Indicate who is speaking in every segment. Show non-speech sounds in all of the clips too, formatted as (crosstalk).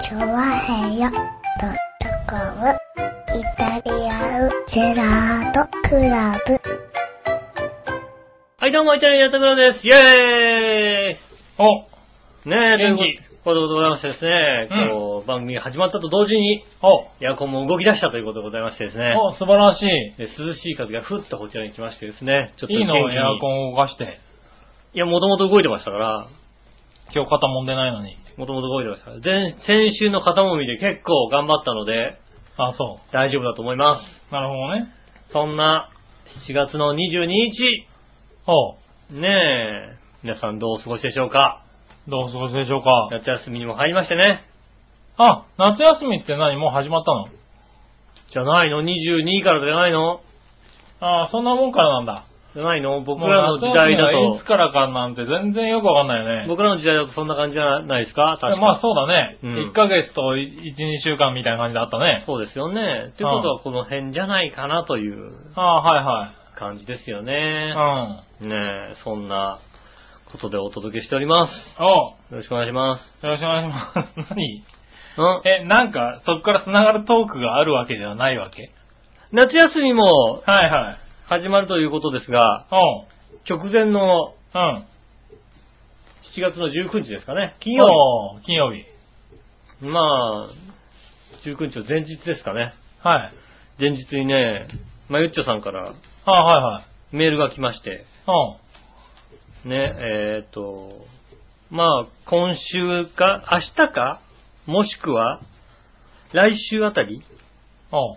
Speaker 1: チョワヘヨドットコムイタリアンジェラートクラブ。
Speaker 2: はい、どうも、イタリアンジェラートクラブです。イェーイ
Speaker 3: お、
Speaker 2: ねえ、
Speaker 3: 元気
Speaker 2: ということでございましてですね、
Speaker 3: うん
Speaker 2: こう、番組が始まったと同時に、
Speaker 3: お、
Speaker 2: エアコンも動き出したということでございましてですね、
Speaker 3: お、素晴らしい。
Speaker 2: で涼しい風がふっとこちらに来ましてですね、ちょっと
Speaker 3: いいの
Speaker 2: 元気に
Speaker 3: エアコンを動かして。
Speaker 2: いや、もともと動いてましたから、
Speaker 3: 今日肩揉んでないのに。
Speaker 2: もともと動いてました。前、先週の肩もみで結構頑張ったので、
Speaker 3: あ、そ
Speaker 2: 大丈夫だと思いま
Speaker 3: う。なるほどね。
Speaker 2: す。そんな、7月の22日、
Speaker 3: おう、
Speaker 2: ねえ、皆さんどうお過ごしでしょうか
Speaker 3: どうお過ごしでしょうか。
Speaker 2: 夏休みにも入りましてね。
Speaker 3: あ、夏休みって何もう始まったの
Speaker 2: じゃないの ?22 からじゃないの
Speaker 3: あそんなもんからなんだ。
Speaker 2: じゃないの僕らの時代だ
Speaker 3: もう夏休みはい
Speaker 2: と
Speaker 3: つ、からかなんて全然よくわかんないよね。
Speaker 2: 僕らの時代だとそんな感じじゃないですか確か
Speaker 3: まあそうだね。
Speaker 2: うん
Speaker 3: 1ヶ月と1、2週間みたいな感じだったね。
Speaker 2: そうですよね。ってことはこの辺じゃないかなという
Speaker 3: あは
Speaker 2: 感じですよ
Speaker 3: い
Speaker 2: ね。
Speaker 3: はい。
Speaker 2: ねえ、そんなことでお届けしております。
Speaker 3: うん。お
Speaker 2: よろしくお願いしま
Speaker 3: う、よろしくお願いします。 (laughs) 何
Speaker 2: す。ん
Speaker 3: え、なんか、そっから繋がるトークがあるわけではないわけ
Speaker 2: 夏休みも
Speaker 3: はいはい。
Speaker 2: 始まるということですが、
Speaker 3: おう、
Speaker 2: 直前の
Speaker 3: うん。
Speaker 2: 7月の19日ですかね。金
Speaker 3: 金
Speaker 2: 曜
Speaker 3: 曜日。金曜日。
Speaker 2: 日。まあ、19日の前日ですかね。
Speaker 3: はい。
Speaker 2: 前日にね、まゆっちょさんから
Speaker 3: あは
Speaker 2: メールが来まして、
Speaker 3: いはい。
Speaker 2: ね、えっ、と、まあ、今週か、明日か、もしくは、来週あたり、
Speaker 3: うん。おう。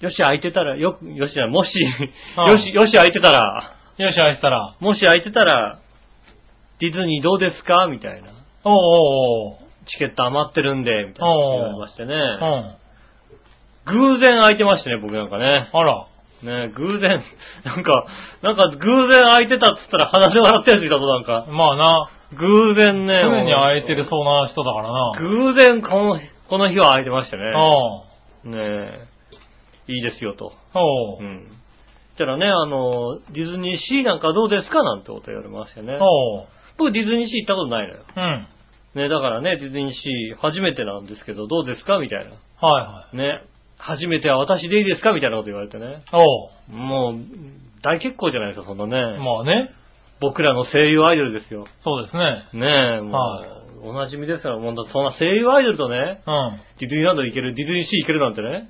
Speaker 2: よし空いてたら、よく、よしじゃない、もし、
Speaker 3: ああ
Speaker 2: よし、よし空いてたら、
Speaker 3: よし、あいしたら。
Speaker 2: もし空いてたら、ディズニーどうですかみたいな。
Speaker 3: おうおう
Speaker 2: チケット余ってるんで、みたいな
Speaker 3: ああ
Speaker 2: 言われましてね。
Speaker 3: おう。うん。
Speaker 2: 偶然空いてましたね、僕なんかね。
Speaker 3: あら。
Speaker 2: ね偶然、なんか、なんか偶然空いてたっつったら鼻で笑ってるやついたぞ、なんか。
Speaker 3: まあな。
Speaker 2: 偶然ね。
Speaker 3: 常に空いてるそうな人だからな。
Speaker 2: 偶然この、この日は空いてましたね。
Speaker 3: おう。
Speaker 2: ねえ。いいですよと。
Speaker 3: おう
Speaker 2: う。ん。したらね、あの、ディズニーシーなんかどうですかなんてこと言われましてね。
Speaker 3: おう。
Speaker 2: 僕ディズニーシー行ったことないのよ。
Speaker 3: うん。はい
Speaker 2: ね、だからね、ディズニーシー初めてなんですけど、どうですかみたいな。
Speaker 3: はい。
Speaker 2: ね。初めては私でいいですかみたいなこと言われてね。
Speaker 3: おう。
Speaker 2: もう、大結構じゃないですか、そんなね。
Speaker 3: まあね。
Speaker 2: 僕らの声優アイドルですよ。
Speaker 3: そうですね。
Speaker 2: ねえ、もう、
Speaker 3: はい
Speaker 2: おなじみですから、もうだそんな声優アイドルとね、
Speaker 3: うん。はい。
Speaker 2: ディズニーランド行ける、ディズニーシー行けるなんてね、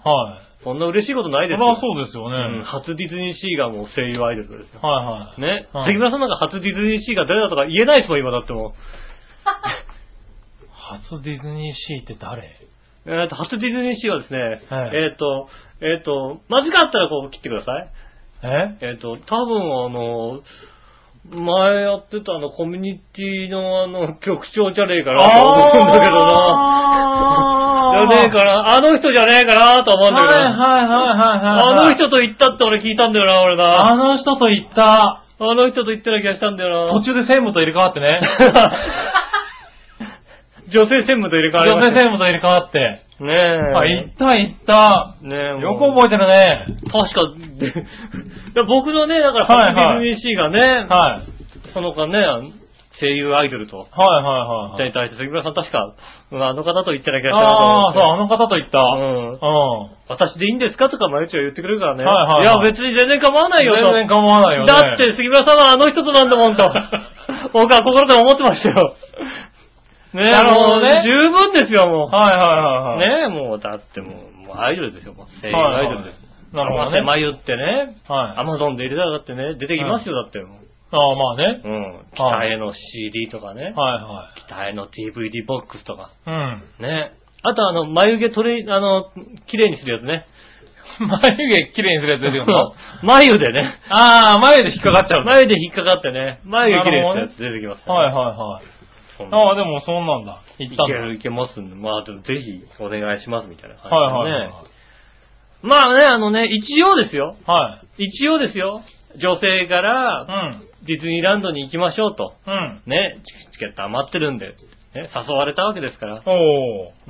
Speaker 2: そんな嬉しいことな
Speaker 3: そ
Speaker 2: いで
Speaker 3: れ
Speaker 2: すよ。
Speaker 3: はそうですよね。
Speaker 2: うん初ディズニーシーがもう声優アイドルですよ。
Speaker 3: はいはい。
Speaker 2: ね、
Speaker 3: はい
Speaker 2: 関村さんなんか初ディズニーシーが誰だとか言えないですもん、今だっても
Speaker 3: 初ディズニーシーって誰
Speaker 2: う。えっと、初ディズニーシーはですね、
Speaker 3: はい
Speaker 2: えっと、えっと、まずかったらこう切ってください。
Speaker 3: え
Speaker 2: えっと、多分あの、前やってたあの、コミュニティのあの、局長じゃねえかなと思 (laughs) うんだけどな。じゃ
Speaker 3: な
Speaker 2: ねえから、あの人じゃねえかなと思うんだけど。
Speaker 3: はいはいはいはいはい。
Speaker 2: あの人と行ったって俺聞いたんだよな、俺な。
Speaker 3: あの人と行った。
Speaker 2: あの人と行ったような気がしたんだよな。
Speaker 3: 途中で専務と入れ替わって (laughs) ね。
Speaker 2: 女性専務と入れ替わり
Speaker 3: 女
Speaker 2: ま
Speaker 3: 性
Speaker 2: した
Speaker 3: 専務と入れ替わって。
Speaker 2: ねえ。
Speaker 3: あ、行った行った。
Speaker 2: ねえ、
Speaker 3: よく覚えてるね。
Speaker 2: え確か、で僕のね、だから、
Speaker 3: は
Speaker 2: ハ
Speaker 3: いは
Speaker 2: ッ
Speaker 3: い
Speaker 2: ピーディズニーシーがね、
Speaker 3: はい。
Speaker 2: その間ね、声優アイドルと、
Speaker 3: はいはいはい。
Speaker 2: に対して、関村さん確か、うんあの方と行ってなきゃいけない
Speaker 3: ああ、そう、あ
Speaker 2: な
Speaker 3: の方と行った。
Speaker 2: と
Speaker 3: う
Speaker 2: 思って。うん。
Speaker 3: ん。
Speaker 2: 私でいいんですかとか、まゆちは言ってくれるからね。
Speaker 3: はいはいはい
Speaker 2: や、別に全然構わないよと。
Speaker 3: 全然構わないよね。
Speaker 2: だって、杉村さんはあの人となんだもん
Speaker 3: (laughs)
Speaker 2: と。僕は心で思ってましたよ。ねえ、
Speaker 3: なるほどね
Speaker 2: もう十分ですよ、も。
Speaker 3: はいうはいはいはい。。
Speaker 2: ねえ、もう、だってもう、もうアイドルですよ、もう。声優ア
Speaker 3: はい
Speaker 2: イ
Speaker 3: は
Speaker 2: ド
Speaker 3: い
Speaker 2: ルです。
Speaker 3: なるほどね。
Speaker 2: まゆってね、
Speaker 3: はい。
Speaker 2: アマゾンで入れたらだってね、出てきますよ、だってもう。
Speaker 3: ああ、まあね。
Speaker 2: うん。北への CD とかね、
Speaker 3: は
Speaker 2: 北への DVD ボックスとか。
Speaker 3: いはい。
Speaker 2: ねえ。あと、あの、眉毛取れ、あの、綺麗にするやつね。
Speaker 3: うん。 (laughs) 眉毛綺麗にするやつですよ。
Speaker 2: 眉でね。
Speaker 3: ああ、眉毛で引っかかっちゃう。はい
Speaker 2: 眉で引っかかってね、眉毛綺麗にするやつ出てきますから
Speaker 3: はい
Speaker 2: ね。
Speaker 3: はい。
Speaker 2: そんな
Speaker 3: ああ、でもそうなんだ。行っ
Speaker 2: い
Speaker 3: たん
Speaker 2: け
Speaker 3: だ。
Speaker 2: る、いけますんで、まあ、でもぜひお願いしますみたいな感
Speaker 3: はい
Speaker 2: じ
Speaker 3: はい
Speaker 2: で
Speaker 3: は
Speaker 2: ね
Speaker 3: い。
Speaker 2: まあね、あのね、一応ですよ。
Speaker 3: はい。
Speaker 2: 一応ですよ。女性から、
Speaker 3: ん。
Speaker 2: ディズニーランドに行きましょうと。
Speaker 3: うん。
Speaker 2: ね、チチケット余ってるんで、ね、誘われたわけですから。
Speaker 3: おー。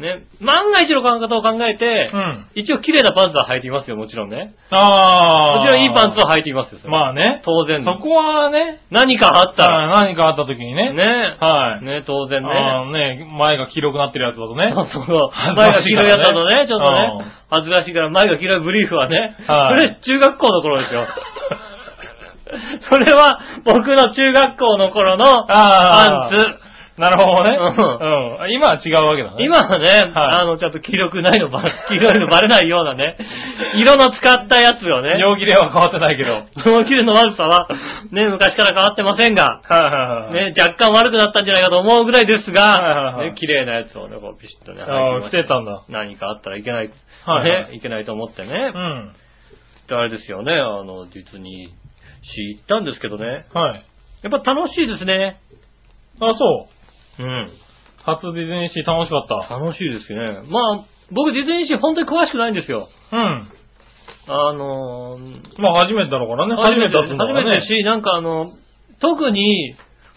Speaker 2: ね、万が一の考え方を考えて、
Speaker 3: うん。
Speaker 2: 一応綺麗なパンツは履いていますよ、もちろんね。
Speaker 3: あー。
Speaker 2: もちろんいいパンツは履いていますよ、それ
Speaker 3: まあね。
Speaker 2: 当然。
Speaker 3: そこはね、
Speaker 2: 何かあったら、
Speaker 3: あ何かあった時にね。
Speaker 2: ね、
Speaker 3: はい。
Speaker 2: ね、当然
Speaker 3: あ
Speaker 2: ね。
Speaker 3: のね、前が黄色くなってるやつだとね。
Speaker 2: そうそう。前が
Speaker 3: 恥ずかし
Speaker 2: 黄
Speaker 3: い
Speaker 2: 色
Speaker 3: か
Speaker 2: い
Speaker 3: らね
Speaker 2: やつだとね、ちょっとね
Speaker 3: うん、
Speaker 2: 恥ずかしいから前が黄色いブリーフはね、
Speaker 3: はい
Speaker 2: それ中学校の頃ですよ。 (laughs) それは僕の中学校の頃のパ
Speaker 3: あ
Speaker 2: ン
Speaker 3: ー
Speaker 2: ツ。
Speaker 3: なるほどね。
Speaker 2: う
Speaker 3: うん。今は違うわけだね。
Speaker 2: 今はね、
Speaker 3: はい
Speaker 2: あの、ちょっと黄色くないのば、 (laughs) 黄色いのバレないようなね、色の使ったやつをね、 (laughs)
Speaker 3: 容器例は変わってないけど。はい
Speaker 2: 脳切るの悪さは、ね、昔から変わってませんが、
Speaker 3: はいは
Speaker 2: ね、
Speaker 3: い。。
Speaker 2: 若干悪くなったんじゃないかと思うぐらいです
Speaker 3: はいはい
Speaker 2: が、
Speaker 3: はい
Speaker 2: ね、綺麗なやつをね、こう、ピシッとね、
Speaker 3: あー、
Speaker 2: 履い
Speaker 3: 来
Speaker 2: てきま
Speaker 3: て
Speaker 2: した
Speaker 3: んだ。
Speaker 2: 何かあったらいけない、
Speaker 3: はいはい
Speaker 2: ね、いけないと思ってね
Speaker 3: う。ん。
Speaker 2: であれですよね、あの、実に、し、行ったんですけどね。
Speaker 3: はい。
Speaker 2: やっぱ楽しいですね。
Speaker 3: あ、そう。
Speaker 2: うん。
Speaker 3: 初ディズニーシー楽しかっ
Speaker 2: 楽しいですね。まあ、僕ディズニーシー本当に詳しくないんですよ。
Speaker 3: た。うん。
Speaker 2: あのー、
Speaker 3: まあ初めてだろうからね。
Speaker 2: 初
Speaker 3: 初
Speaker 2: め
Speaker 3: め
Speaker 2: て
Speaker 3: てだったんだ
Speaker 2: 初
Speaker 3: から
Speaker 2: めてだ
Speaker 3: ね。
Speaker 2: し、なんかあの、特に、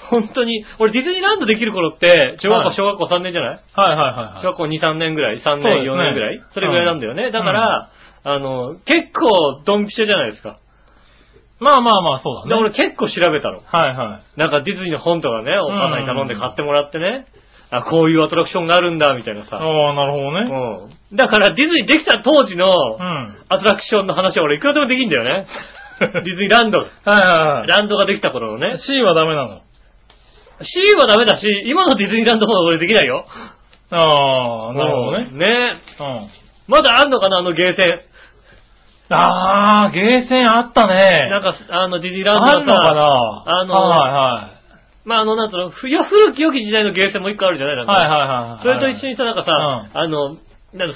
Speaker 2: 本当に、俺ディズニーランドできる頃って、中学校、
Speaker 3: はい
Speaker 2: 小学校3年じゃない
Speaker 3: はいはいはい
Speaker 2: 小
Speaker 3: はい。
Speaker 2: 学校2、3年ぐらい ?3
Speaker 3: そう
Speaker 2: 年、
Speaker 3: ですね
Speaker 2: 4年ぐらいそれぐらいなんだよね。
Speaker 3: ん
Speaker 2: だから、あの、結構ドンピシャじゃないですか。
Speaker 3: まあまあまあ、そう
Speaker 2: で、
Speaker 3: だね。
Speaker 2: 俺結構調べたの。
Speaker 3: はいはい。
Speaker 2: なんかディズニーの本とかね、お母さんに頼んで買ってもらってね、あ、こういうアトラクションがあるんだ、みたいな
Speaker 3: あ
Speaker 2: さ。
Speaker 3: あ、なるほどね。
Speaker 2: うん。だからディズニーできた当時の
Speaker 3: うん。はい
Speaker 2: アトラクションの話は俺いくらでもできんだよ
Speaker 3: (laughs)
Speaker 2: ね。ディズニーランド。
Speaker 3: はいはい。
Speaker 2: ランドができた頃のね。
Speaker 3: C はダメなの。
Speaker 2: C はダメだし、今のディズニーランドも俺できないよ。
Speaker 3: ああ、なるほどね。
Speaker 2: うん。ね
Speaker 3: うん。
Speaker 2: まだあんのかな、あのゲーセン。
Speaker 3: ああ、ゲーセンあったね。
Speaker 2: なんか、あの、ディズニーランド
Speaker 3: あんの
Speaker 2: さ
Speaker 3: かな
Speaker 2: あの
Speaker 3: は
Speaker 2: まあ、あの、なんつうの、ふや古き良き時代のゲーセンも一個あるじゃないないん
Speaker 3: は
Speaker 2: か。
Speaker 3: い。はいはいはい。
Speaker 2: それと一緒にさ、なんかさ、あの、なんか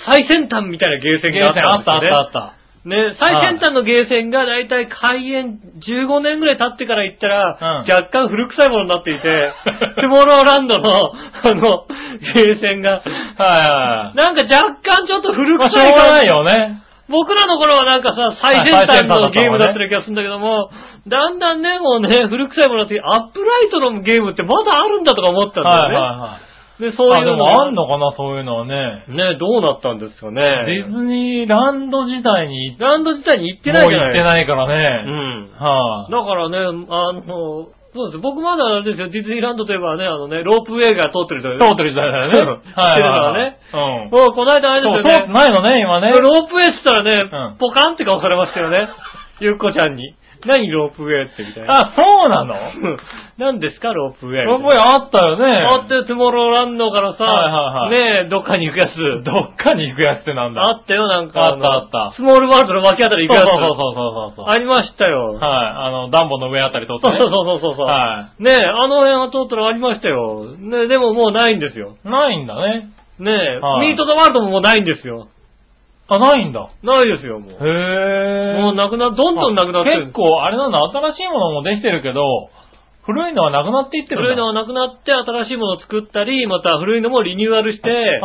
Speaker 2: 最先端みたいなゲーセン
Speaker 3: ゲーセン
Speaker 2: が
Speaker 3: あ
Speaker 2: あっ
Speaker 3: った
Speaker 2: た
Speaker 3: あ
Speaker 2: ん
Speaker 3: っ
Speaker 2: です
Speaker 3: た
Speaker 2: よ
Speaker 3: あった。
Speaker 2: ね。ね、最先端のゲーセンがだいたい開園15年ぐらい経ってから行ったら、
Speaker 3: うん
Speaker 2: 若干古臭いものになってい
Speaker 3: (laughs)
Speaker 2: て、トゥモローランドの、あの、ゲーセンが、
Speaker 3: はいはいはい。
Speaker 2: なんか若干ちょっと古
Speaker 3: まあ、しょ
Speaker 2: 臭いう
Speaker 3: が
Speaker 2: 感
Speaker 3: ない
Speaker 2: じ
Speaker 3: よね。
Speaker 2: 僕らの頃はなんかさ、最先端のゲームだったような気がするんだけども、だんだんね、もうね、古臭いものだって、アップライトのゲームってまだあるんだとか思ったんだ
Speaker 3: はい
Speaker 2: よね。
Speaker 3: は
Speaker 2: で、そう
Speaker 3: いはい。
Speaker 2: い
Speaker 3: あ、で
Speaker 2: うの
Speaker 3: も
Speaker 2: が
Speaker 3: あんのかな、そういうのはね。
Speaker 2: ね、どうなったんですかね。
Speaker 3: ディズニーランド時代に行
Speaker 2: ランド自体に行ってないじゃ
Speaker 3: もう
Speaker 2: ない
Speaker 3: 行って
Speaker 2: い。
Speaker 3: ないから
Speaker 2: う
Speaker 3: ね。
Speaker 2: ん。
Speaker 3: はい。
Speaker 2: だからね、あの、そうです。僕まだあれですよ、ディズニーランドといえばね、あのね、ロープウェイが通ってると
Speaker 3: 通ってる時代だ (laughs) よね。
Speaker 2: (laughs) 知ってるからね。
Speaker 3: はいはいはい。うん。
Speaker 2: もうこの間あれです
Speaker 3: そう、
Speaker 2: よ
Speaker 3: 通って
Speaker 2: ね。
Speaker 3: ないのね、今ね。
Speaker 2: ロープウェイって言ったら
Speaker 3: う
Speaker 2: ね
Speaker 3: ん、
Speaker 2: ポカンって顔されましたよね。ゆっこちゃんに。何ロープウェイってみたいな。
Speaker 3: あ、そうな
Speaker 2: う
Speaker 3: の
Speaker 2: ん (laughs) 何ですか、ロープウェイみたいな。
Speaker 3: ロボイあったよね。
Speaker 2: あって、トゥモローランドからさ、
Speaker 3: はいはい
Speaker 2: ねえ、どっかに行くやつ。
Speaker 3: どっかに行くやつってなんだ。
Speaker 2: あったよ、なんか。の
Speaker 3: あったあった
Speaker 2: スモールワールドの脇あたり行くやつ。
Speaker 3: そうそうそうそうそうそう。
Speaker 2: ありましたよ。
Speaker 3: はい。あの、ダンボの上あたり通って
Speaker 2: そう
Speaker 3: ね。
Speaker 2: そうそうそうそう。
Speaker 3: は
Speaker 2: ねえ、あの辺は通ったらありましたよ。ねえ、でももうないんですよ。
Speaker 3: い。ないんだね。
Speaker 2: ねえ、
Speaker 3: はい
Speaker 2: ミートザワールドももうないんですよ。
Speaker 3: あ、ないんだ。
Speaker 2: ないですよ、もう。
Speaker 3: へ
Speaker 2: もうなくな、どんどんなくなってる
Speaker 3: 結。構、あれなんだ、新しいものもできてるけど、古いのはなくなっていってるんだ
Speaker 2: 古いのはなくなって、新しいものを作ったり、また古いのもリニューアルして、
Speaker 3: はいはいはい。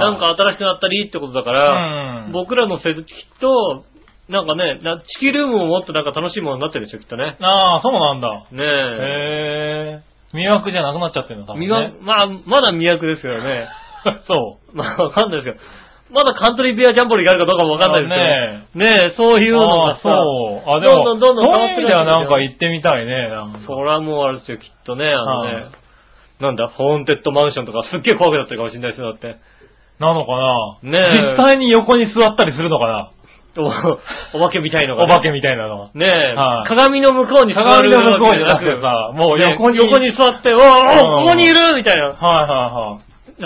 Speaker 2: なんか新しくなったりってことだから、
Speaker 3: うん。
Speaker 2: 僕らの世代きっと、なんかね、な地球ルームももっとなんか楽しいものになってるでしょ、きっとね。
Speaker 3: ああ、そうなんだ。
Speaker 2: ねえ。
Speaker 3: へえ。魅惑じゃなくなっちゃってるの、多分、ね。
Speaker 2: 魅惑、まあ、まだ魅惑ですよね。
Speaker 3: (laughs) そ。
Speaker 2: (laughs) まあ、わかんないですよ。まだカントリービアジャンボリーがあるかどうかもわかんないですけど。ねえ、そういううの
Speaker 3: あ
Speaker 2: が
Speaker 3: あ、
Speaker 2: さ
Speaker 3: そ、う。あ、でも、
Speaker 2: どんどんどんどん
Speaker 3: そう
Speaker 2: 変わっ
Speaker 3: いう意
Speaker 2: て
Speaker 3: 味
Speaker 2: る
Speaker 3: ではなんか行ってみたいね。なんか
Speaker 2: そらもうあれですよ、きっとね、あのね
Speaker 3: は、
Speaker 2: なんだ、ホーンテッドマンションとかすっげえ怖くなってるかもしれないですよ、だって。
Speaker 3: なのかな
Speaker 2: ねえ
Speaker 3: 実際に横に座ったりするのかな
Speaker 2: お (laughs) お化けみたいのが
Speaker 3: お
Speaker 2: ね、
Speaker 3: 化けみたいなのが。
Speaker 2: ねえ、
Speaker 3: はい
Speaker 2: 鏡の向こうに座る
Speaker 3: 鏡の向こうじゃな
Speaker 2: わ
Speaker 3: く
Speaker 2: けじ
Speaker 3: てさ、もう
Speaker 2: ね
Speaker 3: 横に。
Speaker 2: 横に。座って、おお、
Speaker 3: うん
Speaker 2: ここにいるみたいな。
Speaker 3: はいはいはい。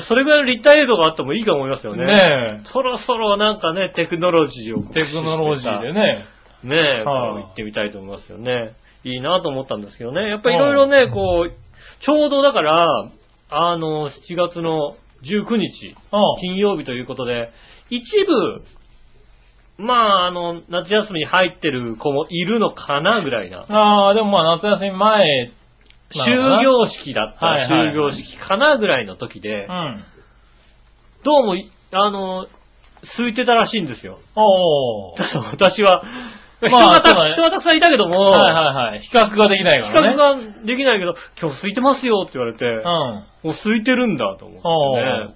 Speaker 2: それぐらいの立体映像があってもいいと思いますよね。
Speaker 3: ね
Speaker 2: そろそろなんかね、テクノロジーを
Speaker 3: え。
Speaker 2: 駆
Speaker 3: テ
Speaker 2: 使して
Speaker 3: ク
Speaker 2: さ。
Speaker 3: ノロジーでね。
Speaker 2: ねえ、
Speaker 3: はい
Speaker 2: こう行ってみたいと思いますよね。いいなと思ったんですけどね。やっぱりいろいろね、こう、ちょうどだから、あの、7月の19日、
Speaker 3: う
Speaker 2: 金曜日ということで、一部、まあ、あの、夏休みに入ってる子もいるのかなぐらいな。
Speaker 3: ん。ああ、でもまあ夏休み前。
Speaker 2: 終業式だったら
Speaker 3: はいはいは
Speaker 2: 終
Speaker 3: い
Speaker 2: 業式かなぐらいの時で、
Speaker 3: うん。
Speaker 2: ど
Speaker 3: (laughs)
Speaker 2: うもい、あの、空いてたらしいんですよ。
Speaker 3: おー
Speaker 2: ただ私は、人
Speaker 3: まあ
Speaker 2: がた
Speaker 3: そうだね
Speaker 2: 人がたくさんいたけども、
Speaker 3: はいはいはい。比較ができない
Speaker 2: 比
Speaker 3: からね。
Speaker 2: 較ができないけど、今日空いてますよって言われて、
Speaker 3: うん。
Speaker 2: もう空いてるんだと思ってね。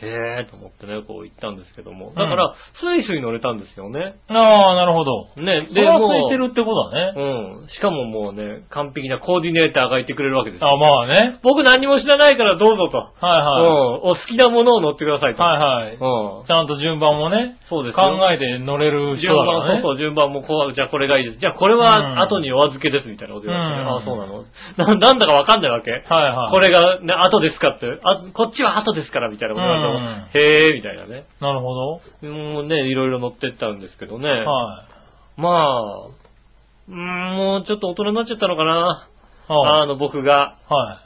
Speaker 2: へえーと思ってね、こう行ったんですけども。だから、スイスイ乗れたんですよね。
Speaker 3: ああ、なるほど。
Speaker 2: ね、
Speaker 3: それは空いて
Speaker 2: も
Speaker 3: るってことだね。
Speaker 2: う、うん。しかももうね、完璧なコーディネーターがいてくれるわけですよ。
Speaker 3: あまあね。
Speaker 2: 僕何も知らないからどうぞと。
Speaker 3: はい
Speaker 2: うん
Speaker 3: は。
Speaker 2: お好きなものを乗ってください
Speaker 3: い。
Speaker 2: と。
Speaker 3: はいは
Speaker 2: う
Speaker 3: い
Speaker 2: ん。。
Speaker 3: ちゃんと順番もね、
Speaker 2: そうです
Speaker 3: 考
Speaker 2: よ
Speaker 3: えて乗れる人
Speaker 2: 順
Speaker 3: だか
Speaker 2: 番、
Speaker 3: ら
Speaker 2: そう
Speaker 3: ね。
Speaker 2: そう、順番もこう、じゃあこれがいいです。じゃあこれ
Speaker 3: うん
Speaker 2: は後にお預けですみたいなこと言われて、
Speaker 3: うん
Speaker 2: ああ、そうなの (laughs) な。なんだかわかんないわけ。
Speaker 3: はいはい。
Speaker 2: これが、ね、後ですかって、あ、こっちは後ですからみたいなこと言われても、へえ、みたいなね。
Speaker 3: なるほど。
Speaker 2: もうね、いろいろ乗ってったんですけどね。
Speaker 3: はい。
Speaker 2: まあ、うーんもうちょっと大人になっちゃったのかな。
Speaker 3: あ
Speaker 2: あの、僕が。
Speaker 3: あは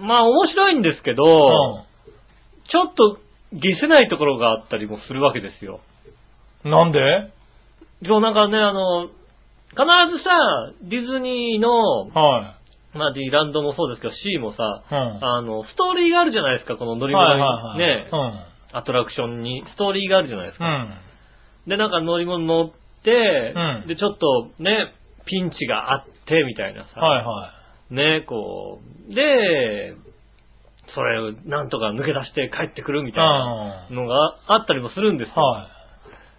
Speaker 3: い。
Speaker 2: まあ、面白いんですけど、ちょっと、ゲせないところがあったりもするわけですよ。
Speaker 3: うん。なんではい。
Speaker 2: でもなんかね、あの、必ずさ、ディズニーの、まあ、ディランドもそうですけど、シーもさ、
Speaker 3: うん。
Speaker 2: あの、ストーリーがあるじゃないですか、この乗り
Speaker 3: は
Speaker 2: 物
Speaker 3: い
Speaker 2: に、
Speaker 3: はいはい。
Speaker 2: ね、アトラクションにストーリーがあるじゃないです
Speaker 3: う
Speaker 2: か。
Speaker 3: ん。うん。
Speaker 2: で、なんか乗り物乗って、
Speaker 3: うん
Speaker 2: で、ちょっとね、ピンチがあって、みたいなさ、
Speaker 3: はいはい。
Speaker 2: ね、こう、で、それをなんとか抜け出して帰ってくるみたいな
Speaker 3: う
Speaker 2: のがあったりもするんですよ。
Speaker 3: ん。はい。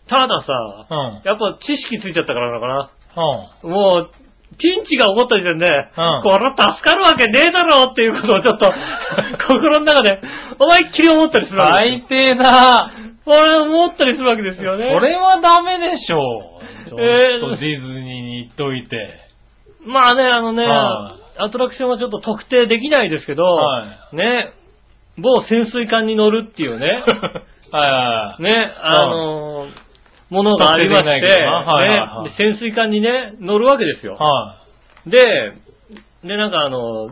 Speaker 2: たださ、
Speaker 3: うん。うん。
Speaker 2: やっぱ知識ついちゃったからなのかな。もう、ピンチが起こった時点で、
Speaker 3: ん
Speaker 2: これ助かるわけねえだろっていうことをちょ
Speaker 3: (laughs)
Speaker 2: っと、心の中で思いっきり思ったりするわけです
Speaker 3: 最低だ。
Speaker 2: これ思ったりするわけです
Speaker 3: そ
Speaker 2: よね。
Speaker 3: れはダメでしょう。ち
Speaker 2: えー
Speaker 3: ょっとディズニーに行っといて。
Speaker 2: まあね、あのね、
Speaker 3: は
Speaker 2: アトラクションはちょっと特定できないですけど、 (laughs)
Speaker 3: は
Speaker 2: ね、某潜水艦に乗るっていう
Speaker 3: (laughs)
Speaker 2: ね、
Speaker 3: はいはいはい。
Speaker 2: ね、あのーものがありまして、
Speaker 3: 特定できないけどなはいはいはい
Speaker 2: ねで潜水艦にね、乗るわけですよ。
Speaker 3: は
Speaker 2: で、で、なんかあの、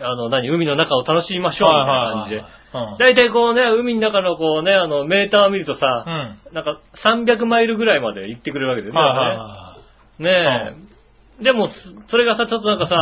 Speaker 2: あの、何、海の中を楽しみまし
Speaker 3: い。
Speaker 2: ょうみたいな感
Speaker 3: は
Speaker 2: じ
Speaker 3: い
Speaker 2: で
Speaker 3: はい。はい。
Speaker 2: 大体こうね、海の中のこうね、あの、メーターを見ると
Speaker 3: う
Speaker 2: さ、
Speaker 3: ん。
Speaker 2: なんか300マイルぐらいまで行ってくれるわけです
Speaker 3: うん。
Speaker 2: よ
Speaker 3: はい
Speaker 2: ね。
Speaker 3: はいはい。
Speaker 2: ねえ。でも、それがさ、ちょっとなんかさ、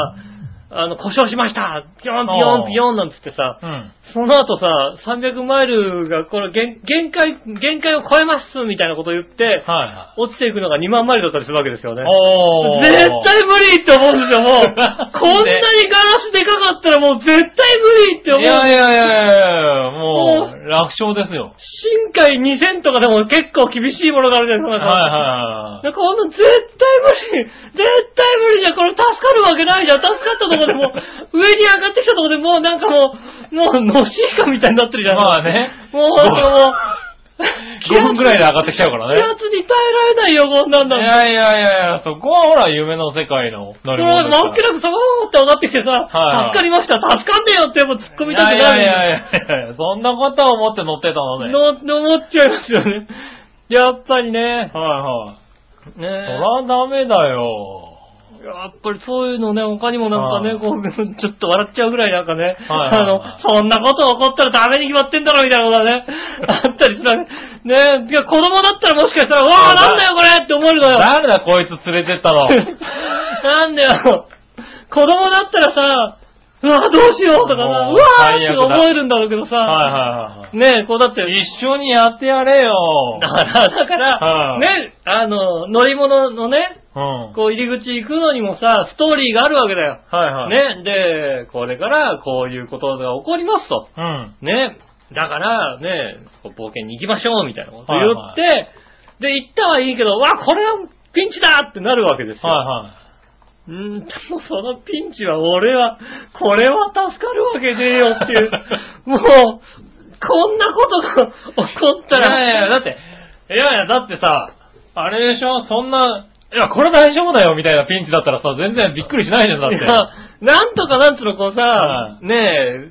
Speaker 2: あの、故障しましたピヨンピヨンピヨンなんつってさ、
Speaker 3: うん。
Speaker 2: その後さ、300マイルが、これ、限限界、限界を超えますみたいなこと言って、
Speaker 3: はいは
Speaker 2: 落ちていくのが2万マイルだったりするわけですよね
Speaker 3: い。。おー。
Speaker 2: 絶対無理って思うんですよ、もう。
Speaker 3: (laughs)
Speaker 2: こんなにガラスでかかったらもう絶対無理って思う。
Speaker 3: いやいやいやいやいやも
Speaker 2: も
Speaker 3: う、楽勝ですよ。
Speaker 2: 深海2000とかでも結構厳しいものがあるじゃない
Speaker 3: は
Speaker 2: で
Speaker 3: い
Speaker 2: すか。
Speaker 3: はいはい。
Speaker 2: で、こんな絶対無理絶対無理じゃんこれ助かるわけないじゃん助かったとこでもう、上に上がってきたとこでもうなんかもう、もう、のしいかみたいになってるじゃん。
Speaker 3: まあね。
Speaker 2: もう、なんかもう、
Speaker 3: 5分くらいで上がってきちゃうから
Speaker 2: 気圧
Speaker 3: ね。
Speaker 2: に耐えられないよ、こんなん
Speaker 3: い
Speaker 2: だもん。
Speaker 3: やいやいやいや、そこはほら、夢の世界の
Speaker 2: そ
Speaker 3: 乗り
Speaker 2: れ
Speaker 3: 物
Speaker 2: は
Speaker 3: です
Speaker 2: 真っ
Speaker 3: か
Speaker 2: 暗くさーって上がってきてさ、
Speaker 3: はい
Speaker 2: 助かりました、助かんねえよってやっぱ突っ込みた
Speaker 3: ら。
Speaker 2: く
Speaker 3: いや
Speaker 2: ないる。
Speaker 3: やいやいや、そんなことを思って乗ってたのね。はい
Speaker 2: の、の思っちゃいますよね。やっぱりね。
Speaker 3: はい。
Speaker 2: ね
Speaker 3: そらダメだよ。
Speaker 2: やっぱりそういうのね、他にもなんか
Speaker 3: は
Speaker 2: ね、
Speaker 3: い
Speaker 2: こう、ちょっと笑っちゃうぐらいなんかね、
Speaker 3: はい
Speaker 2: あの、そんなこと起こったらダメに決まってんだろみたいなことが
Speaker 3: (laughs)
Speaker 2: ね、あったりするね。ねいや子供だったらもしかしたら、わ
Speaker 3: あ
Speaker 2: あ、なんだよこれって思えるのよ。
Speaker 3: 誰だこいつ連れてったの。
Speaker 2: (laughs) なんだよ。子供だったらさ、うわあ、どうしようとかさ、う
Speaker 3: もう
Speaker 2: わあって思えるんだろうけどさ、
Speaker 3: はいはいはい。
Speaker 2: ねこうだって、
Speaker 3: 一緒にやってやれよ。
Speaker 2: だから、だから、
Speaker 3: はい
Speaker 2: ね、あの、乗り物のね、
Speaker 3: うん。はい
Speaker 2: こう入り口行くのにもさ、ストーリーがあるわけだよ。
Speaker 3: はい。。
Speaker 2: ね、で、これからこういうことが起こりますと。
Speaker 3: うん。
Speaker 2: ね、だからね、こう冒険に行きましょうみたいなこと
Speaker 3: はい
Speaker 2: 言
Speaker 3: は
Speaker 2: っ
Speaker 3: い
Speaker 2: て、で、行ったはいいけど、わ、これはピンチだってなるわけですよ。
Speaker 3: は
Speaker 2: うん、でもそのピンチは俺は、これは助かるわけねえよって
Speaker 3: (laughs)
Speaker 2: いう、もう、こんなことが起こったら、
Speaker 3: いやいやだ
Speaker 2: って、
Speaker 3: いはい。いやいや、だってさ、あれでしょそんな、いや、これ大丈夫だよみたいなピンチだったらさ、全然びっくりしないじゃん、だって。はい
Speaker 2: なんとかなんつうのこうさ、
Speaker 3: は
Speaker 2: ねえ、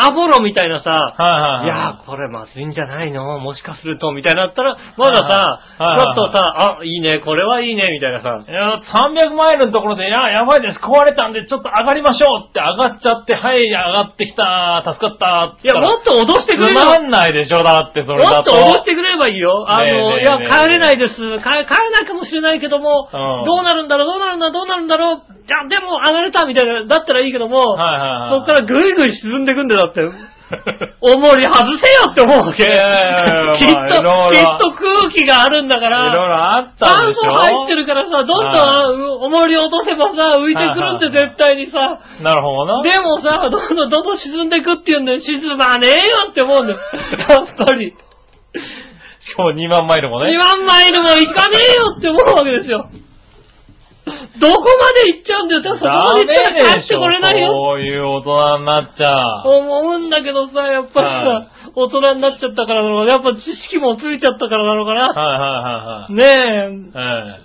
Speaker 2: アボロみたいなさ、
Speaker 3: はいはい。
Speaker 2: いやー、これまずいんじゃないのもしかすると、みたいになったら、まださ、
Speaker 3: はい
Speaker 2: ちょ
Speaker 3: はい
Speaker 2: っとさ、あ、いいね、これはいいね、みたいなさ
Speaker 3: い、や、300マイルのところで、いや、やばいです、壊れたんで、ちょっと上がりましょうって上がっちゃって、はい、上がってきた、助かったっ
Speaker 2: い
Speaker 3: て言
Speaker 2: や、
Speaker 3: ったら。
Speaker 2: もっと脅してくれ
Speaker 3: つ
Speaker 2: る
Speaker 3: ま
Speaker 2: ば
Speaker 3: んないでしょ、だって、それ
Speaker 2: も
Speaker 3: だ
Speaker 2: っと
Speaker 3: と。
Speaker 2: 脅してくれればいいよ。あの、
Speaker 3: ねえねえ
Speaker 2: いや、
Speaker 3: ね
Speaker 2: 帰
Speaker 3: え
Speaker 2: れないです。帰帰れなくもしれないけども、
Speaker 3: うん
Speaker 2: どうなるんだろう、どうなるんだ、どうなるんだろう。いや、でも、上がれた、みたいな、だったらいいけども、
Speaker 3: はいはいはい。
Speaker 2: そっからぐいぐい沈んでくんでだっって、おもり外せよって思うわけ。
Speaker 3: い
Speaker 2: (laughs)
Speaker 3: やいやいや
Speaker 2: きっ
Speaker 3: まあいろ
Speaker 2: と、
Speaker 3: いろ
Speaker 2: きっと空気があるんだか
Speaker 3: (laughs) いろい
Speaker 2: ら、
Speaker 3: ろあったん
Speaker 2: 酸
Speaker 3: でし
Speaker 2: 素
Speaker 3: ょ
Speaker 2: 入ってるからさ、どん
Speaker 3: は
Speaker 2: どんうおもり落とせばさ、浮いてくるって絶対にさ、
Speaker 3: なるほどな。
Speaker 2: でもさ、どんどんどんどん沈んでくって言うんだよ。沈まねえよって思うんだよ。やっぱり。
Speaker 3: しかも2万マイルもね。
Speaker 2: 2万マイルも行かねえよって思うわけですよ。どこまで行っちゃうんだよ。でもそこまで行ったら帰ってこれないよ。
Speaker 3: こういう大人になっちゃう。
Speaker 2: 思うんだけどさ、やっぱり
Speaker 3: は
Speaker 2: さ、大人になっちゃったからなのか、やっぱ知識もついちゃったからなのかな。
Speaker 3: はいはい
Speaker 2: ね
Speaker 3: はいはい。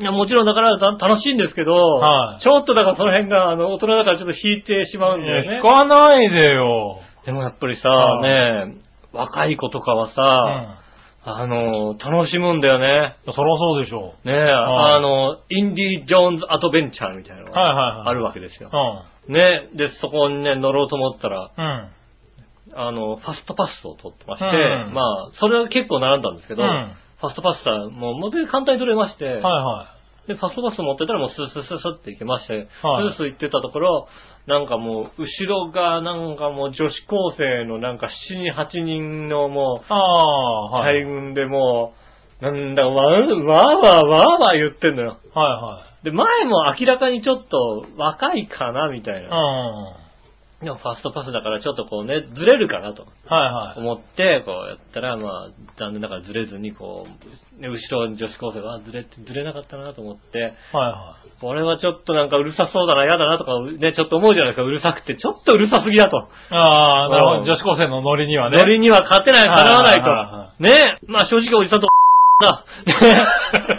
Speaker 2: え。いや、もちろんだからた楽しいんですけど、
Speaker 3: はい
Speaker 2: ちょっとだからその辺が、あの、大人だからちょっと引いてしまうんだ
Speaker 3: え
Speaker 2: よ
Speaker 3: え。
Speaker 2: ね
Speaker 3: 引。かないでよ。
Speaker 2: でもやっぱりさ、
Speaker 3: はい
Speaker 2: ねえ、若い子とかはさ、あの、楽しむんだよね。
Speaker 3: うん。そらそうでしょ
Speaker 2: ねえ、
Speaker 3: はい
Speaker 2: あの、インディ・ジョーンズ・アドベンチャーみたいなの
Speaker 3: う。はいはいはい。
Speaker 2: あるわけですよ。
Speaker 3: う
Speaker 2: ねで、そこにね、乗ろうと思ったら、
Speaker 3: ん。うん。
Speaker 2: あの、ファストパスを取ってまして、
Speaker 3: うん
Speaker 2: まあ、それは結構並んだんですけど、
Speaker 3: うん
Speaker 2: ファストパスさ、もう、もう簡単に取れまして、
Speaker 3: はいはい。
Speaker 2: で、ファストパス持ってたらもうスースースースーって行けまして、
Speaker 3: はい
Speaker 2: スースー行ってたところ、なんかもう、後ろがなんかもう女子高生のなんか7人、8人のもう、
Speaker 3: ああ、はい。
Speaker 2: 大
Speaker 3: はい
Speaker 2: 群でもう、なんだ、わーわーわーわーわー言ってんのよ。
Speaker 3: は
Speaker 2: で、前も明らかにちょっと若いかな、みたい
Speaker 3: い。う
Speaker 2: な。
Speaker 3: ん。は
Speaker 2: でもファストパスだからちょっとこうね、ずれるかなと
Speaker 3: いはい。
Speaker 2: 思って、こうやったら、まあ、残念ながらずれずに、こう、ね、後ろに女子高生があずれて、ずれなかったなと思って、
Speaker 3: はいは
Speaker 2: これはちょっとなんかうるさそうだな、嫌だなとかね、ちょっと思うじゃないですか、うるさくて、ちょっとうるさすぎだと。
Speaker 3: い。ああ、なるほ
Speaker 2: うん
Speaker 3: ど。女子高生のノリにはね。
Speaker 2: ノリには勝てない、かなわない
Speaker 3: はいはいは
Speaker 2: と。ねまあ正直おじさんと (laughs) だ。
Speaker 3: (laughs)
Speaker 2: ね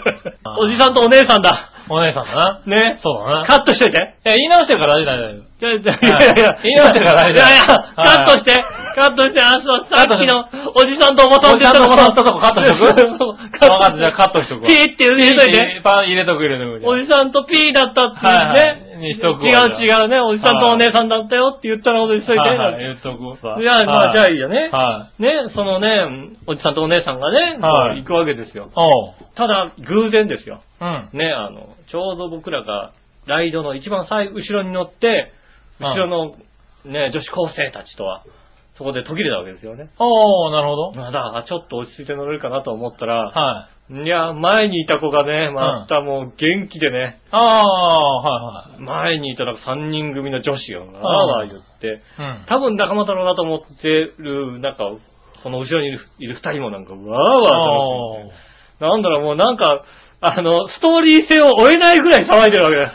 Speaker 2: おじさんとお姉さんだ。
Speaker 3: お姉さんだな。
Speaker 2: ね
Speaker 3: そうだな。
Speaker 2: カットしといて。
Speaker 3: いや、言い直してるから大丈夫大丈
Speaker 2: いやいやいやいや、
Speaker 3: (laughs) 言い直してから
Speaker 2: い
Speaker 3: 大丈夫
Speaker 2: やいや、
Speaker 3: はい
Speaker 2: カットして、カットして、あ、そう、さっきのおじさんとおばさんって言ったとこ
Speaker 3: おじさんとおばさんとこカットしとく
Speaker 2: そう (laughs)
Speaker 3: 夫。わかった、じゃあカットしとくわ。
Speaker 2: ピーって入れとい
Speaker 3: い
Speaker 2: て。
Speaker 3: っぱい入れとく入れとく。
Speaker 2: おじさんとピーだったって
Speaker 3: は
Speaker 2: 言
Speaker 3: いは
Speaker 2: う
Speaker 3: い
Speaker 2: ね。
Speaker 3: にしとくわ
Speaker 2: 違う
Speaker 3: じ
Speaker 2: 違うね、おじさんとお姉さんだったよって言ったらことにしといて。
Speaker 3: はいはい、入れとくわ。
Speaker 2: いや、まあじゃあいいよね。
Speaker 3: はい。
Speaker 2: ね、そのね、おじさんとお姉さんがね、こ
Speaker 3: は
Speaker 2: う
Speaker 3: い
Speaker 2: 行くわけですよ。
Speaker 3: おう。
Speaker 2: ただ、偶然ですよ。
Speaker 3: うん。
Speaker 2: ね、あの、ちょうど僕らが、ライドの一番最後後ろに乗って、後ろの、ね、女子高生たちとは、そこで途切れたわけですよね。
Speaker 3: おう、なるほど。
Speaker 2: まあだから、ちょっと落ち着いて乗れるかなと思ったら、
Speaker 3: はい。
Speaker 2: いや、前にいた子がね、またもう元気でね、
Speaker 3: ああ、は
Speaker 2: 前にいたら3人組の女子よ、わーわー言って、
Speaker 3: いはい。うん。
Speaker 2: 多分仲間だろうなと思ってる、なんか、その後ろにいるいる二人もなんか、わーわー楽しんで
Speaker 3: おう
Speaker 2: なんだろう、もうなんか、あの、ストーリー性を追えないぐらい騒いでるわけだ (laughs) よ。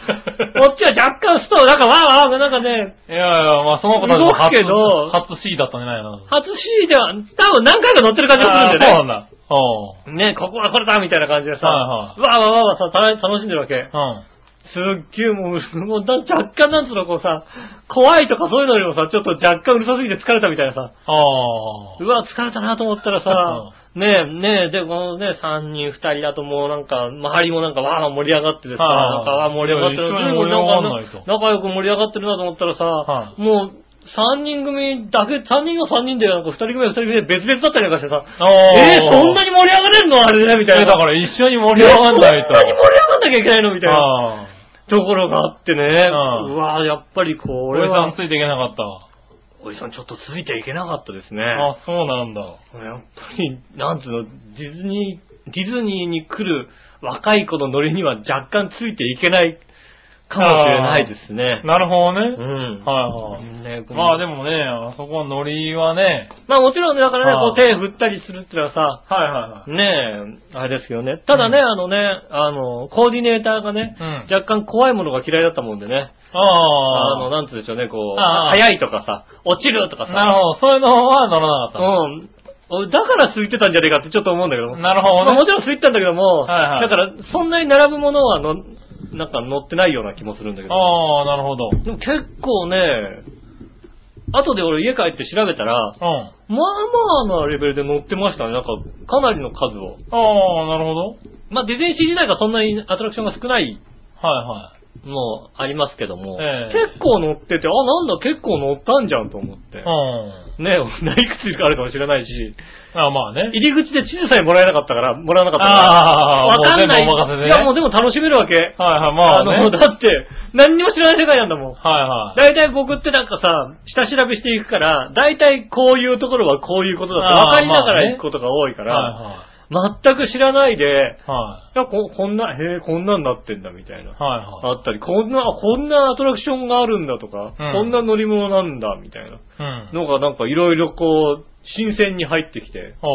Speaker 2: こっちは若干ストーリー、なんかわーわー、なんかね、
Speaker 3: いやいや、まあその子たち
Speaker 2: 動
Speaker 3: も
Speaker 2: く
Speaker 3: 初、
Speaker 2: けど
Speaker 3: 初 C だったんじゃないの
Speaker 2: 初 C では、多分何回か乗ってる感じがするんだ
Speaker 3: あー
Speaker 2: よ
Speaker 3: そうなんだ。おう。
Speaker 2: ね。ね、ここはこれだみたいな感じでさ、
Speaker 3: は
Speaker 2: わーわーわーわーさ、た楽しんでるわけ。
Speaker 3: うん。
Speaker 2: すっげえもう、もうだ若干なんつうの、こうさ、怖いとかそういうのよりもさ、ちょっと若干うるさすぎて疲れたみたいなさ。
Speaker 3: あ
Speaker 2: うわ、疲れたなと思ったらさ、ねえ、ねえ、で、このね、3人、2人だともうなんか、周りもなんかわー盛り上がっててさ、な
Speaker 3: は
Speaker 2: いんかわー盛り上がってる
Speaker 3: 一緒に
Speaker 2: 随分
Speaker 3: 盛り上がんない
Speaker 2: ん
Speaker 3: と
Speaker 2: か仲良く盛り上がってるなと思ったらさ
Speaker 3: は、
Speaker 2: もう、3人組だけ、3人が3人で、なんか2人組が2人組で別々だったりなんかしてさ、
Speaker 3: あ。お
Speaker 2: えー、そんなに盛り上がれるのあれね、み
Speaker 3: いや
Speaker 2: たいな。
Speaker 3: だから一緒に盛り上がんないと。
Speaker 2: えそんな (laughs) に盛り上がんなきゃいけないのみたいな
Speaker 3: ああ。
Speaker 2: ところがあってね、
Speaker 3: うん
Speaker 2: うわーやっぱりこ
Speaker 3: おじ
Speaker 2: れ
Speaker 3: さん
Speaker 2: は
Speaker 3: つ、いていけなかったわ。
Speaker 2: おじさんちょっとついていけなかったですね。
Speaker 3: あ、そうなんだ。
Speaker 2: やっぱり、なんつうの、ディズニー、ディズニーに来る若い子のノリには若干ついていけないかもしれないですね。
Speaker 3: なるほどね。
Speaker 2: うん。
Speaker 3: はいはい。
Speaker 2: ねこの
Speaker 3: まあでもね、あそこのノリはね、
Speaker 2: まあもちろんね、だからね、
Speaker 3: は
Speaker 2: こ
Speaker 3: いう
Speaker 2: 手振ったりするってのはさ、
Speaker 3: はいは
Speaker 2: ねえ、あれですけどね。ただね、
Speaker 3: うん
Speaker 2: あのね、あの、コーディネーターがね、
Speaker 3: うん
Speaker 2: 若干怖いものが嫌いだったもんでね、
Speaker 3: い。あ
Speaker 2: あの、なんつうでしょうね、こう、
Speaker 3: ああ
Speaker 2: 早いとかさ、落ちるとか
Speaker 3: な
Speaker 2: さ、
Speaker 3: るほど。そういうのは乗らなかっ
Speaker 2: うん。おだから空いてたんじゃねえかってちょっと思うんだけども
Speaker 3: た。。なるほ
Speaker 2: まあ、も
Speaker 3: どね。
Speaker 2: ちろん空いてたんだけども、
Speaker 3: はいはい
Speaker 2: だからそんなに並ぶものはの、なんか乗ってないような気もするんだけど。
Speaker 3: ああ、なるほど。うん。
Speaker 2: でも結構ね、後で俺家帰って調べたら、まあまあなレベルで乗ってましたね。なんか、かなりの数を。
Speaker 3: ああ、なるほど。
Speaker 2: まあディズニーシー自体がそんなにアトラクションが少ない
Speaker 3: はいはい。
Speaker 2: もうありますけども、
Speaker 3: ええ
Speaker 2: 結構乗ってて、あ、なんだ結構乗ったんじゃんと思って。
Speaker 3: うん。
Speaker 2: ね、 (laughs) いくつかあるかもしれないし、
Speaker 3: あまあね。
Speaker 2: 入り口で地図さえもらえなかったから、もらわなかったから、
Speaker 3: ああ、
Speaker 2: わかんない。
Speaker 3: もう全部お任せでね。
Speaker 2: いや、もうでも楽しめるわけ。
Speaker 3: はいはい、ま
Speaker 2: あ
Speaker 3: あ、ね。
Speaker 2: の、だって、何にも知らない世界なんだもん。
Speaker 3: はいはい。
Speaker 2: 大体僕ってなんかさ、下調べしていくから、大体こういうところはこういうことだって分かりなが
Speaker 3: あーま
Speaker 2: ら
Speaker 3: あね
Speaker 2: 行くことが多いか
Speaker 3: はい
Speaker 2: ら、全く知らないで、い
Speaker 3: は
Speaker 2: や、ここんな、へえ、こんなんなってんだみたいな。
Speaker 3: い。はい
Speaker 2: あったり、こんな、こんなアトラクションがあるんだとか、
Speaker 3: うん
Speaker 2: こんな乗り物なんだみたいな
Speaker 3: はい。うん。
Speaker 2: のがなんかいろいろこう、新鮮に入ってきて。
Speaker 3: おう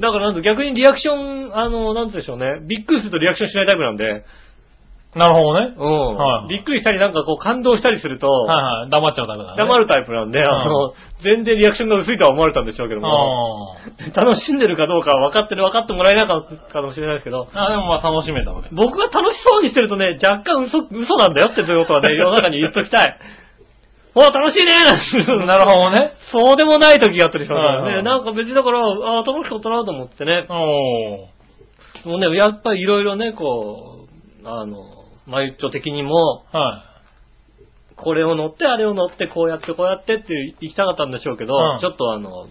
Speaker 2: だからなんと逆にリアクション、あの、なんて言うんでしょうね。びっくりするとリアクションしないタイプなんで、
Speaker 3: なるほどね。
Speaker 2: うん。
Speaker 3: はい
Speaker 2: びっくりしたりなんかこう感動したりすると、
Speaker 3: はいはい。黙っちゃうダメだね。
Speaker 2: 黙
Speaker 3: る。
Speaker 2: るタイプなんで、
Speaker 3: ん
Speaker 2: あの、全然リアクションが薄いとは思われたんでしょうけども、
Speaker 3: あー
Speaker 2: 楽しんでるかどうかは分かってる、分かってもらえなかったかもしれないですけど、
Speaker 3: あ。でもまあ楽しめたわけ。
Speaker 2: 僕が楽しそうにしてるとね、若干嘘、嘘なんだよってということ
Speaker 3: (laughs)
Speaker 2: はね、世の中に言っときたい。お楽しいね
Speaker 3: なるほどね。
Speaker 2: そうでもない時があったりしますから
Speaker 3: はいは
Speaker 2: ね。
Speaker 3: い
Speaker 2: なんか別にだから、ああ、楽しかったなと思ってね。
Speaker 3: おう
Speaker 2: もうね、やっぱりいろいろね、こう、あの、マユッチョ的にも、
Speaker 3: はい。
Speaker 2: これを乗って、あれを乗って、こうやって、こうやってって行きたかったんでしょうけど、
Speaker 3: うん
Speaker 2: ちょっとあの、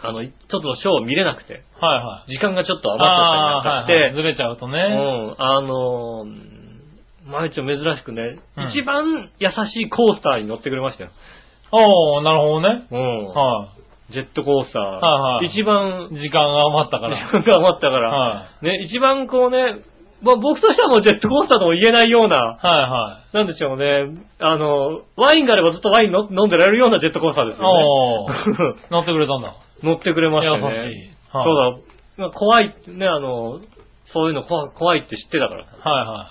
Speaker 2: あの、ちょっとショーを見れなくて、
Speaker 3: はいはい。
Speaker 2: 時間がちょっと余っちゃ
Speaker 3: ああ
Speaker 2: ったりなんかして、
Speaker 3: ずれちゃうとね。
Speaker 2: うん、あのー、毎日珍しくね、
Speaker 3: うん
Speaker 2: 一番優しいコースターに乗ってくれましたよ。
Speaker 3: おー、なるほどね。
Speaker 2: うん。
Speaker 3: は
Speaker 2: ジェットコースター。
Speaker 3: はいはい
Speaker 2: 一番
Speaker 3: い。、時間が余ったか
Speaker 2: 時
Speaker 3: ら。
Speaker 2: 間が余ったから、
Speaker 3: は
Speaker 2: ね、一番こうね、まあ、僕としてはもうジェットコースターとも言えないような、
Speaker 3: はいは
Speaker 2: なんでしょうね、あの、ワインがあればずっとワインの飲んでられるようなジェットコースターで
Speaker 3: い。
Speaker 2: すよ
Speaker 3: おー、
Speaker 2: ね。
Speaker 3: 乗ってくれたんだ。
Speaker 2: (laughs) 乗ってくれました
Speaker 3: 優
Speaker 2: ね。
Speaker 3: しい。
Speaker 2: そ
Speaker 3: はいう
Speaker 2: だ、まあ怖いってね、あの、そういうの怖怖いって知ってたから。
Speaker 3: は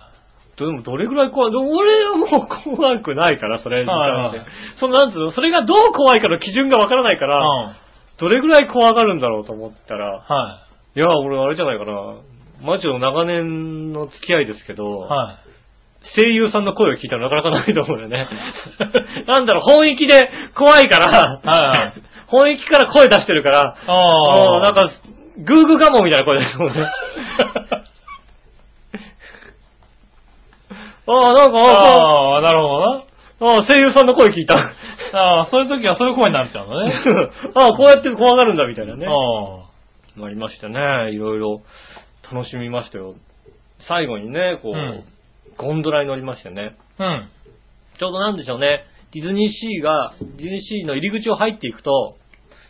Speaker 2: でもどれぐらい怖いでも俺はもう怖くないから、それに関して
Speaker 3: はいはい
Speaker 2: そのなんつうの、それがどう怖いかの基準がわからないか
Speaker 3: い
Speaker 2: ら、
Speaker 3: はい。
Speaker 2: どれぐらい怖がるんだろうと思った
Speaker 3: うん。
Speaker 2: ら、
Speaker 3: はい
Speaker 2: や、俺あれじゃないかな。マジの長年の付き合いですけど、
Speaker 3: い。はい。
Speaker 2: 声優さんの声を聞いたらなかなかないと思うよね。 (laughs) なんだろう、本域で怖いから、
Speaker 3: はいはい
Speaker 2: (laughs) 本域から声出してるから、
Speaker 3: あ
Speaker 2: もうなん、か、グーグーガモンみたいな声だと思うね。ああ、なんか、ああ
Speaker 3: ああ、なるほどな。
Speaker 2: ああ、声優さんの声聞いた。 (laughs) あ
Speaker 3: ああ、そういう時はそういう声になっちゃうのね。
Speaker 2: あ、こうやって怖がるんだみたいなね。
Speaker 3: あ
Speaker 2: なりましたね。いろいろ楽しみましたよ。最後にね、こう、
Speaker 3: うん
Speaker 2: ゴンドラに乗りましたね。
Speaker 3: あ。うん。
Speaker 2: ちょうどなんでしょうね、ディズニーシーが、ディズニーシーの入り口を入っていくと、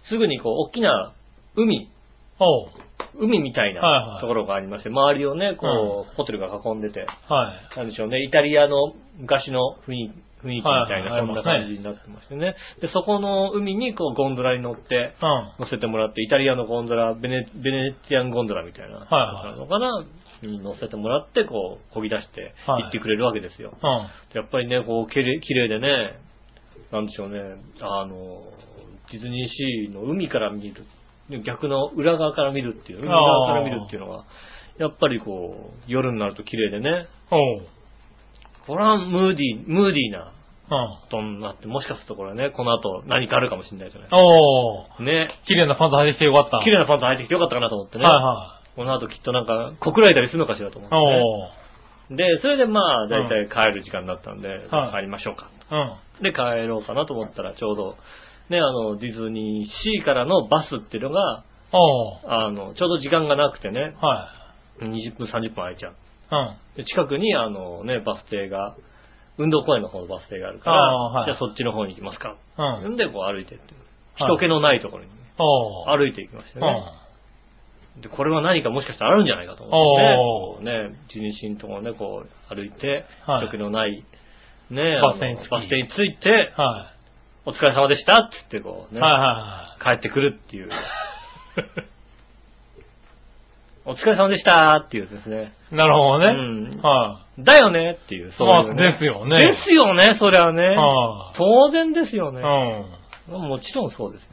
Speaker 2: すぐにこう、大きな海、
Speaker 3: おう。
Speaker 2: 海みたい
Speaker 3: はいは
Speaker 2: ないところがありまして、周りをね、こう、ホテルが囲んでて、
Speaker 3: はい。
Speaker 2: なんでしょうね、イタリアの昔の雰囲雰囲気みたいな、
Speaker 3: はい
Speaker 2: そ
Speaker 3: はい
Speaker 2: んな
Speaker 3: ありますね
Speaker 2: 感じになってましてね。で、そこの海にこう、ゴンドラに乗って、
Speaker 3: うん。は
Speaker 2: 乗せてもらって、イタリアのゴンドラ、ベネベネチアンゴンドラみたいな、
Speaker 3: はいはい
Speaker 2: のかな、に乗せてもらって、こう、漕ぎ出して、
Speaker 3: はい
Speaker 2: 行ってくれるわけですよ。
Speaker 3: い。うん。
Speaker 2: やっぱりね、こう、綺麗綺麗でね、なんでしょうね、あの、ディズニーシーの海から見る、逆の裏側から見るっていう、海側から見るっていうのは、やっぱりこう、夜になると綺麗でね、
Speaker 3: おう。
Speaker 2: これはムーディー、ムーディーな
Speaker 3: うん。
Speaker 2: ことになって、もしかするとこれね、この後何かあるかもしれないじゃない
Speaker 3: おう。
Speaker 2: ね、
Speaker 3: 綺麗なパンツ履いてきてよかった。
Speaker 2: 綺麗なパンツ履いてきてよかったかなと思ってね、
Speaker 3: は
Speaker 2: この後きっとなんか、告られたりするのかしらと思
Speaker 3: い
Speaker 2: っ
Speaker 3: はい。
Speaker 2: て、
Speaker 3: おう。
Speaker 2: で、それでまあ、だいたい帰る時間だったんで、
Speaker 3: はい
Speaker 2: 帰りましょうか。
Speaker 3: うん。
Speaker 2: で帰ろうかなと思ったらちょうど、ね、あの、ディズニーシーからのバスっていうのが、
Speaker 3: おう。
Speaker 2: あの、ちょうど時間がなくてね、
Speaker 3: は
Speaker 2: 20分、30分空いちゃう。
Speaker 3: い。うん。
Speaker 2: で近くに、あのね、バス停が、運動公園の方のバス停があるから、
Speaker 3: あーはい
Speaker 2: じゃあそっちの方に行きますか。
Speaker 3: うん。
Speaker 2: んで、こう歩いてって。
Speaker 3: はい
Speaker 2: 人気のないところにね、
Speaker 3: おう。
Speaker 2: 歩いていきました
Speaker 3: う
Speaker 2: よね。
Speaker 3: ん。
Speaker 2: で、これは何かもしかしたらあるんじゃないかと思
Speaker 3: お
Speaker 2: ってね、こうね、自転車のところね、こう歩いて、
Speaker 3: はい
Speaker 2: 人気のない、ね、
Speaker 3: バス停
Speaker 2: あ
Speaker 3: に着
Speaker 2: の
Speaker 3: き
Speaker 2: バス停に着いて、
Speaker 3: は
Speaker 2: お疲れ様でしたっつってこう
Speaker 3: い。
Speaker 2: ね、
Speaker 3: はいは
Speaker 2: 帰ってくるっていう。 (laughs) お疲れ様でしたーっていうですね。
Speaker 3: い。なるほど
Speaker 2: うん
Speaker 3: ね。は
Speaker 2: だよねっていう、
Speaker 3: い。
Speaker 2: そう
Speaker 3: まあ
Speaker 2: いう、
Speaker 3: で
Speaker 2: ね。
Speaker 3: すよね。
Speaker 2: ですよね、そりゃね。
Speaker 3: は
Speaker 2: 当然ですよ
Speaker 3: い。う
Speaker 2: ね
Speaker 3: ん。。ま
Speaker 2: もちろんそうです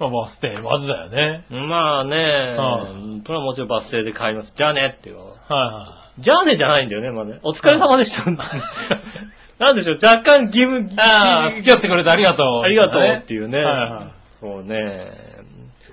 Speaker 3: あバス停、まずだよね。
Speaker 2: よ。まあね
Speaker 3: は、
Speaker 2: これはもちろんバス停で帰ります。じゃあねっていう。
Speaker 3: は
Speaker 2: じゃあねじゃないんだよね、まあね。お疲れ様でした。 (laughs) なんでしょう、若干義務、
Speaker 3: いはい。ああ、付き合ってくれてありがとう。
Speaker 2: ありがとうっていうね
Speaker 3: はいはい。
Speaker 2: そうね、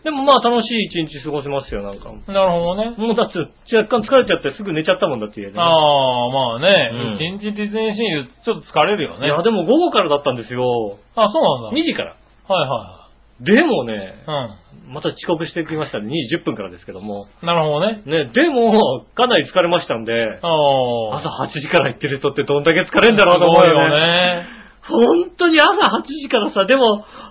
Speaker 2: でもまあ楽しい一日過ごせますよ、なんか。
Speaker 3: なるほどね。
Speaker 2: もうだって若干疲れちゃってすぐ寝ちゃったもんだって言え
Speaker 3: ああ、まあね。
Speaker 2: うん
Speaker 3: 一、日ディズニーシーちょっと疲れるよ
Speaker 2: いや、
Speaker 3: ね。
Speaker 2: でも午後からだったんですよ。
Speaker 3: あそうなんだ。
Speaker 2: 2時から。
Speaker 3: はいは
Speaker 2: でもね、
Speaker 3: いはい。
Speaker 2: また遅刻してきましたね。2時10分からですけども。
Speaker 3: うん。なるほどね。
Speaker 2: ね、でも、かなり疲れましたんで、
Speaker 3: ああ。
Speaker 2: 朝8時から行ってる人ってどんだけ疲れんだろうと思うよ
Speaker 3: すごい
Speaker 2: ね。
Speaker 3: ね。
Speaker 2: 本当に朝8時からさ、でも、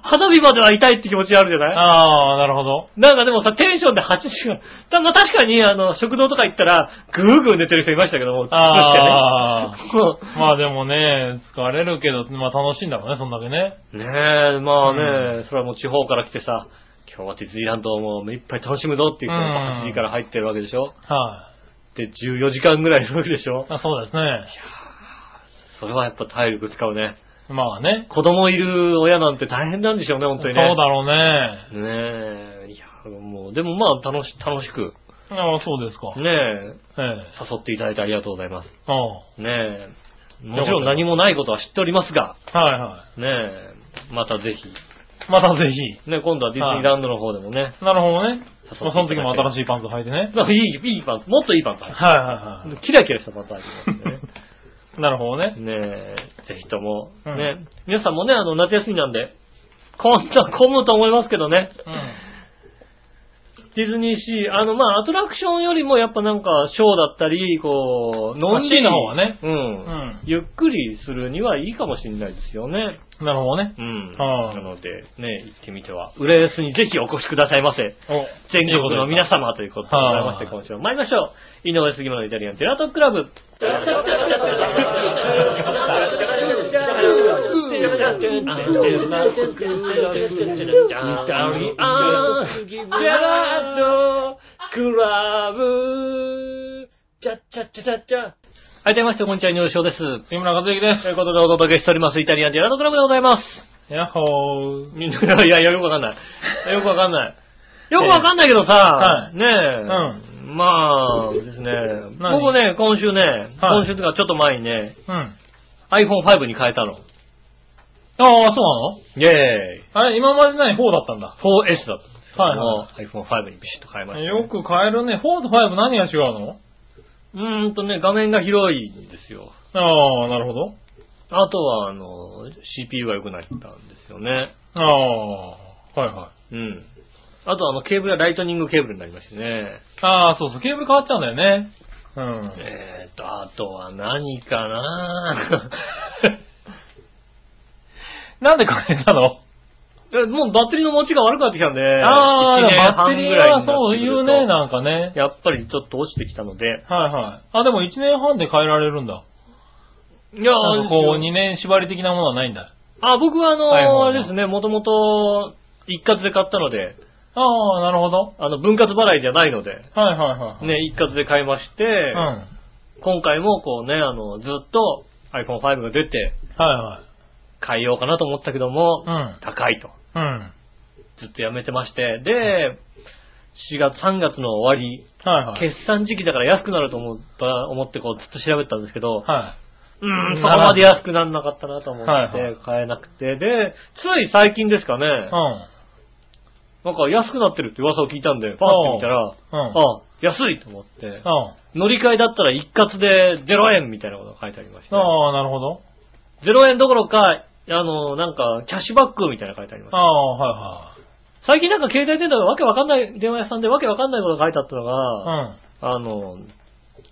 Speaker 2: 花火までは痛いって気持ちあるじゃない
Speaker 3: ああ、なるほど。
Speaker 2: なんかでもさ、テンションで8時間。たまあ確かに、あの、食堂とか行ったら、ぐーぐー寝てる人いましたけども、
Speaker 3: ああ
Speaker 2: 突っ伏してね。
Speaker 3: まあでもね、疲れるけど、まあ楽しいんだろうね、そんだけね。
Speaker 2: ねえ、まあね、それはもう地方から来てさ、今日はディズニーランドをもう目いっぱい楽しむぞっていう人が
Speaker 3: うん
Speaker 2: 8時から入ってるわけでしょ
Speaker 3: は
Speaker 2: で、14時間ぐらいのわけでしょ
Speaker 3: い。あそうですね。
Speaker 2: それはやっぱ体力使うね。
Speaker 3: まあね。
Speaker 2: 子供いる親なんて大変なんでしょうね、本当にね。
Speaker 3: そうだろうね。
Speaker 2: ねえ、いや、もう、でもまあ楽し、楽しく、
Speaker 3: ああ、そうですか。
Speaker 2: ねえ、
Speaker 3: ええ。
Speaker 2: 誘っていただいてありがとうございます。
Speaker 3: ああ。
Speaker 2: ねえ、もちろん何もないことは知っておりますが、
Speaker 3: はいは
Speaker 2: ねえ、またぜひ、
Speaker 3: い。またぜひ。
Speaker 2: ね、今度はディズニーランドの方でもね、
Speaker 3: なるほど
Speaker 2: 誘っ
Speaker 3: ね。
Speaker 2: ていただいて
Speaker 3: まあ、その時も新しいパンツ履いてね。
Speaker 2: いい、いいパンツ、もっといいパンツ履いて
Speaker 3: はいはいは
Speaker 2: キラキラしたパターンです
Speaker 3: い。なるほどね。
Speaker 2: (laughs) ね。ねえ、ぜひとも、
Speaker 3: うん
Speaker 2: ね、皆さんもね、あの、夏休みなんで、こんな、混むと思いますけどね。
Speaker 3: うん。
Speaker 2: ディズニーシー、あの、まあ、アトラクションよりもやっぱなんか、ショーだったり、こう、のんびり。
Speaker 3: シーの方はね
Speaker 2: うん。
Speaker 3: ん
Speaker 2: ゆっくりするにはいいかもしれないですよね。
Speaker 3: なるほどね
Speaker 2: う。ん。
Speaker 3: ああ
Speaker 2: なので、ね、行ってみては。浦安にぜひお越しくださいませ。
Speaker 3: お、
Speaker 2: 全国の皆
Speaker 3: さ
Speaker 2: 様ということでございまして、
Speaker 3: はあ
Speaker 2: 今週も参りましょう。井上杉村のイタリアンジェラートクラブ。はい、どうもこんにちは、井上翔です。と
Speaker 3: 杉村和之です。
Speaker 2: いうことでお届けしております、イタリアンジェラートクラブでございます。
Speaker 3: ヤッホー。
Speaker 2: いやいや、よくわかんない。よくわかんない。 (laughs) よくわかんないけどさ
Speaker 3: は、い
Speaker 2: ねえ、まあ、ですね、
Speaker 3: 何
Speaker 2: 僕ね、今週ね、
Speaker 3: は
Speaker 2: 今
Speaker 3: い
Speaker 2: 週というかちょっと前にね、
Speaker 3: うん。あ
Speaker 2: iPhone5 に変えたの。
Speaker 3: あ、そう
Speaker 2: イェーイ。
Speaker 3: なのあれ、今まで何 ?4 だったんだ。
Speaker 2: 4S だったんですけども
Speaker 3: は、
Speaker 2: iPhone5 にビシッと変えましたね、
Speaker 3: よく変えるね。4と5何が違うの
Speaker 2: うーんとね、画面が広いんですよ。
Speaker 3: ああ、なるほど。
Speaker 2: あとは、あの、CPU が良くなったんですよね。
Speaker 3: ああ、はいはい。
Speaker 2: うん。あと、あの、ケーブルはライトニングケーブルになりましてね。
Speaker 3: ああ、そうそう、ケーブル変わっちゃうんだよね。うん。
Speaker 2: えーと、あとは何かな (laughs)
Speaker 3: なんで変えたの
Speaker 2: えもうバッテリーの持ちが悪くなってきたんで、
Speaker 3: ああ、
Speaker 2: 1年
Speaker 3: バッテ
Speaker 2: 半
Speaker 3: リ
Speaker 2: ぐ
Speaker 3: ー
Speaker 2: らい
Speaker 3: は
Speaker 2: になっ
Speaker 3: そう
Speaker 2: てく
Speaker 3: い
Speaker 2: る
Speaker 3: う
Speaker 2: と
Speaker 3: ね、なんかね。
Speaker 2: やっぱりちょっと落ちてきたので、
Speaker 3: はいはい。あ、でも1年半で変えられるんだ。
Speaker 2: いや
Speaker 3: なんかこう、2年縛り的なものはないんだ。
Speaker 2: あ、僕はあの、
Speaker 3: はいはいはい
Speaker 2: あれですね、もともと一括で買ったので、
Speaker 3: ああ、なるほど。
Speaker 2: あの、分割払いじゃないので、
Speaker 3: はいはいはい。
Speaker 2: ね、一括で買いまして、
Speaker 3: うん。はい
Speaker 2: 今回もこうね、あの、ずっと iPhone5 が出て、
Speaker 3: はい。
Speaker 2: 変えようかなと思ったけども、
Speaker 3: うん
Speaker 2: 高いと。
Speaker 3: うん。はい
Speaker 2: ずっとやめてまして、で、4月、3月の終わり、
Speaker 3: はい。
Speaker 2: 決算時期だから安くなると思った、思ってこうずっと調べてたんですけど、
Speaker 3: は
Speaker 2: うーん、そこまで安くなんなかったなと思って
Speaker 3: はいはい
Speaker 2: 買えなくて、で、つい最近ですかね、
Speaker 3: い。うん。
Speaker 2: なんか安くなってるって噂を聞いたんで、パッて見たら、
Speaker 3: うん。うん。
Speaker 2: あ、安いと思って、
Speaker 3: あ
Speaker 2: 乗り換えだったら一括で0円みたいなことが書いてありました、
Speaker 3: あ、なるほど。
Speaker 2: 0円どころか、あの、なんか、キャッシュバックみたいなの書いてありました。
Speaker 3: ああ、はい
Speaker 2: 最近なんか携帯電話でわけわかんない、電話屋さんでわけわかんないことが書いてあったのが、
Speaker 3: は
Speaker 2: あの、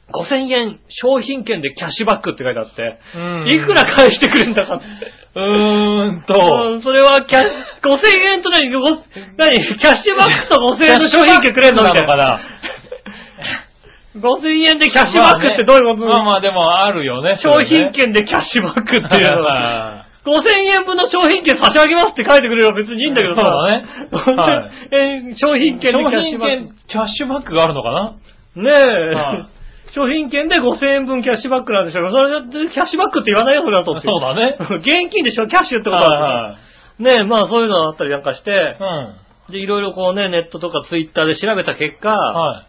Speaker 2: 5000円商品券でキャッシュバックって書いてあって、
Speaker 3: い。うん。うん。
Speaker 2: いくら返してくれんだかって。
Speaker 3: (laughs) うーんと。
Speaker 2: (laughs) うんそれはキャッ、5000円と何、ご何、キャッシュバックと5000円の商品券くれんのみたい
Speaker 3: か
Speaker 2: な。
Speaker 3: な。
Speaker 2: 5000円でキャッシュバックってどういうこと、
Speaker 3: まあまあでもあるよね。
Speaker 2: 商品券でキャッシュバックっていうのが。
Speaker 3: は。
Speaker 2: 5000円分の商品券差し上げますって書いてくれれば別にいいんだけどさ。
Speaker 3: そうだね
Speaker 2: (laughs) 5000円商品券でキャ
Speaker 3: 商
Speaker 2: ッシュバ
Speaker 3: 品
Speaker 2: ック。
Speaker 3: 券、キャッシュバックがあるのかな
Speaker 2: ねえ。
Speaker 3: はい
Speaker 2: (laughs) 商品券で5000円分キャッシュバックなんでしょうけどそれでキャッシュバックって言わないよ、それだと。
Speaker 3: そうだね。
Speaker 2: (laughs) 現金でしょ、キャッシュってことだ
Speaker 3: は
Speaker 2: ってさ。ねえ、まあそういうのがあったりなんかして
Speaker 3: い、はい。
Speaker 2: で、いろいろこうね、ネットとかツイッターで調べた結果、
Speaker 3: うん。はい。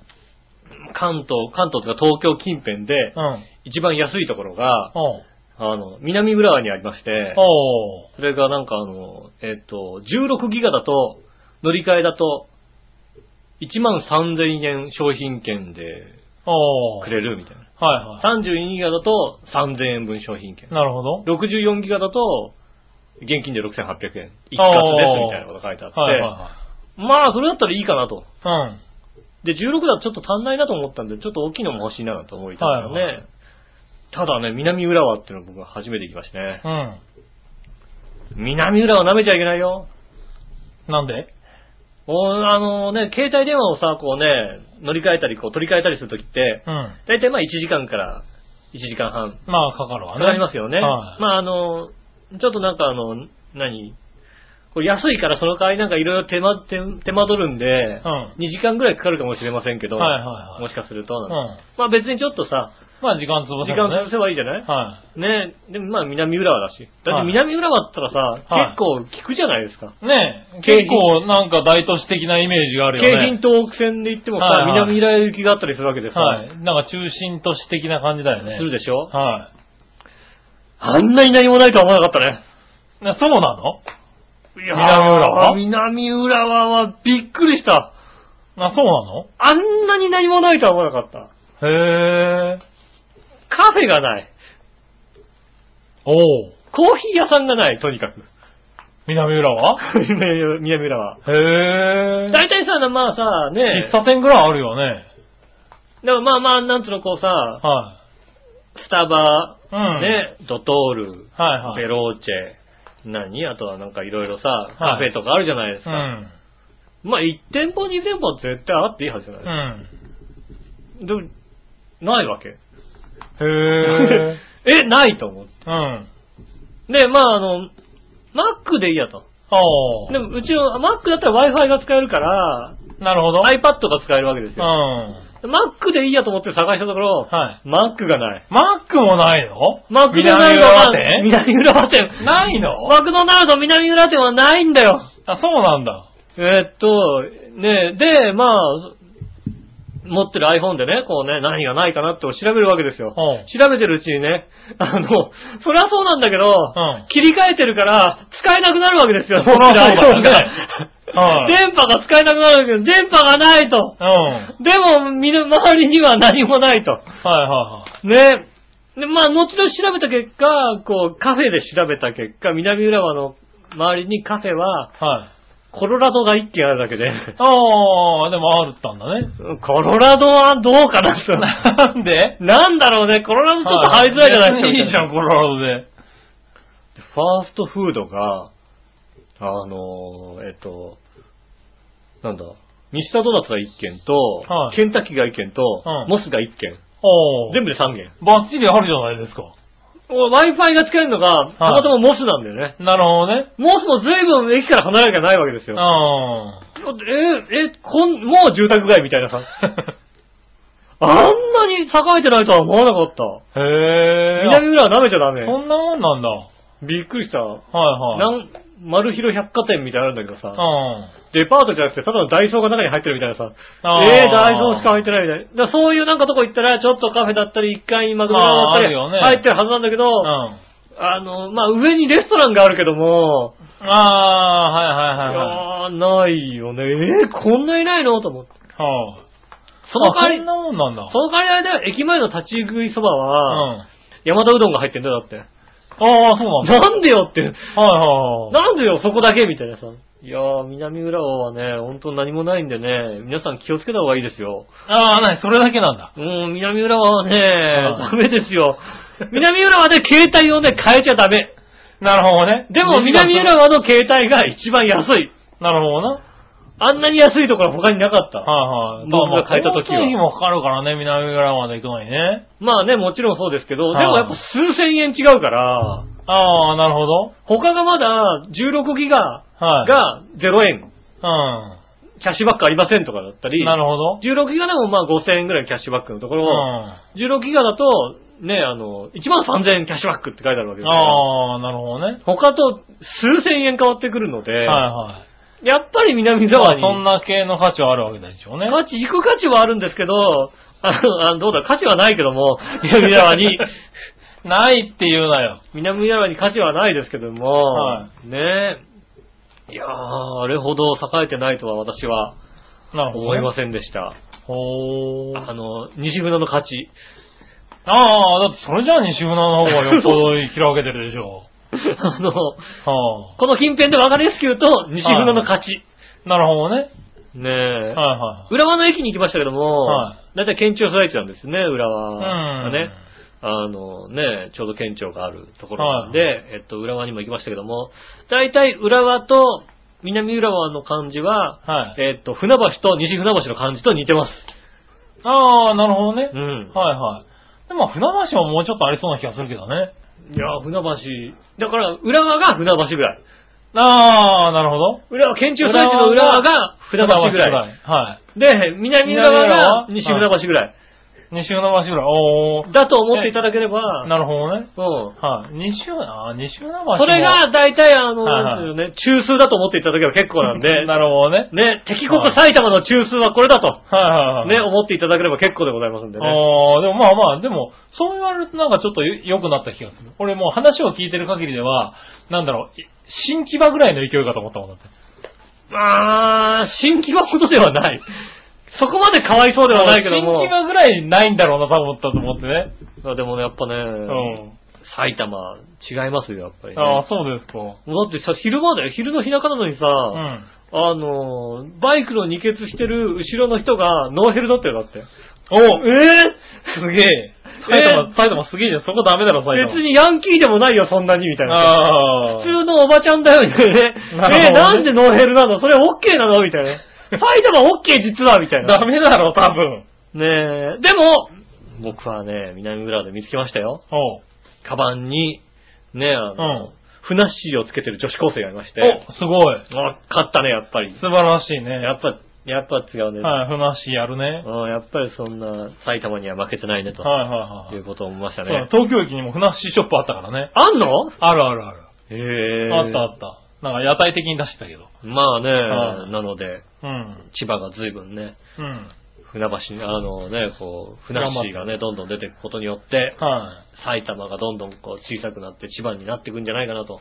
Speaker 2: 関東、関東とか東京近辺で
Speaker 3: う、ん。
Speaker 2: 一番安いところが、
Speaker 3: おう
Speaker 2: あの、南浦和にありまして、
Speaker 3: おう
Speaker 2: それがなんかあの、えっ、と、16ギガだと、乗り換えだと、 1万3000円商品券で
Speaker 3: おー
Speaker 2: くれるみたいな。
Speaker 3: はいは
Speaker 2: 32ギガだと3000円分商品券
Speaker 3: い。。なるほど。
Speaker 2: 64ギガだと、現金で6800円。一括ですみたいなこと書いてあって、
Speaker 3: はいは
Speaker 2: まあ、それだったらいいかなと。
Speaker 3: いはい。
Speaker 2: で、16だとちょっと足んないなと思ったんで、ちょっと大きいのも欲しいなと思いたんですよね。
Speaker 3: はいは
Speaker 2: ただね、南浦和っていうの僕は初めて行きましたね。
Speaker 3: うん。う
Speaker 2: 南浦和舐めちゃいけないよ。
Speaker 3: ん。なんで
Speaker 2: おあのね、携帯電話をさ、こうね、乗り換えたり、こう取り替えたりするときって、
Speaker 3: うん。
Speaker 2: だいたいまあ1時間から1時間半
Speaker 3: まあ、かかるわ
Speaker 2: か
Speaker 3: ね。
Speaker 2: かりますよね。
Speaker 3: はい
Speaker 2: まああの、ちょっとなんかあの、何これ安いからその代わりなんかいろいろ手間、手手間取るんで、
Speaker 3: うん
Speaker 2: 2時間ぐらいかかるかもしれませんけど、
Speaker 3: はいはいはい
Speaker 2: もしかすると、
Speaker 3: うん。
Speaker 2: まあ別にちょっとさ、
Speaker 3: まあ、時間潰せ
Speaker 2: 時
Speaker 3: る
Speaker 2: 間
Speaker 3: ね
Speaker 2: 潰せばいいじゃない、
Speaker 3: は
Speaker 2: ねでもまあ南浦和だし。だっ
Speaker 3: は
Speaker 2: て
Speaker 3: い
Speaker 2: 南浦和ったらさ、
Speaker 3: はい
Speaker 2: 結構聞くじゃないですか。
Speaker 3: い。ねえ、
Speaker 2: 景品
Speaker 3: 結構なんか大都市的なイメージがあるよね。
Speaker 2: 京浜東北線で行ってもさ、
Speaker 3: はいはい
Speaker 2: 南浦和行きがあったりするわけでさ、
Speaker 3: はい。なんか中心都市的な感じだよね。
Speaker 2: するでしょ
Speaker 3: は
Speaker 2: あんなに何もないとは思わなかったね。
Speaker 3: い。なそうなの
Speaker 2: 南
Speaker 3: 南浦和
Speaker 2: 南浦和はびっくりした。
Speaker 3: あ、そうな
Speaker 2: あんなに何もないとは思わなかった。
Speaker 3: のへえ。
Speaker 2: カフェがない。
Speaker 3: おお。
Speaker 2: コーヒー屋さんがない、とにかく。 (laughs)
Speaker 3: 南浦和
Speaker 2: 南浦和。
Speaker 3: へえ。
Speaker 2: 大体さ、まあさ、ね
Speaker 3: 喫、茶店ぐらいあるよね。
Speaker 2: でもまあまあ、なんつうの、こうさ、
Speaker 3: は
Speaker 2: スタバ、
Speaker 3: い。うん。
Speaker 2: ね、ドトール、
Speaker 3: はいはい。
Speaker 2: ベローチェ、何あとはなんかいろいろさ、カフェとかあるじゃないです
Speaker 3: う
Speaker 2: か。
Speaker 3: ん。
Speaker 2: まあ、1店舗、2店舗は絶対あっていいはずじゃ
Speaker 3: う
Speaker 2: ない、
Speaker 3: ん。
Speaker 2: でも、ないわけ。
Speaker 3: へえ。
Speaker 2: (laughs) え、ないと思って。
Speaker 3: うん。
Speaker 2: で、まあ、あの、マックでいいやと。
Speaker 3: お
Speaker 2: でも、うちの、マックだったら Wi-Fi が使えるから、
Speaker 3: なるほど。い。
Speaker 2: iPad が使えるわけです
Speaker 3: うん。
Speaker 2: よ。マックでいいやと思って探したところ、
Speaker 3: はい。
Speaker 2: マックがない。
Speaker 3: マックもないの
Speaker 2: マックでない
Speaker 3: 南
Speaker 2: の
Speaker 3: 浦
Speaker 2: は
Speaker 3: 和店
Speaker 2: 南浦和店。
Speaker 3: ないの
Speaker 2: マクドナルド南浦和店はないんだよ。
Speaker 3: あ、そうなんだ。
Speaker 2: えっと、ねで、まあ、持ってる iPhone でね、こうね、何がないかなって調べるわけですよ。
Speaker 3: うん
Speaker 2: 調べてるうちにね、 (laughs) あの、そりゃそうなんだけど、
Speaker 3: うん
Speaker 2: 切り替えてるから、使えなくなるわけですよ、
Speaker 3: そりゃそうだね
Speaker 2: 持ってる iPhone が
Speaker 3: うん
Speaker 2: 電波が使えなくなるわけど、電波がないと。
Speaker 3: うん。はい
Speaker 2: でも、見る周りには何もないと。
Speaker 3: はいは
Speaker 2: ねで、まあ、後々調べた結果、こう、カフェで調べた結果、南浦和の周りにカフェは、
Speaker 3: い。はい。
Speaker 2: コロラドが一軒あるだけで、 (laughs)
Speaker 3: ああ、でもあるったんだね。
Speaker 2: コロラドはどうかなと。
Speaker 3: なんで
Speaker 2: (laughs) なんだろうね、コロラドちょっと入りづらいじゃないですか。
Speaker 3: いいじゃん、コロラドで。
Speaker 2: (laughs) ファーストフードが、あのー、えっと、なんだ、ミスタードーナツが一軒と、
Speaker 3: はい
Speaker 2: ケンタッキーが一軒と、
Speaker 3: うん
Speaker 2: モスが一軒。
Speaker 3: おお。
Speaker 2: 全部で三軒。
Speaker 3: バッチリあるじゃないですか。
Speaker 2: お Wi-Fi が使えるのが、たまたまモスなんだよね。
Speaker 3: なるほどね。
Speaker 2: モスも随分駅から離れがないわけです
Speaker 3: う
Speaker 2: よ。 (laughs)
Speaker 3: ん。
Speaker 2: え、え、こん、もう住宅街みたいなさ。
Speaker 3: (laughs)
Speaker 2: あんなに栄えてないとは思わなかった。
Speaker 3: へえ。
Speaker 2: 南浦和舐めちゃダメ。
Speaker 3: そんなもんなんだ。は
Speaker 2: びっくりした。ない
Speaker 3: はい。
Speaker 2: ん、丸広百貨店みたいなのあるんだけどさ、
Speaker 3: うん。
Speaker 2: デパートじゃなくてただのダイソーが中に入ってるみたいなさ、
Speaker 3: あー
Speaker 2: えー、ダイソーしか入ってないみたいな。だからそういうなんかとこ行ったら、ちょっとカフェだったり、一階にマクドナルドだったり、
Speaker 3: まああるよね
Speaker 2: 入ってるはずなんだけど、
Speaker 3: うん。
Speaker 2: あの、まあ、上にレストランがあるけども、
Speaker 3: ああー、はいはいはいはい。
Speaker 2: いやーないよね。えー、こんないないのと思って。
Speaker 3: はあ
Speaker 2: その代わり
Speaker 3: あそん、なもんなんだ。
Speaker 2: その代わりあれだよ、駅前の立ち食いそば
Speaker 3: うん。
Speaker 2: は、
Speaker 3: あ
Speaker 2: 山田うどんが入ってんだよ、だって。
Speaker 3: あ、そうなんだ。
Speaker 2: なんでよって、
Speaker 3: はいはいはい。
Speaker 2: なんでよ、そこだけみたいなさ。いやー、南浦和はね、本当何もないんでね、皆さん気をつけた方がいいですよ。
Speaker 3: ああ、なに、それだけなんだ。
Speaker 2: うん、南浦和はね、
Speaker 3: は
Speaker 2: ダメですよ。 (laughs) 南浦和で携帯をね、変えちゃダメ。
Speaker 3: なるほどね。
Speaker 2: でも、南浦和の携帯が一番安い。
Speaker 3: なるほどな。
Speaker 2: あんなに安いところは他になかった。
Speaker 3: はいはい。
Speaker 2: 僕が変えた時は
Speaker 3: 交通費もかかるからね、南浦和まで行くのにね。
Speaker 2: まあね、もちろんそうですけど、
Speaker 3: はい
Speaker 2: でもやっぱ数千円違うから、
Speaker 3: ああ、なるほど。
Speaker 2: 他がまだ16ギガ
Speaker 3: はい。
Speaker 2: が0円。
Speaker 3: うん。
Speaker 2: キャッシュバックありませんとかだったり、
Speaker 3: なるほど。
Speaker 2: 16ギガでもまあ5000円ぐらいキャッシュバックのとこ
Speaker 3: う
Speaker 2: ろ、
Speaker 3: ん。
Speaker 2: 16ギガだと、ね、あの、1万3000円キャッシュバックって書いてあるわけですよ。
Speaker 3: ああ、なるほどね。
Speaker 2: 他と数千円変わってくるので、
Speaker 3: はいはい。
Speaker 2: やっぱり南
Speaker 3: まあ
Speaker 2: 沢に、
Speaker 3: そんな系の価値はあるわけでしょうね。
Speaker 2: 価値、行く価値はあるんですけど、あの、あのどうだ、価値はないけど
Speaker 3: (laughs)
Speaker 2: も、南沢に、
Speaker 3: ないって言うなよ。
Speaker 2: 南沢に価値はないですけども、
Speaker 3: は
Speaker 2: ねえ、いやー、あれほど栄えてないとは私は
Speaker 3: なるほど。
Speaker 2: 思いませんでした。
Speaker 3: ほ
Speaker 2: あ
Speaker 3: ー。
Speaker 2: の、西船の勝ち。 (laughs)
Speaker 3: ああ、だってそれじゃあ西村の方がよっぽど生きらけてるでし
Speaker 2: (laughs)
Speaker 3: ょ。
Speaker 2: あの、
Speaker 3: は
Speaker 2: この近辺で分かりやすく言うと、西船の勝ち。
Speaker 3: あ。なるほどね。
Speaker 2: ねえ。
Speaker 3: はいは
Speaker 2: 浦和の駅に行きましたけども、
Speaker 3: は
Speaker 2: だいたい県庁所在地なんですね、浦
Speaker 3: い。
Speaker 2: 和
Speaker 3: う
Speaker 2: が
Speaker 3: ん。
Speaker 2: ね。あのね、ちょうど県庁があるところなんで、えっと、浦和にも行きましたけども、だいたい浦和と南浦和の漢字は、
Speaker 3: はい
Speaker 2: えっと、船橋と西船橋の漢字と似てます。
Speaker 3: ああ、なるほどね。
Speaker 2: うん。
Speaker 3: はいはい。でも、船橋はもうちょっとありそうな気がするけどね。
Speaker 2: いや、船橋、だから浦和が船橋ぐらい。
Speaker 3: ああ、なるほど。
Speaker 2: 浦和、県庁所在地の浦和が船橋ぐらい。
Speaker 3: い。は
Speaker 2: で、南浦和が西
Speaker 3: 南
Speaker 2: 船
Speaker 3: 浦和
Speaker 2: 橋ぐらい。
Speaker 3: い。西船橋ぐらい。おー。
Speaker 2: だと思っていただければ、
Speaker 3: なるほどね。
Speaker 2: うん。
Speaker 3: はい。西船、ああ、西船橋も。
Speaker 2: それが大体あの、
Speaker 3: はいはい
Speaker 2: なんていうのね、中枢だと思っていただければ結構なんで、
Speaker 3: (laughs) なるほどね。
Speaker 2: ね、敵国埼玉の中枢はこれだと、
Speaker 3: はいはいはい。
Speaker 2: ね、思っていただければ結構でございますんでね。
Speaker 3: ああ、でもまあまあ、でも、そう言われるとなんかちょっとよ良くなった気がする。俺もう話を聞いてる限りでは、なんだろう、い新木場ぐらいの勢いかと思ったもんだって。
Speaker 2: あー、新規はほどではない。 (laughs) そこまでかわいそうではないけども
Speaker 3: 新木。場ぐらいないんだろうなと思ったと思ってね。
Speaker 2: あでもね、やっぱね、
Speaker 3: うん。
Speaker 2: 埼玉、違いますよ、やっぱり、ね。
Speaker 3: ああ、そうですか。う
Speaker 2: だってさ、昼間だよ、昼の日中なのにさ、
Speaker 3: ん。
Speaker 2: あのー、バイクの二欠してる後ろの人がノーヘルだったよ、だって。
Speaker 3: おえすげえ。埼玉、埼玉すげえじゃん。そこダメだろ、埼玉。
Speaker 2: 別にヤンキーでもないよ、そんなに、みたいな。
Speaker 3: ああ。
Speaker 2: 普通のおばちゃんだよ、みたいなね。
Speaker 3: (laughs) なるほどね
Speaker 2: え、なんでノーヘルなのそれオッケーなのみたい
Speaker 3: (laughs)
Speaker 2: な。埼玉オッケー実は、みたいな。
Speaker 3: ダメだろ、多分。
Speaker 2: ねえ、でも、僕はね、南村で見つけましたよ。
Speaker 3: おう
Speaker 2: カバンに、ねえ、あの、
Speaker 3: うん
Speaker 2: ふなっしーをつけてる女子高生がいまして。
Speaker 3: お、すごい。
Speaker 2: あ、勝ったね、やっぱり。
Speaker 3: 素晴らしいね。
Speaker 2: やっぱ、やっぱ違うね。
Speaker 3: はい、ふなっしーやるね。
Speaker 2: うんやっぱりそんな、埼玉には負けてないね、と、
Speaker 3: はいはい
Speaker 2: い、
Speaker 3: は
Speaker 2: う
Speaker 3: い。
Speaker 2: ことを思いました
Speaker 3: そうだ
Speaker 2: ね。
Speaker 3: 東京駅にもふなっしーショップあったからね。
Speaker 2: あんの
Speaker 3: あるあるある。
Speaker 2: へえ。
Speaker 3: あったあった。なんか屋台的に出してたけど。
Speaker 2: まあね、
Speaker 3: はい
Speaker 2: なので、
Speaker 3: うん。
Speaker 2: 千葉が随分ね、
Speaker 3: うん。
Speaker 2: 船橋に、あのね、こう、船橋がね、どんどん出ていくことによって、
Speaker 3: (laughs) は
Speaker 2: 埼玉がどんどんこう小さくなって千葉になっていくんじゃないかなと。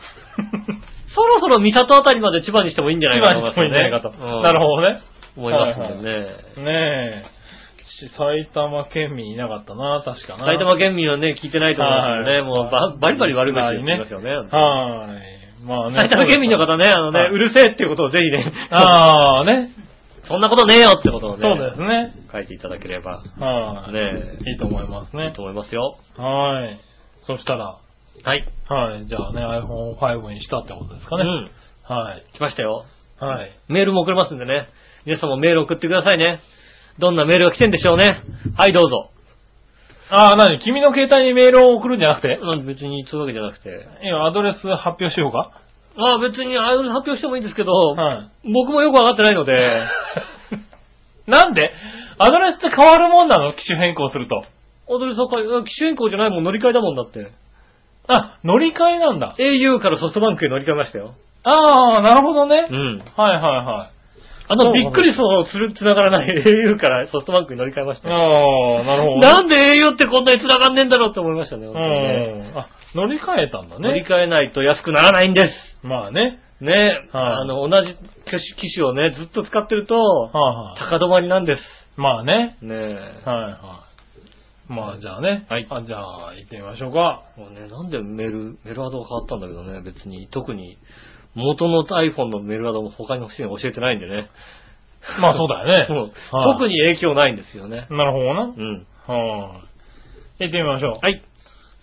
Speaker 2: そろそろ三里あたりまで千葉にしてもいいんじ
Speaker 3: い。
Speaker 2: ゃない
Speaker 3: 一
Speaker 2: か
Speaker 3: 番
Speaker 2: と思い
Speaker 3: に
Speaker 2: ま
Speaker 3: っ
Speaker 2: す
Speaker 3: ぽい
Speaker 2: よね。
Speaker 3: んじゃないかと。
Speaker 2: うん
Speaker 3: なるほどね。
Speaker 2: 思いますもんね。
Speaker 3: ねえ。し埼玉県民いなかったな、確かな。
Speaker 2: 埼玉県民はね、聞いてないと思いますよ
Speaker 3: は
Speaker 2: ね。
Speaker 3: い
Speaker 2: もうばバリバリ悪口言ってますよね。
Speaker 3: はーい。まあね。
Speaker 2: 埼玉県民の方ね、あのね、
Speaker 3: はいう
Speaker 2: るせえっていうことをぜひね、
Speaker 3: ああ、ね。
Speaker 2: (laughs) そんなことねえよってこと
Speaker 3: そ
Speaker 2: を
Speaker 3: う
Speaker 2: ね、
Speaker 3: ですね。
Speaker 2: 書いていただければ、
Speaker 3: はい。
Speaker 2: ね
Speaker 3: いいと思います
Speaker 2: いい
Speaker 3: ね
Speaker 2: と。思いますよ。
Speaker 3: はい。そしたら、
Speaker 2: はい。
Speaker 3: はい。じゃあね、iPhone5 にしたってことですか
Speaker 2: う
Speaker 3: ね。
Speaker 2: ん。
Speaker 3: はい。
Speaker 2: 来ましたよ。
Speaker 3: はい。
Speaker 2: メールも送れますんでね。皆さんもメール送ってくださいね。どんなメールが来てんでしょうね。はい、どうぞ。
Speaker 3: ああ、なに君の携帯にメールを送るんじゃなくて
Speaker 2: うん別にそういうわけじゃなくて。
Speaker 3: いや、アドレス発表しようか。
Speaker 2: ああ、別にアイドル発表してもいいんですけど、
Speaker 3: は
Speaker 2: 僕もよくわかってないので、
Speaker 3: い。なんでアドレスって変わるもんなの機種変更すると。
Speaker 2: アドレスを変え、あ機種変更じゃないもん乗り換えだもんだって。
Speaker 3: あ、乗り換えなんだ。
Speaker 2: au からソフトバンクへ乗り換えましたよ。
Speaker 3: ああ、なるほどね。
Speaker 2: ん。
Speaker 3: はいはいはい。
Speaker 2: あ
Speaker 3: そ
Speaker 2: の、
Speaker 3: う
Speaker 2: びっくりそう、つる、つながらない au からソフトバンクに乗り換えましたよ。
Speaker 3: ああ、なるほどね。
Speaker 2: なんで au ってこんなに繋がんねえんだろうって思いましたね。本当にね
Speaker 3: うん。あ、乗り換えたんだ
Speaker 2: 乗り
Speaker 3: ね。
Speaker 2: 換えないと安くならないんです。
Speaker 3: まあね。
Speaker 2: ね、
Speaker 3: はい
Speaker 2: あの、同じ機種機種をね、ずっと使ってると、
Speaker 3: はいはい。
Speaker 2: 高止まりなんです。
Speaker 3: まあね。
Speaker 2: ねえ。
Speaker 3: はいはい。まあじゃあね。
Speaker 2: はい
Speaker 3: あじゃあ、行ってみましょうか。
Speaker 2: もうね、なんでメール、メールアドが変わったんだけどね、別に、特に、元の iPhone のメールアドも他に欲しいの教えてないんでね。
Speaker 3: まあそうだよね。
Speaker 2: うん
Speaker 3: はい
Speaker 2: 特に影響ないんですよね。
Speaker 3: なるほどな。
Speaker 2: うん。
Speaker 3: はい。行ってみましょう。
Speaker 2: はい。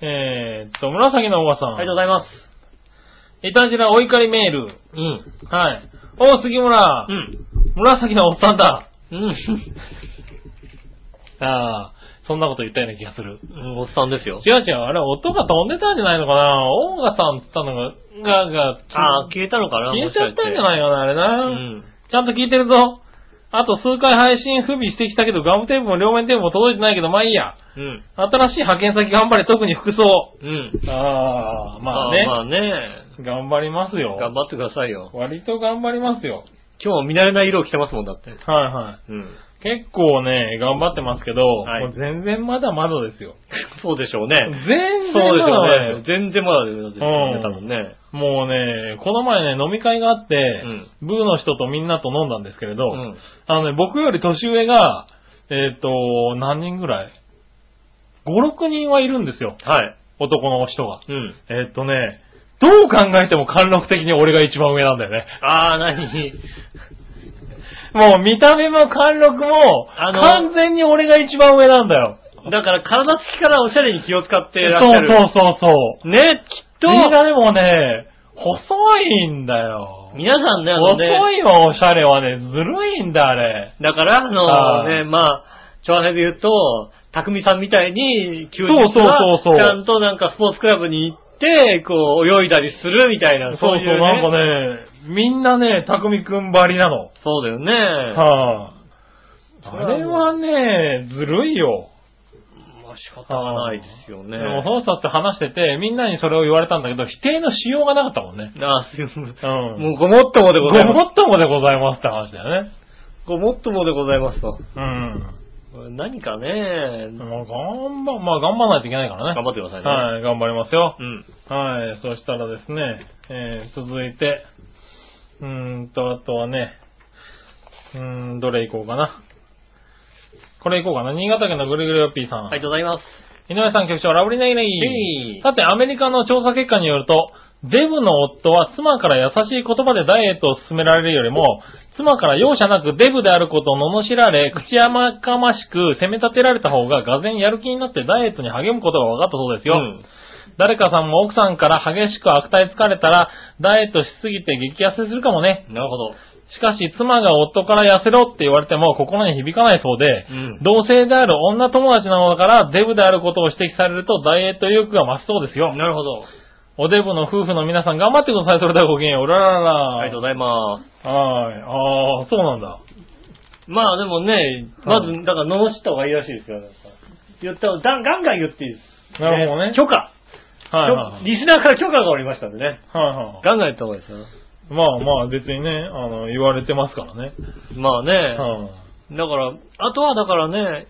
Speaker 3: えーっと、紫のおばさん。
Speaker 2: ありがとうございます。
Speaker 3: いたじらお怒りメー
Speaker 2: う
Speaker 3: ル。
Speaker 2: ん。
Speaker 3: はい。お、杉村。
Speaker 2: うん。
Speaker 3: 紫のおっさんだ。
Speaker 2: うん。
Speaker 3: ああ、そんなこと言ったような気がする。
Speaker 2: うん (laughs) おっさんですよ。
Speaker 3: 違う違う、あれ音が飛んでたんじゃないのかな音がさんって言ったのが、が、が、
Speaker 2: あー消えたのかな
Speaker 3: 消えちゃったんじゃ
Speaker 2: い
Speaker 3: ないかな、あれ
Speaker 2: う
Speaker 3: な、
Speaker 2: ん。
Speaker 3: ちゃんと聞いてるぞ。あと数回配信不備してきたけど、ガムテープも両面テープも届いてないけど、まあいいや。
Speaker 2: うん。
Speaker 3: 新しい派遣先頑張れ、特に服装。
Speaker 2: うん。
Speaker 3: ああ、まあね。
Speaker 2: まあね。
Speaker 3: 頑張りますよ。
Speaker 2: 頑張ってくださいよ。
Speaker 3: 割と頑張りますよ。
Speaker 2: 今日も見慣れない色を着てますもんだって。
Speaker 3: はいはい。
Speaker 2: うん。
Speaker 3: 結構ね、頑張ってますけど、
Speaker 2: はい
Speaker 3: もう全然まだまだですよ。
Speaker 2: そうでしょうね。
Speaker 3: 全然
Speaker 2: そうでし
Speaker 3: まだまだ
Speaker 2: ょうね
Speaker 3: で。すよ
Speaker 2: 全然まだですよ
Speaker 3: う
Speaker 2: ね、
Speaker 3: ん
Speaker 2: 多分ね。
Speaker 3: もうね、この前ね、飲み会があって、部の人とみんなと飲んだんですけれど、
Speaker 2: うん
Speaker 3: あのね、僕より年上が、えっ、と、何人ぐらい ?5、6人はいるんですよ。
Speaker 2: はい。
Speaker 3: 男の人が。
Speaker 2: うん。
Speaker 3: えっ、とね、どう考えても貫禄的に俺が一番上なんだよね。
Speaker 2: あー、何
Speaker 3: もう見た目も貫禄も、
Speaker 2: あの
Speaker 3: 完全に俺が一番上なんだよ。
Speaker 2: だから体つきからおしゃれに気を使ってらっし
Speaker 3: そう
Speaker 2: ゃ
Speaker 3: そう
Speaker 2: る。
Speaker 3: そうそう。
Speaker 2: ね、きっと、
Speaker 3: みんなでもね、細いんだよ。
Speaker 2: 皆さんね、あの
Speaker 3: 細
Speaker 2: ね、
Speaker 3: いわ、おしゃれはね。ずるいんだ、あれ。
Speaker 2: だから、あ
Speaker 3: あ
Speaker 2: のね、
Speaker 3: ー
Speaker 2: まあ、長編で言うと、匠さんみたいに、休日
Speaker 3: そう
Speaker 2: は
Speaker 3: そうそうそう
Speaker 2: ちゃんとなんかスポーツクラブに行って、こう、泳いだりするみたいな、
Speaker 3: そ
Speaker 2: そうう
Speaker 3: そう、
Speaker 2: いうね。
Speaker 3: なんかね、みんなね、たくみくんばりなの。
Speaker 2: そうだよね。
Speaker 3: はあ、
Speaker 2: そ
Speaker 3: あ
Speaker 2: れはもう
Speaker 3: れはね、ずるいよ。
Speaker 2: まあ仕方がないですよね。
Speaker 3: でもその人だって話してて、みんなにそれを言われたんだけど、否定のしようがなかったもんね。
Speaker 2: あー、すいません。
Speaker 3: うん。
Speaker 2: もうごもっともでござい
Speaker 3: ご
Speaker 2: ま
Speaker 3: も
Speaker 2: す。
Speaker 3: っともでございますって話だよね。
Speaker 2: ごもっともでございますと。
Speaker 3: うん。
Speaker 2: 何かね、
Speaker 3: もう頑張、まあ頑張らないといけないからね。
Speaker 2: 頑張ってくださいね。
Speaker 3: はい、頑張りますよ。
Speaker 2: うん。
Speaker 3: はい、そしたらですね、えー、続いて、うーんと、あとはね、うーん、どれ行こうかな。これ行こうかな。新潟県のぐるぐるよっぴーさん。
Speaker 2: ありがとうございます。
Speaker 3: 井上さん局長、ラブリーネイネ
Speaker 2: イェ
Speaker 3: イ
Speaker 2: イ。
Speaker 3: さて、アメリカの調査結果によると、デブの夫は妻から優しい言葉でダイエットを勧められるよりも、妻から容赦なくデブであることを罵られ、口やまかましく責め立てられた方が、がぜんやる気になってダイエットに励むことが分かったそうですよ。
Speaker 2: うん
Speaker 3: 誰かさんも奥さんから激しく悪態つかれたら、ダイエットしすぎて激痩せするかもね。
Speaker 2: なるほど。
Speaker 3: しかし、妻が夫から痩せろって言われても心に響かないそうで、
Speaker 2: うん
Speaker 3: 同性である女友達なのだから、デブであることを指摘されると、ダイエット意欲が増すそうですよ。
Speaker 2: なるほど。
Speaker 3: おデブの夫婦の皆さん頑張ってください。それではごきげんよう。うらららら。
Speaker 2: ありがとうございます。
Speaker 3: はい。ああ、そうなんだ。
Speaker 2: まあでもね、まず
Speaker 3: は、
Speaker 2: だから、罵った方がいいらしいですよ。なんか言ったらだガンガン言っていいです。
Speaker 3: なるほどね
Speaker 2: 許可。
Speaker 3: はいはい、はい。
Speaker 2: リスナーから許可がおりましたんでね。
Speaker 3: はいは
Speaker 2: ガンガン言った方がいいですよ。
Speaker 3: い。まあまあ、別にね、あの、言われてますからね。
Speaker 2: まあね、
Speaker 3: は
Speaker 2: だから、あとはだからね、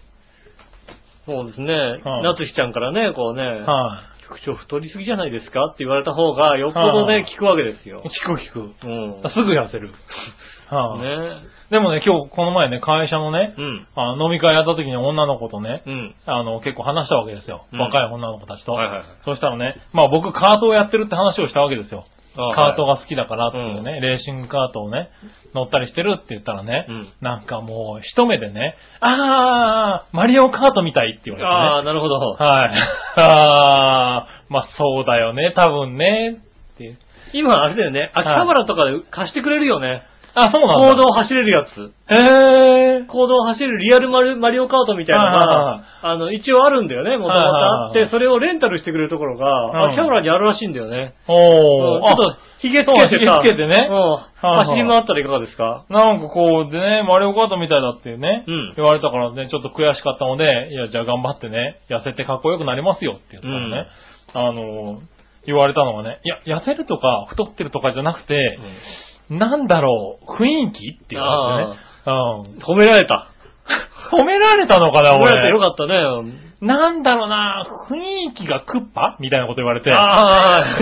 Speaker 2: そうですね、
Speaker 3: はい
Speaker 2: なつひちゃんからね、こうね、
Speaker 3: い。はい。
Speaker 2: 局長太りすぎじゃないですかって言われた方が、よっぽど
Speaker 3: は
Speaker 2: ね
Speaker 3: い、
Speaker 2: 効くわけですよ。
Speaker 3: 聞く聞く。
Speaker 2: うん。
Speaker 3: すぐ痩せる。はい、
Speaker 2: ね。
Speaker 3: でもね、今日、この前ね、会社のね、
Speaker 2: うん。
Speaker 3: あの飲み会やった時に女の子とね、
Speaker 2: うん。
Speaker 3: あの、結構話したわけですよ。
Speaker 2: うん
Speaker 3: 若い女の子たちと。
Speaker 2: はいはいはい
Speaker 3: そしたらね、まあ僕カートをやってるって話をしたわけですよ。カート
Speaker 2: が。
Speaker 3: が好きだからっていうね、レーシングカートをね、乗ったりしてるって言ったらね、
Speaker 2: うん
Speaker 3: なんかもう一目でね、あー、マリオカートみたいって言われてね。
Speaker 2: ああ、なるほど。
Speaker 3: はい。あー、まあそうだよね、多分ね、っていう。
Speaker 2: 今、あれだよね、秋葉原とかで貸してくれるよね。
Speaker 3: あ、そうな
Speaker 2: 行
Speaker 3: んだ。
Speaker 2: 動走れるやつ。
Speaker 3: へー。
Speaker 2: 行動走るリアルマリマリオカートみたいなの
Speaker 3: はいはいはい
Speaker 2: が、あの、一応あるんだよね、もともとあっ
Speaker 3: はいはいは
Speaker 2: て
Speaker 3: い、
Speaker 2: それをレンタルしてくれるところ
Speaker 3: うん
Speaker 2: が、秋葉原にあるらしいんだよね。
Speaker 3: お
Speaker 2: うん
Speaker 3: ー。
Speaker 2: ちょっと
Speaker 3: あ、
Speaker 2: ひげつけてさ、
Speaker 3: そうひげつけ
Speaker 2: う
Speaker 3: てね
Speaker 2: ん
Speaker 3: いはい
Speaker 2: 走り回ったらいかがですか
Speaker 3: なんかこうでね、マリオカートみたいだっていうね、
Speaker 2: うん
Speaker 3: 言われたからね、ちょっと悔しかったので、いや、じゃあ頑張ってね、痩せてかっこよくなりますよって言ったらね、あのー、言われたのがね、いや、痩せるとか太ってるとかじゃなくて、なんだろう、雰囲気って言われてね、うん。
Speaker 2: 褒められた。
Speaker 3: 褒められたのかな、
Speaker 2: 褒められてよか
Speaker 3: 俺。
Speaker 2: ったね。
Speaker 3: なんだろうな、雰囲気がクッパみたいなこと言われて、
Speaker 2: ああ、ややっ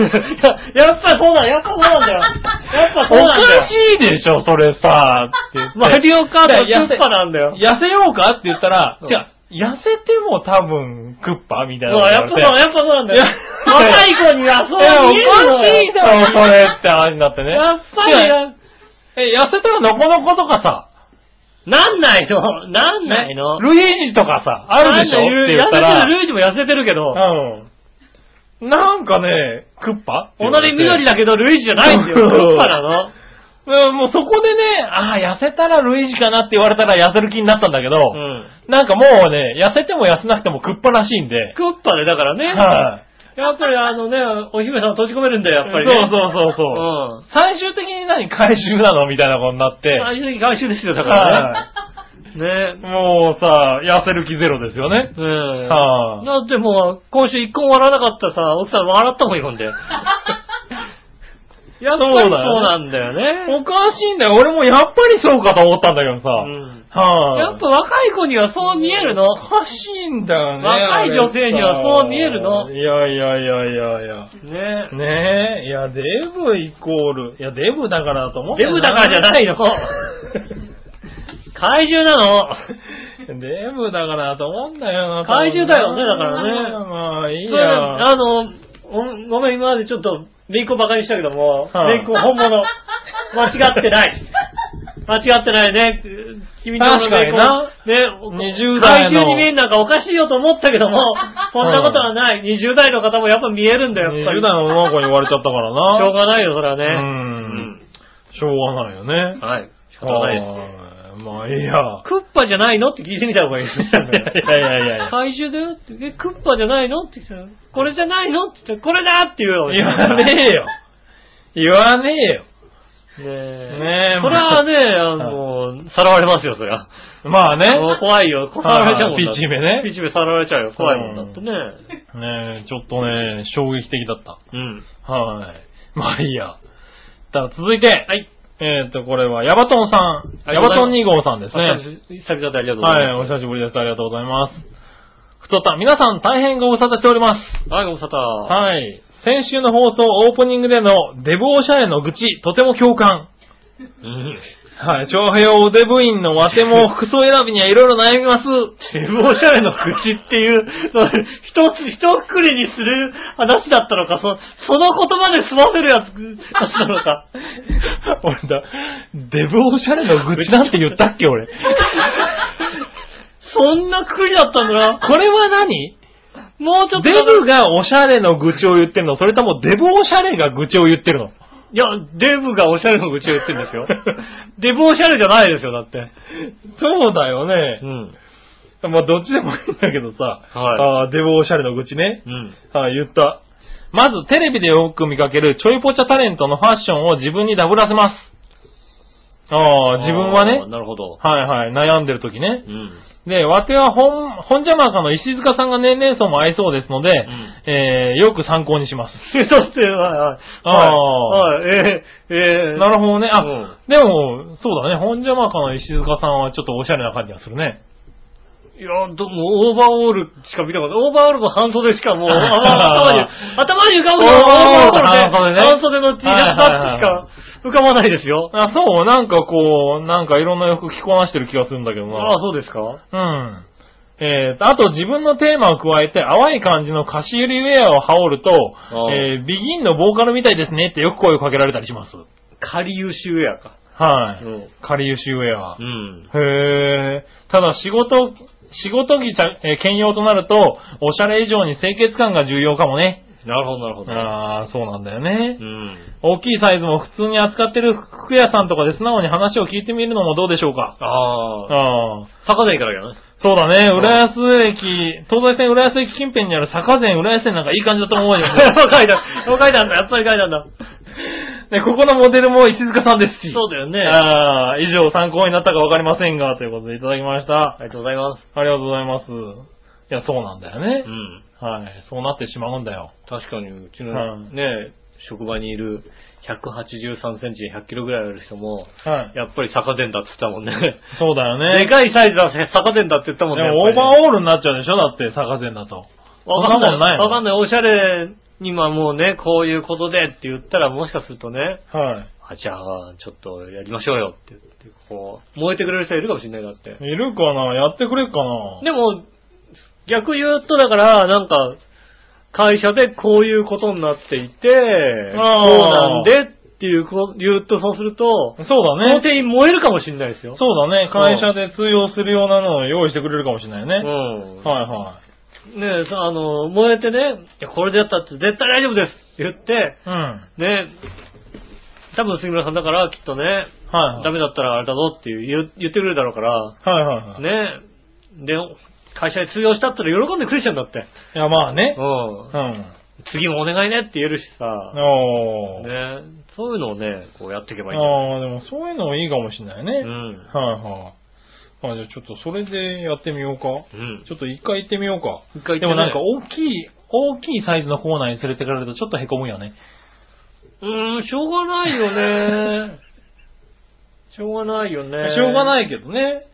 Speaker 2: ぱそうだ、やっぱそうなんだよ。やっぱ
Speaker 3: お
Speaker 2: そうなんだ
Speaker 3: か
Speaker 2: よ。
Speaker 3: しいでしょ、それさ、って言って
Speaker 2: マリオカート
Speaker 3: いや
Speaker 2: はクッパなんだよ。
Speaker 3: 痩せようかって言ったら、
Speaker 2: うん
Speaker 3: じゃあ、痩せても多分、クッパみたいな
Speaker 2: う
Speaker 3: こと
Speaker 2: わや
Speaker 3: 言わ
Speaker 2: っぱ
Speaker 3: れて。
Speaker 2: そう、やっぱそうなんだよ
Speaker 3: いや。
Speaker 2: 若い子にはそう見えるの
Speaker 3: いやおかしい
Speaker 2: よ。
Speaker 3: だろ、それって話になってね。
Speaker 2: やっぱり
Speaker 3: いやえ、痩せたらノコノコとかさ、
Speaker 2: なんないのなん
Speaker 3: ね
Speaker 2: ないの
Speaker 3: ルイージとかさ、あるでしょっ
Speaker 2: な
Speaker 3: て
Speaker 2: んない
Speaker 3: 言ったら
Speaker 2: 痩せて、るルイージも痩せてるけど、
Speaker 3: うん。なんかね、クッパ
Speaker 2: 同じ緑
Speaker 3: だ。
Speaker 2: だけどルイージじゃないんだよ。
Speaker 3: うん
Speaker 2: クッパなの
Speaker 3: うんもうそこでね、ああ、痩せたらルイージかなって言われたら痩せる気になったんだけど、
Speaker 2: うん。
Speaker 3: なんかもうね、痩せても痩せなくてもクッパらしいんで、
Speaker 2: クッパでだからね。
Speaker 3: はい
Speaker 2: やっぱりあのね、お姫さん閉じ込めるんだよ、やっぱりね。
Speaker 3: そうそうそうそう。
Speaker 2: うん。
Speaker 3: 最終的に何回収なのみたいなことになって。
Speaker 2: 最終的に回収ですよ、だからね。ね
Speaker 3: はいもうさ、痩せる気ゼロですよね。
Speaker 2: うん。
Speaker 3: はい
Speaker 2: だってもう、今週一個も笑わなかったさ、奥さん笑ったもん、んで。やっぱりそうなんだよね。
Speaker 3: おかしいんだよ。俺もやっぱりそうかと思ったんだけどさ。
Speaker 2: うん
Speaker 3: はい、
Speaker 2: やっぱ若い子にはそう見えるの。
Speaker 3: おかしいんだよね。
Speaker 2: 若い女性にはそう見えるの
Speaker 3: いやいやいやいやいや。
Speaker 2: ね
Speaker 3: ねえ、いや、デブイコール、いや、デブだからだと思って
Speaker 2: デブだからじゃないの。怪獣なの。
Speaker 3: (laughs) デブだからだと思うんだよな。
Speaker 2: 怪獣だよねだからね
Speaker 3: まあ、いい
Speaker 2: それ
Speaker 3: や。
Speaker 2: あの、おごめん、今までちょっと、メイクをバカにしたけども、
Speaker 3: はい
Speaker 2: メイク本
Speaker 3: (laughs)
Speaker 2: 物。間違ってない。間違ってないね。君の
Speaker 3: 確かにな
Speaker 2: ね、
Speaker 3: 20代
Speaker 2: 怪
Speaker 3: の
Speaker 2: 獣に見えんなんかおかしいよと思ったけど
Speaker 3: (laughs)
Speaker 2: も、そんなことはない。20代の方もやっぱ見えるんだよ、やっぱり。
Speaker 3: 10代の女の子に言われちゃったからな。
Speaker 2: しょうがないよ、それはね。
Speaker 3: うん。しょうがないよね。
Speaker 2: はい。仕方ないです。
Speaker 3: はいまあ、いいや。
Speaker 2: クッパじゃないのって聞いてみた方がいいですね。
Speaker 3: (laughs) いやいやいやいや
Speaker 2: 怪獣だよって、え、クッパじゃないのって言ったら、これじゃないのって言ったら、これだって言うよ。
Speaker 3: 言わねえよ。言わねえよ。
Speaker 2: ねえ。
Speaker 3: ねえ
Speaker 2: それはね、あの、さらわれますよ、そりゃ。
Speaker 3: まあね。
Speaker 2: もう怖いよ。さらわれちゃうもんだって
Speaker 3: ピッチ目ね
Speaker 2: ピッチ目さらわれちゃうよ。怖いもんだってね。
Speaker 3: ねえ、ちょっとね、衝撃的だっ
Speaker 2: うん。
Speaker 3: た。はい。まあいいや。ただ続いて、はい。えっ、と、これは、ヤバトンさん。
Speaker 2: あり
Speaker 3: ヤ
Speaker 2: がとうご
Speaker 3: バ
Speaker 2: ざい
Speaker 3: ト
Speaker 2: ま
Speaker 3: ン
Speaker 2: す
Speaker 3: 2号さんですね。
Speaker 2: 久々でありがとうござい
Speaker 3: はい、お
Speaker 2: ます。
Speaker 3: 久しぶりです。ありがとうございます。ふとた、皆さん大変ご無沙汰しております。
Speaker 2: はい、ご無沙汰。は
Speaker 3: はい。先週の放送オープニングでのデブオシャレの愚痴、とても共感。
Speaker 2: うん。
Speaker 3: はい。長平をデブ員のわても服装選びにはいろいろ悩みます。
Speaker 2: デブオシャレの口っていうの、一つ、一くりにする話だったのか、そその言葉で済ませるやつ、だったのか。
Speaker 3: (laughs) 俺だ、デブオシャレの愚痴なんて言ったっけ俺。
Speaker 2: (laughs) そんなくりだったんだな。
Speaker 3: これは何
Speaker 2: もうちょっと。
Speaker 3: デブがオシャレの愚痴を言ってるのそれともデブオシャレが愚痴を言ってるの
Speaker 2: いや、デブがオシャレの口を言ってるんですよ。
Speaker 3: (laughs)
Speaker 2: デブオシャレじゃないですよ、だって。
Speaker 3: そうだよね
Speaker 2: う。ん。
Speaker 3: まあ、どっちでもいいんだけどさ。
Speaker 2: は
Speaker 3: あーデブオシャレの愚痴ね。
Speaker 2: うん。
Speaker 3: はい、言った。まず、テレビでよく見かけるちょいぽちゃタレントのファッションを自分にダブらせます。ああ、自分は
Speaker 2: あー
Speaker 3: ね。
Speaker 2: なるほど。
Speaker 3: はいはい、悩んでる時ね
Speaker 2: う。ん。
Speaker 3: で、わては本、本邪魔かの石塚さんが年齢層も合いそうですので、
Speaker 2: ん
Speaker 3: えーよく参考にします。
Speaker 2: (laughs) そして、はいはい。
Speaker 3: あ
Speaker 2: はい。はい、えー、えー、
Speaker 3: なるほどね。あ、
Speaker 2: うん
Speaker 3: でも、そうだね、本邪魔かの石塚さんはちょっとおしゃれな感じがするね。
Speaker 2: いや、どうもオーバーオールしか見たことない。オーバーオールの半袖しか (laughs) もう、あ頭に、頭に浮かぶのはオーバーオールで、
Speaker 3: オーバーオールの半袖ね
Speaker 2: 半袖の T シャツだけしか浮かばないですよ。
Speaker 3: あ、そう、なんかこう、なんかいろんな洋服着こなしてる気がするんだけどな。
Speaker 2: ああ、そうですか
Speaker 3: うん。えーと、あと自分のテーマを加えて、淡い感じの貸し売りウェアを羽織ると、
Speaker 2: あ
Speaker 3: えー、ビギンのボーカルみたいですねってよく声をかけられたりします。
Speaker 2: 仮優秀ウェアか。
Speaker 3: はい。
Speaker 2: うん
Speaker 3: 仮輸シウェア。
Speaker 2: うん。
Speaker 3: へー。ただ仕事、仕事着ちゃ、えー兼用となると、おしゃれ以上に清潔感が重要かもね。
Speaker 2: なるほど、なるほど。
Speaker 3: あー、そうなんだよね
Speaker 2: う。ん。
Speaker 3: 大きいサイズも普通に扱ってる服屋さんとかで素直に話を聞いてみるのもどうでしょうか。
Speaker 2: ああ、
Speaker 3: あー。
Speaker 2: 坂根からやね。
Speaker 3: そうだね、浦安駅、東西線浦安駅近辺にある坂前浦安線なんかいい感じだと思うよ。
Speaker 2: (laughs) 書いた、
Speaker 3: (laughs)
Speaker 2: 書いたんだ、やっぱり書いたんだ。
Speaker 3: で、ここのモデルも石塚さんですし。
Speaker 2: そうだよ (laughs) ね。あ
Speaker 3: ああ、以上参考になったかわかりませんが、ということでいただきました。
Speaker 2: りがとうございます。
Speaker 3: ありがとうございます。いや、そうなんだよね
Speaker 2: う。ん。
Speaker 3: はい、そうなってしまうんだよ。
Speaker 2: 確かに、うちの
Speaker 3: はい
Speaker 2: ね、職場にいる183センチ100キロぐらいある人も、
Speaker 3: はい。
Speaker 2: やっぱり坂膳だって言ったもんね。
Speaker 3: そうだよね。
Speaker 2: でかいサイズだし、坂膳だって言ったもん
Speaker 3: で
Speaker 2: ね。
Speaker 3: もオ
Speaker 2: やっ
Speaker 3: ー
Speaker 2: ぱ
Speaker 3: バ
Speaker 2: りね
Speaker 3: ーオールになっちゃうでしょだって、坂前だと。
Speaker 2: わかん
Speaker 3: そ
Speaker 2: なんい。
Speaker 3: なもんないの
Speaker 2: わかんない。おしゃれにはもうね、こういうことでって言ったら、もしかするとね、
Speaker 3: はい。
Speaker 2: あ、じゃあ、ちょっとやりましょうよって言って、こう、燃えてくれる人いるかもしれないだって。
Speaker 3: いるかなやってくれっかな
Speaker 2: でも、逆言うとだから、なんか、会社でこういうことになっていて、こうなん
Speaker 3: あー
Speaker 2: でっていうこ言うと、そうすると、
Speaker 3: そうだ
Speaker 2: そ
Speaker 3: ね
Speaker 2: の。店員燃えるかもしれないですよ。
Speaker 3: そうだね。会社で通用するようなのを用意してくれるかもしれないね。
Speaker 2: うん。
Speaker 3: はいは
Speaker 2: ねえ、さあの、燃えてね、いや、これでやったって絶対大丈夫ですって言って、
Speaker 3: い。うん。は
Speaker 2: ねえ、多分杉村さんだから、きっとね、
Speaker 3: いはい。
Speaker 2: ダメだったらあれだぞっていう言言ってくれるだろうから、
Speaker 3: はいはいはい。
Speaker 2: ねえ、で、会社に通用したったら喜んでくれちゃうんだって。
Speaker 3: いや、まあね。
Speaker 2: うん
Speaker 3: う。ん。
Speaker 2: 次もお願いねって言えるしさ、
Speaker 3: おー。
Speaker 2: ねそういうのをね、こうやっていけばいいんじゃない
Speaker 3: ああ、でもそういうのもいいかもしれないね。
Speaker 2: う
Speaker 3: はい
Speaker 2: ん。
Speaker 3: はい。あじゃあちょっとそれでやってみようか。
Speaker 2: うん
Speaker 3: ち。ょっと一回行ってみようか。
Speaker 2: 一回行ってね
Speaker 3: でもなんか大きい、大きいサイズのコーナーに連れてかれるとちょっと凹むよね。
Speaker 2: うーん、しょうがないよ
Speaker 3: (laughs)
Speaker 2: ね。しょうがないよね。。
Speaker 3: しょうがないいけどね。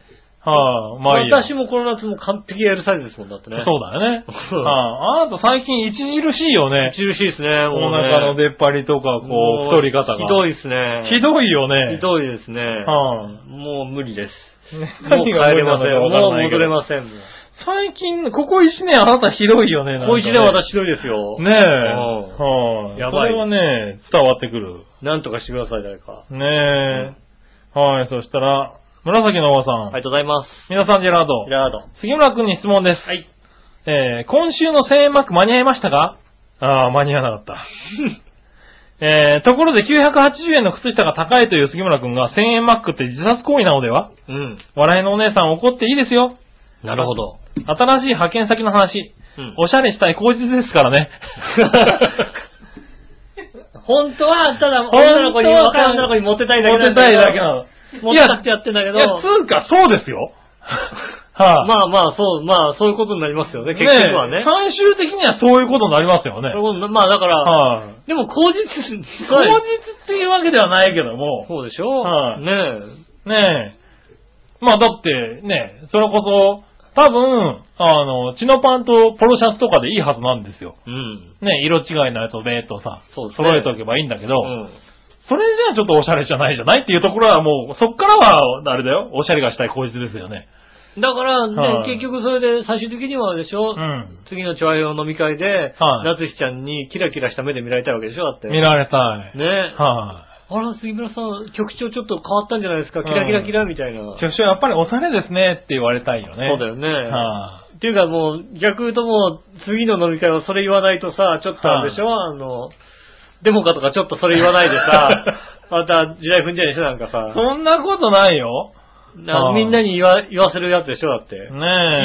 Speaker 3: はい、まあいいや。
Speaker 2: 私もこの夏も完璧 L サイズですもんだってね。
Speaker 3: そうだよね。
Speaker 2: うん
Speaker 3: はいあなた最近著しいよね。
Speaker 2: 印ですね、も
Speaker 3: お
Speaker 2: うね
Speaker 3: 腹の出っ張りとか、こ
Speaker 2: も
Speaker 3: う、太り方が。
Speaker 2: ひどいですね。
Speaker 3: ひどいよね。
Speaker 2: ひどいですね。
Speaker 3: は
Speaker 2: もう無理です。
Speaker 3: い。
Speaker 2: もう帰れません。もう戻れ
Speaker 3: す。
Speaker 2: ません。
Speaker 3: 最近、ここ一年あなたひどいよね。なんかね
Speaker 2: 小一で私ひどいですよ。うん
Speaker 3: ねえ。はい。
Speaker 2: やばい
Speaker 3: それはね、伝わってくる。
Speaker 2: なんとかしてください、誰か。
Speaker 3: ねえ。はい、そしたら、紫のおばさ
Speaker 2: あ
Speaker 3: ん。
Speaker 2: りがとうございます。
Speaker 3: 皆さん、ジェラード
Speaker 2: ジェ。ラード。
Speaker 3: 杉村君に質問です。
Speaker 2: はい。
Speaker 3: えー、今週の声援マック間に合いましたかああ、間に合わなかった。 (laughs) えー、ところで980円の靴下が高いという杉村君が1000円マックって自殺行為なのでは
Speaker 2: うん。
Speaker 3: 笑いのお姉さん怒っていいですよ。
Speaker 2: なるほど。
Speaker 3: 新しい派遣先の話。
Speaker 2: うん
Speaker 3: おしゃれしたい口実ですからね。
Speaker 2: (laughs) 本当は、ただ、
Speaker 3: 本当は
Speaker 2: 女の子に、若い女の子にモテたいだけ
Speaker 3: モ
Speaker 2: な
Speaker 3: テ
Speaker 2: んだ
Speaker 3: たい
Speaker 2: けど。
Speaker 3: だけなの。
Speaker 2: モテたくてやってんだけど
Speaker 3: いや、。つうか、そうで
Speaker 2: (laughs)
Speaker 3: すよ。はい、
Speaker 2: まあまあ、そう、まあ、そういうことになりますよね、結
Speaker 3: え
Speaker 2: 局はね。
Speaker 3: 最終的にはそういうことになりますよね
Speaker 2: そういう。ことなまあだから、
Speaker 3: はい、
Speaker 2: でも口実、
Speaker 3: 口実っていうわけではないけども。
Speaker 2: そうでしょ
Speaker 3: はい
Speaker 2: ね
Speaker 3: ねえ。まあだって、ねえ、それこそ、多分、あの、チノパンとポロシャツとかでいいはずなんですよ。
Speaker 2: え。うん。
Speaker 3: ねえ、色違いのやつをベーっとさ、
Speaker 2: そうですね
Speaker 3: 揃えておけばいいんだけど、
Speaker 2: うん
Speaker 3: それじゃあちょっとオシャレじゃないじゃないっていうところはもう、そっからは、あれだよ、オシャレがしたい口実ですよね。
Speaker 2: だからね、
Speaker 3: はい
Speaker 2: 結局それで最終的にはあれでしょ、
Speaker 3: うん。
Speaker 2: 次の調和用飲み会で、
Speaker 3: はい
Speaker 2: 夏日ちゃんにキラキラした目で見られたいわけでしょだって。
Speaker 3: 見られたい。
Speaker 2: ねえ。
Speaker 3: は
Speaker 2: あら、杉村さん、局長ちょっと変わったんじゃないですか
Speaker 3: ん
Speaker 2: キラキラキラみたいな。
Speaker 3: い。局長、やっぱりオシャレですねって言われたいよね。
Speaker 2: そうだよね。
Speaker 3: は
Speaker 2: っていうかもう、逆ともう、次の飲み会はそれ言わないとさ、ちょっとあれでしょ、あの、デモかとかちょっとそれ言わないで
Speaker 3: (laughs)
Speaker 2: さ、また地雷踏んじゃうでしょなんか
Speaker 3: い。
Speaker 2: さ。
Speaker 3: そんなことないよ。
Speaker 2: な
Speaker 3: はい
Speaker 2: みんなに言わ言わせるやつでしょだって。
Speaker 3: ねえ。
Speaker 2: キー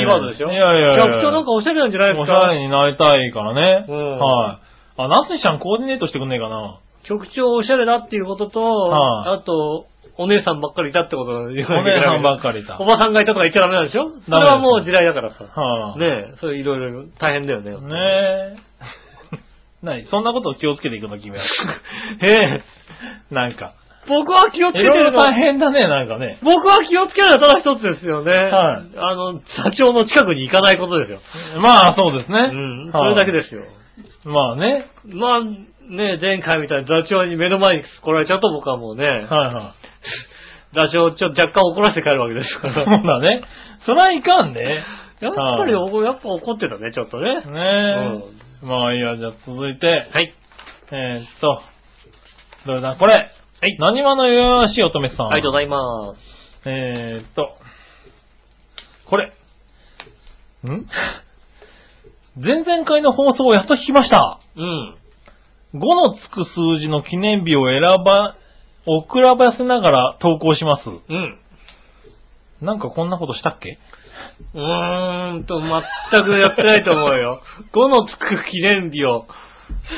Speaker 2: ワードでしょ
Speaker 3: いやいやいや。
Speaker 2: 局長なんかおしゃれなんじゃないです
Speaker 3: おし
Speaker 2: か
Speaker 3: ゃれになりたいからね。
Speaker 2: うん
Speaker 3: はい。あ、夏日ちゃんコーディネートしてくんねえかな。
Speaker 2: 局長おしゃれだっていうことと、
Speaker 3: は
Speaker 2: あと、お姉さんばっかりいたってことお姉
Speaker 3: お姉さんばっかりいた
Speaker 2: おばさんがいたとか言っちゃダメなんでしょそれはもう時代だからさ。
Speaker 3: はあ。
Speaker 2: ねえ、それいろいろ大変だよね。
Speaker 3: ねえ。なに、そんなことを気をつけていく
Speaker 2: (laughs)
Speaker 3: の、君は。
Speaker 2: ええ。
Speaker 3: なんか。
Speaker 2: 僕は気をつけて
Speaker 3: い
Speaker 2: る
Speaker 3: ろいろ
Speaker 2: の
Speaker 3: 大変だね、なんかね。
Speaker 2: 僕は気をつけるのはただ一つですよね。
Speaker 3: はい
Speaker 2: あの、社長の近くに行かないことですよ。
Speaker 3: まあ、そうですね。
Speaker 2: うん。それだけ
Speaker 3: で。
Speaker 2: ですよ。
Speaker 3: まあね。
Speaker 2: まあ、ね、前回みたいに座長に目の前に来られちゃうと僕はもうね、
Speaker 3: はいはい。
Speaker 2: 座長をちょっと若干怒らせて帰るわけですか
Speaker 3: (laughs) そう
Speaker 2: ら。
Speaker 3: だね。それはいかんね。
Speaker 2: やっぱり、
Speaker 3: はい
Speaker 2: おやっぱ怒ってたね、ちょっとね。
Speaker 3: ねえ。まあいいや、じゃあ続いて。
Speaker 2: はい。
Speaker 3: えーっと、どれだ、これ。はい。何話のよよしい乙女さん。
Speaker 2: ありがとうございます。
Speaker 3: えーっと、これ。ん前々回の放送をやっと聞きました。
Speaker 2: うん。
Speaker 3: 5のつく数字の記念日を選ば、送らばせながら投稿します。
Speaker 2: うん。
Speaker 3: なんかこんなことしたっけ
Speaker 2: うーんと、全くやってないと思うよ。5の (laughs) つく記念日を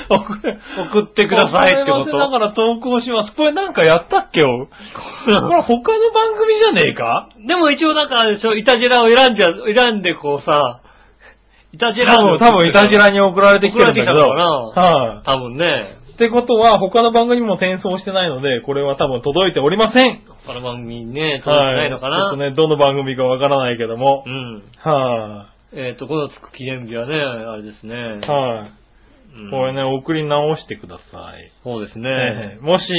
Speaker 3: 送れ、
Speaker 2: 送ってくださいってこ
Speaker 3: 送らば
Speaker 2: と。
Speaker 3: せながら投稿します。これなんかやったっけよ。これ他の番組じゃねえか
Speaker 2: でも一応だからあれでしょ、イタジェラを選んじゃ、選んでこうさ、イタジェラ
Speaker 3: 多分、多分、イタジラに送られてきてるんだけど。
Speaker 2: 送られてきたのか
Speaker 3: はい、
Speaker 2: 多分ね、
Speaker 3: ってことは、他の番組にも転送してないので、これは多分届いておりません。
Speaker 2: 他の番組にね、届いてないのかな。
Speaker 3: はいちょっとね、どの番組かわからないけども
Speaker 2: う。ん。
Speaker 3: は
Speaker 2: えっ、と、5のつく記念日はね、あれですね。
Speaker 3: い、はい、
Speaker 2: うん
Speaker 3: これね、送り直してください。
Speaker 2: そうです
Speaker 3: え
Speaker 2: ね。
Speaker 3: ーもし、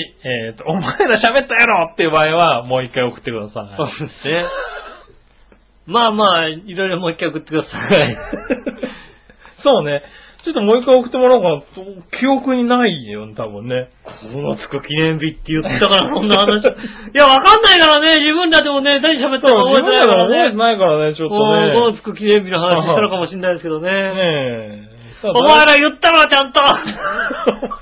Speaker 3: えっ、と、お前ら喋ったやろっていう場合は、もう一回送ってください。
Speaker 2: そうですね。まあまあ、いろいろもう一回送ってください。
Speaker 3: (laughs) そうね。ちょっともう一回送ってもらおうかな。記憶にないよね、多分ね。
Speaker 2: このつく記念日って言ったから、こんな話。い (laughs) や、わかんないからね、自分だってもね、何喋った
Speaker 3: そう
Speaker 2: か、覚え
Speaker 3: 自
Speaker 2: てない
Speaker 3: 分ら
Speaker 2: か
Speaker 3: が覚え
Speaker 2: ら
Speaker 3: て
Speaker 2: ね。
Speaker 3: ないからね、ちょっ
Speaker 2: もう、
Speaker 3: と
Speaker 2: こ
Speaker 3: ね。
Speaker 2: のつく記念日の話したのかもしれないですけどね。
Speaker 3: ねえ。
Speaker 2: お前ら言ったろ、ちゃ (laughs) んと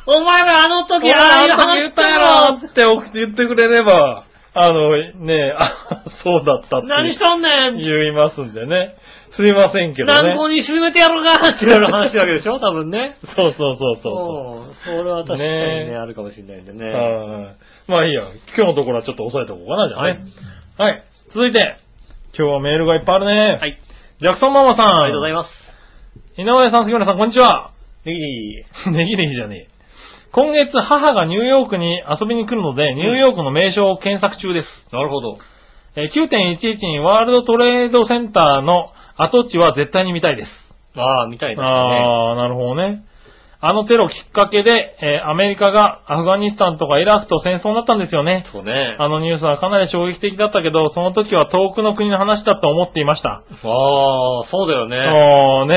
Speaker 2: お前らあの時、ああいう話したやろ
Speaker 3: って送って言ってくれれば、あの、ねえ、あ、そうだったって
Speaker 2: 何しとんねん
Speaker 3: 言いますんでね。すいませんけどね。
Speaker 2: 軟膏に沈めてやろうかっていうような話なわけでしょ多分ね。
Speaker 3: そうそうそうそ
Speaker 2: うんそれは確かにね
Speaker 3: ね
Speaker 2: あるかもしれないんでね。
Speaker 3: う。はいまあいいや、今日のところはちょっと抑えておこうかな、じゃあね。はい。続いて、今日はメールがいっぱいあるね。
Speaker 2: はい。
Speaker 3: ジャクソンママさん。
Speaker 2: ありがとうございます。
Speaker 3: 井上さん、杉村さん、こんにちは。
Speaker 2: ネギネギ
Speaker 3: ネギネギじゃねえ。今月母がニューヨークに遊びに来るので、ニューヨークの名称を検索中です。
Speaker 2: なるほど。
Speaker 3: えー9.11にワールドトレードセンターの跡地は絶対に見たいです。
Speaker 2: ああ、みたいですね。
Speaker 3: ああ、なるほどね。あのテロきっかけで、えーアメリカがアフガニスタンとかイラクと戦争になったんですよね。
Speaker 2: そうね。
Speaker 3: あのニュースはかなり衝撃的だったけど、その時は遠くの国の話だと思っていました。
Speaker 2: ああ、そうだよね。
Speaker 3: ああ
Speaker 2: う
Speaker 3: ね、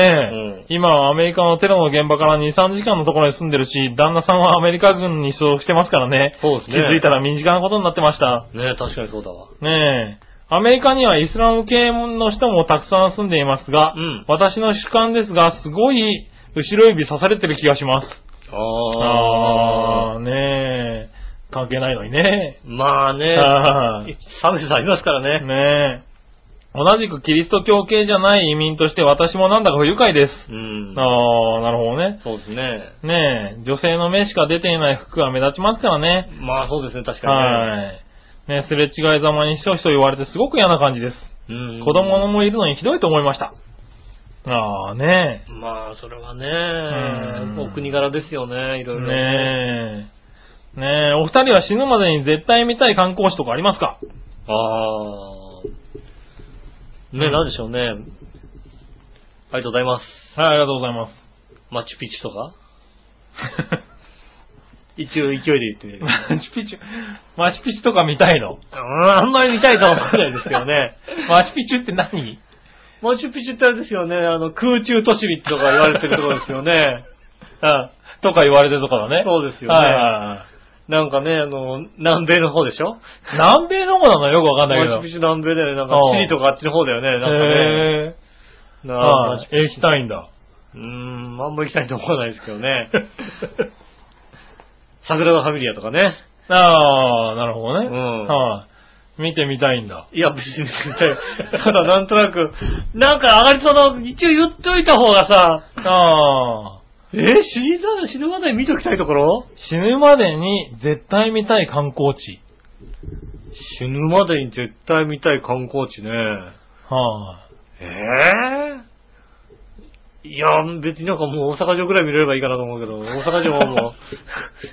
Speaker 2: ん
Speaker 3: 今はアメリカのテロの現場から2、3時間のところに住んでるし、旦那さんはアメリカ軍に所属してますからね。
Speaker 2: そうですね
Speaker 3: 気づいたら身近なことになってました。
Speaker 2: ね確かにそうだわ。
Speaker 3: ねえ。アメリカにはイスラム系の人もたくさん住んでいますが、
Speaker 2: うん
Speaker 3: 私の主観ですが、すごい後ろ指刺されてる気がします。
Speaker 2: ああ。
Speaker 3: あー、ねえ。関係ないのにね。
Speaker 2: まあね、
Speaker 3: あー
Speaker 2: 寒さありますからね。
Speaker 3: ねえ。同じくキリスト教系じゃない移民として私もなんだか不愉快で
Speaker 2: う
Speaker 3: す。
Speaker 2: ん。
Speaker 3: あー、なるほどね。
Speaker 2: そうですね。
Speaker 3: ねえ、女性の目しか出ていない服が目立ちますからね。
Speaker 2: まあそうですね、確か
Speaker 3: はい。ねすれ違いざまにひそひそ言われてすごく嫌な感じです。
Speaker 2: にね。うん
Speaker 3: 子供もいるのにひどいと思いました。ああね
Speaker 2: まあ、それは
Speaker 3: うん
Speaker 2: ね、お国柄ですよね、い
Speaker 3: え。
Speaker 2: ろいろ。
Speaker 3: ねえ。ねえ、お二人は死ぬまでに絶対見たい観光地とかありますか
Speaker 2: ああ。ね、なんでしょうね。ありがとうございます。
Speaker 3: はい、ありがとうござ
Speaker 2: (laughs)
Speaker 3: います。
Speaker 2: マチュピチュとか一応勢いで言ってみる。う
Speaker 3: マチュピチュ、マチュピチュとか見たいの
Speaker 2: ーんあんまり見たいとは思わないですけどね。
Speaker 3: (laughs) マチュピチュって何
Speaker 2: マチュピチュってあれですよね、あの、空中都市とか言われてるところです
Speaker 3: (laughs)
Speaker 2: よね。
Speaker 3: あとか言われてるとかだね。
Speaker 2: そうですよね
Speaker 3: はいはいはい。
Speaker 2: なんかね、あの、南米の方でしょ
Speaker 3: 南米の方なのよくわかんない
Speaker 2: マ
Speaker 3: け
Speaker 2: チ
Speaker 3: ど
Speaker 2: ュ。ピチュ南米だよね。なんか
Speaker 3: ああ
Speaker 2: チリとかあっちの方だよね。なんかね。
Speaker 3: へぇー。
Speaker 2: なあ
Speaker 3: ああ、行きたい
Speaker 2: (laughs)
Speaker 3: んだ。
Speaker 2: うーん、あんま行きたいと思わないですけどね。 (laughs) 桜のファミリアとかね。
Speaker 3: ああ、なるほどね。
Speaker 2: うん
Speaker 3: はい。見てみたいんだ。
Speaker 2: いや、別に見たい。 (laughs) ただなんとなく、なんか上がりそうな、一応言っといた方がさ、
Speaker 3: ああ、
Speaker 2: えー、死にざ死ぬまでに見ときたいところ
Speaker 3: 死ぬまでに絶対見たい観光地。
Speaker 2: 死ぬまでに絶対見たい観光地ね。
Speaker 3: は
Speaker 2: ええいや、別になんかもう大阪城ぐらい見れればいいかなと思うけど、大阪城はもう、 (laughs)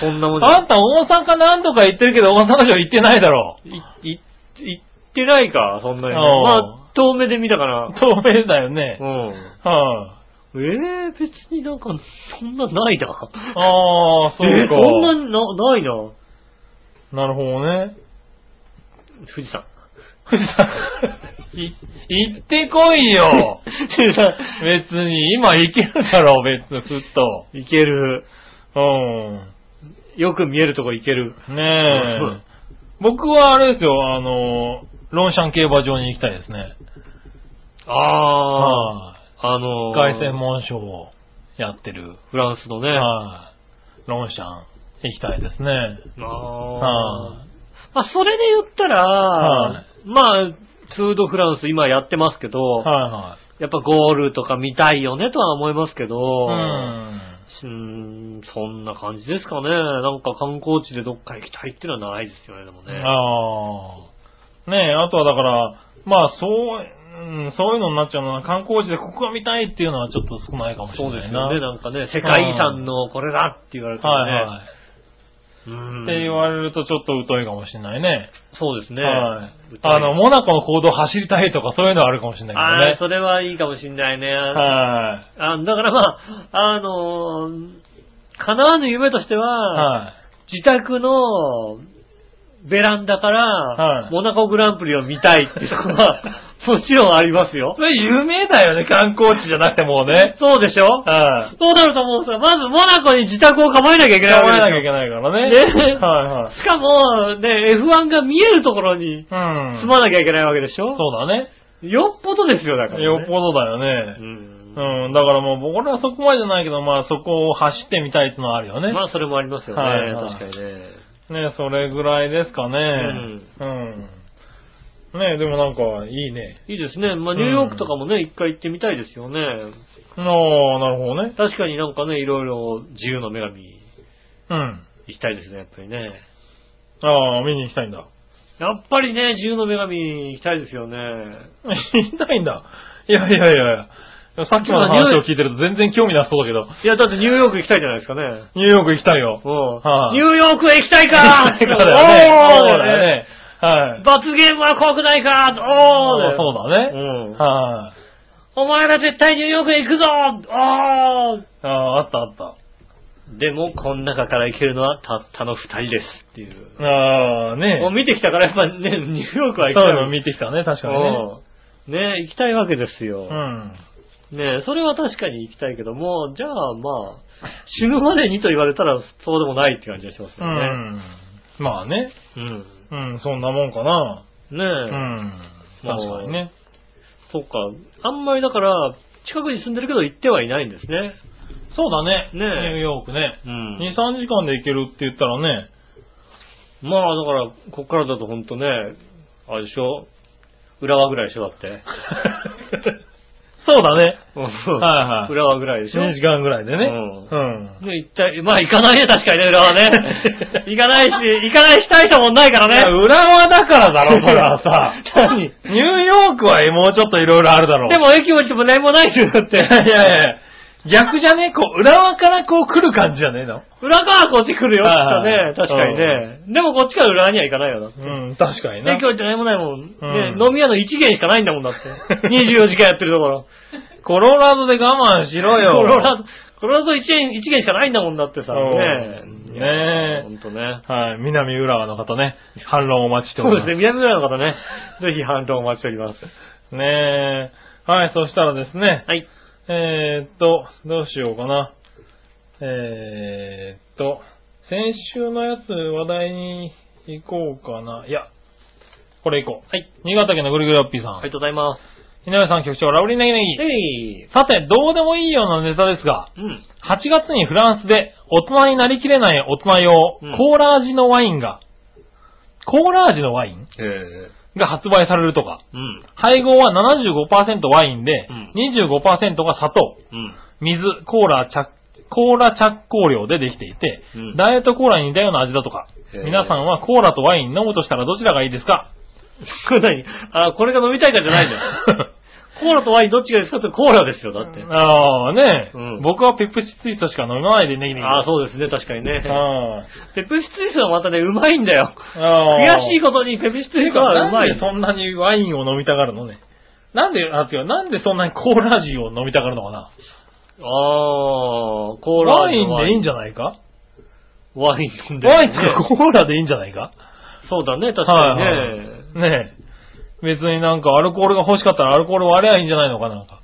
Speaker 2: そんなもん
Speaker 3: い。
Speaker 2: じゃ
Speaker 3: あんた大阪何度か行ってるけど大阪城行ってないだろう。
Speaker 2: い、い、行ってないか、そんなに。ま
Speaker 3: おう
Speaker 2: あ、遠目で見た
Speaker 3: (laughs)
Speaker 2: から。
Speaker 3: 透明だよね
Speaker 2: う。ん。
Speaker 3: は
Speaker 2: ええ別になんか、そんなないな。
Speaker 3: い。ああ、そうか。
Speaker 2: えーそんなにな、ないな。
Speaker 3: なるほどね。
Speaker 2: 富士山。
Speaker 3: 富士山、 (laughs) い行ってこい
Speaker 2: (laughs)
Speaker 3: よ
Speaker 2: 富士山
Speaker 3: 別に、今行けるだろう、別に、ふっと。
Speaker 2: 行ける。
Speaker 3: うん。
Speaker 2: よく見えるとこ行ける。 (laughs)
Speaker 3: ねえ。僕はあれですよ、あの、ロンシャン競馬場に行きたいですね。
Speaker 2: ああ、
Speaker 3: は
Speaker 2: あの
Speaker 3: い。
Speaker 2: ー、
Speaker 3: 凱旋門賞をやってる。
Speaker 2: フランスのね。
Speaker 3: はい。ロンシャン行きたいですね。
Speaker 2: あ
Speaker 3: は
Speaker 2: あ。まあ、それで言ったら、
Speaker 3: は
Speaker 2: まあ、ツードフランス今やってますけど、
Speaker 3: いは
Speaker 2: やっぱゴールとか見たいよねとは思いますけど、
Speaker 3: い。うん。
Speaker 2: うーんそんな感じですかね。なんか観光地でどっか行きたいっていうのはないですよね、でもね。
Speaker 3: ああ。ねえ、あとはだから、まあそう、うん、そういうのになっちゃうのは観光地でここが見たいっていうのはちょっと少ないかもしれ
Speaker 2: そうで
Speaker 3: な
Speaker 2: すよね、
Speaker 3: いな。
Speaker 2: なんかね、世界遺産のこれだって言われても
Speaker 3: は
Speaker 2: ね。
Speaker 3: いはい。
Speaker 2: うーん
Speaker 3: って言われるとちょっと疎いかもしれないね。
Speaker 2: そうですね。
Speaker 3: はい
Speaker 2: 歌い。
Speaker 3: あの、モナコの行動走りたいとかそういうのはあるかもしれない
Speaker 2: あ
Speaker 3: け
Speaker 2: あ、それはいいかもしんないね。
Speaker 3: どね。は
Speaker 2: あだからまあ、あのー叶わぬ夢として
Speaker 3: い。
Speaker 2: は、
Speaker 3: は
Speaker 2: 自宅のベランダから、
Speaker 3: はい
Speaker 2: モナコグランプリを見たいっていうの
Speaker 3: (laughs)
Speaker 2: は、もちろんありますよ
Speaker 3: い。そ。れ有名だよね、観光地じゃなくてもうね。
Speaker 2: そうでしょ
Speaker 3: はい。
Speaker 2: そうなるともうさ、まずモナコに自宅を構えなきゃいけない
Speaker 3: 頑張
Speaker 2: わ
Speaker 3: ら
Speaker 2: け
Speaker 3: な
Speaker 2: で
Speaker 3: きゃいけないからね。
Speaker 2: ね
Speaker 3: はい
Speaker 2: すよ。しかも、ね、F1 が見えるところに
Speaker 3: はい。うん。
Speaker 2: 住まなきゃいけないわけでしょ、
Speaker 3: そうだね。
Speaker 2: よっぽどですよ、だから、ね。
Speaker 3: よっぽどだよ
Speaker 2: う
Speaker 3: ね。
Speaker 2: ん。
Speaker 3: うん。だからもう、僕らはそこまでじゃないけど、まあそこを走ってみたいっていうのはあるよね。
Speaker 2: まあ、それもありますよね。
Speaker 3: はいはい
Speaker 2: 確かにね。
Speaker 3: ね、それぐらいですかね。うん。ね、でもなんか、いいね。
Speaker 2: いいですね。まあ、ニューヨークとかもね、一回行ってみたいですよね。
Speaker 3: ああ、なるほどね。
Speaker 2: 確かになんかね、いろいろ自由の女神
Speaker 3: うん。
Speaker 2: 行きたいですね、やっぱりね。
Speaker 3: ああ、見に行きたいんだ。 (laughs)
Speaker 2: やっぱりね、自由の女神行きたいですよね。
Speaker 3: 行きたいんだ。いやいやいやいや。さっきまでの話を聞いてると全然興味なさそうだけど、
Speaker 2: いや、だってニューヨーク行きたいじゃないですかね。
Speaker 3: ニューヨーク行きたいよ。
Speaker 2: うん
Speaker 3: はい
Speaker 2: ニューヨークへ行きたいか
Speaker 3: そうだよ
Speaker 2: おー
Speaker 3: ね。はい。
Speaker 2: 罰ゲームは怖くないかおー
Speaker 3: あーそうだ
Speaker 2: う
Speaker 3: ね。
Speaker 2: ん。
Speaker 3: はい。
Speaker 2: お前ら絶対ニューヨークへ行くぞおー
Speaker 3: ああ、あったあった。
Speaker 2: でも、この中から行けるのはたったの二人ですっていう。
Speaker 3: ああ、ね
Speaker 2: もう見てきたからやっぱね、ニューヨークは行き
Speaker 3: そ
Speaker 2: た
Speaker 3: うい
Speaker 2: いう
Speaker 3: の
Speaker 2: わ
Speaker 3: 見てきたね、確
Speaker 2: け
Speaker 3: かにね。
Speaker 2: うんね行きたいわけですよ。
Speaker 3: うん。
Speaker 2: ねそれは確かに行きたいけども、じゃあまあ、死ぬまでにと言われたらそうでもないって感じがします
Speaker 3: う
Speaker 2: よね。
Speaker 3: ん。まあね。
Speaker 2: うん。
Speaker 3: うん、そんなもんかな。
Speaker 2: ねえ、
Speaker 3: うん。確かにね。
Speaker 2: そっか。あんまりだから、近くに住んでるけど行ってはいないんですね。
Speaker 3: そうだね。
Speaker 2: ねえ
Speaker 3: ニューヨークね。
Speaker 2: うん
Speaker 3: 2、3時間で行けるって言ったらね。
Speaker 2: まあだから、こっからだとほんとね、あれでしょ浦和ぐらいでしょだって。
Speaker 3: (laughs) そうだね。
Speaker 2: はい
Speaker 3: はい
Speaker 2: 浦和ぐらいでしょ
Speaker 3: 2時間ぐらいでね。
Speaker 2: うん
Speaker 3: うん。
Speaker 2: ね、行ったい、まあ行かないね、確かにね、浦和
Speaker 3: (laughs)
Speaker 2: ね。行かないし、行かないし大したもんないから
Speaker 3: いや、
Speaker 2: ね。
Speaker 3: 浦和だからだろ、それはさ。
Speaker 2: 何
Speaker 3: ニューヨークはもうちょっといろいろあるだろう。
Speaker 2: でも駅も行っても何もないですよ、だって。
Speaker 3: (laughs) いやいやいや、逆じゃねこう、浦和からこう来る感じじゃねえの
Speaker 2: 裏側はこっち来るよ、きっと
Speaker 3: はいは
Speaker 2: ね
Speaker 3: い。
Speaker 2: 確かにね。でもこっちから浦和には行かないよ、だって。
Speaker 3: うん、確かにな
Speaker 2: 駅。は行って何もないもん。ね、
Speaker 3: うん
Speaker 2: 飲み屋の1軒しかないんだもんだって。24時間 (laughs) やってるところ。
Speaker 3: コロラドで我慢しろよ。
Speaker 2: コロラド、コロラド1軒、一軒しかないんだもんだってさ。ね
Speaker 3: うん
Speaker 2: いや
Speaker 3: ねえ
Speaker 2: ほんとね。
Speaker 3: はい、南浦和の方ね、反論をお待ちして
Speaker 2: そ
Speaker 3: おり
Speaker 2: う
Speaker 3: ま。
Speaker 2: ですすね、南浦和の方ね。ぜひ反論お待ちしております。
Speaker 3: すね。ねえ。はい、そしたらですね、
Speaker 2: はい。
Speaker 3: えーっと、どうしようかな。えーっと、先週のやつ話題に行こうかな。いや、これ行こう。
Speaker 2: はい。
Speaker 3: 新潟県のぐるぐるよっぴーさん。
Speaker 2: ありがとうございます。
Speaker 3: 井上さん局長、ラブリーネギネギ。
Speaker 2: えい。
Speaker 3: さて、どうでもいいようなネタですが、
Speaker 2: うん。
Speaker 3: 8月にフランスで大人になりきれない大人用、
Speaker 2: うん
Speaker 3: コーラ味のワインが、コーラ味のワイン
Speaker 2: ええ。
Speaker 3: が発売されるとか、
Speaker 2: うん。
Speaker 3: 配合は75%ワインで、
Speaker 2: うん
Speaker 3: 25%が砂糖、
Speaker 2: うん。
Speaker 3: 水、コーラ、着、コーラ着工量でできていて、
Speaker 2: うん
Speaker 3: ダイエットコーラに似たような味だとか、
Speaker 2: へー
Speaker 3: 皆さんはコーラとワイン飲むとしたらどちらがいいですか
Speaker 2: (laughs) これ何あ、これが飲みたいかじゃ
Speaker 3: (laughs)
Speaker 2: ないんだよ。コーラとワインどっちがいいですかってコーラですよ、だって。
Speaker 3: ああ、ね、
Speaker 2: うん
Speaker 3: 僕はペプシツイストしか飲まないでネギネギ。
Speaker 2: あそうですね、確かにね。
Speaker 3: あ
Speaker 2: ペプシツイストはまたね、うまいんだよ。
Speaker 3: あ
Speaker 2: 悔
Speaker 3: ー
Speaker 2: しいことにペプシツイストはう
Speaker 3: な
Speaker 2: ま
Speaker 3: ん
Speaker 2: い
Speaker 3: で。そんなにワインを飲みたがるのね。なんで、あ、違う、なんでそんなにコーラ味を飲みたがるのかな
Speaker 2: ああ、コーラ
Speaker 3: ワインでいいんじ
Speaker 2: ゃ
Speaker 3: ゃないか
Speaker 2: ワイン飲んでるね。
Speaker 3: ワインとコーラでいいんじゃないか
Speaker 2: そうだね、確かにね。
Speaker 3: はいはい。ねえ。別になんかアルコールが欲しかったらアルコール割ればいいんじゃないのかなんか。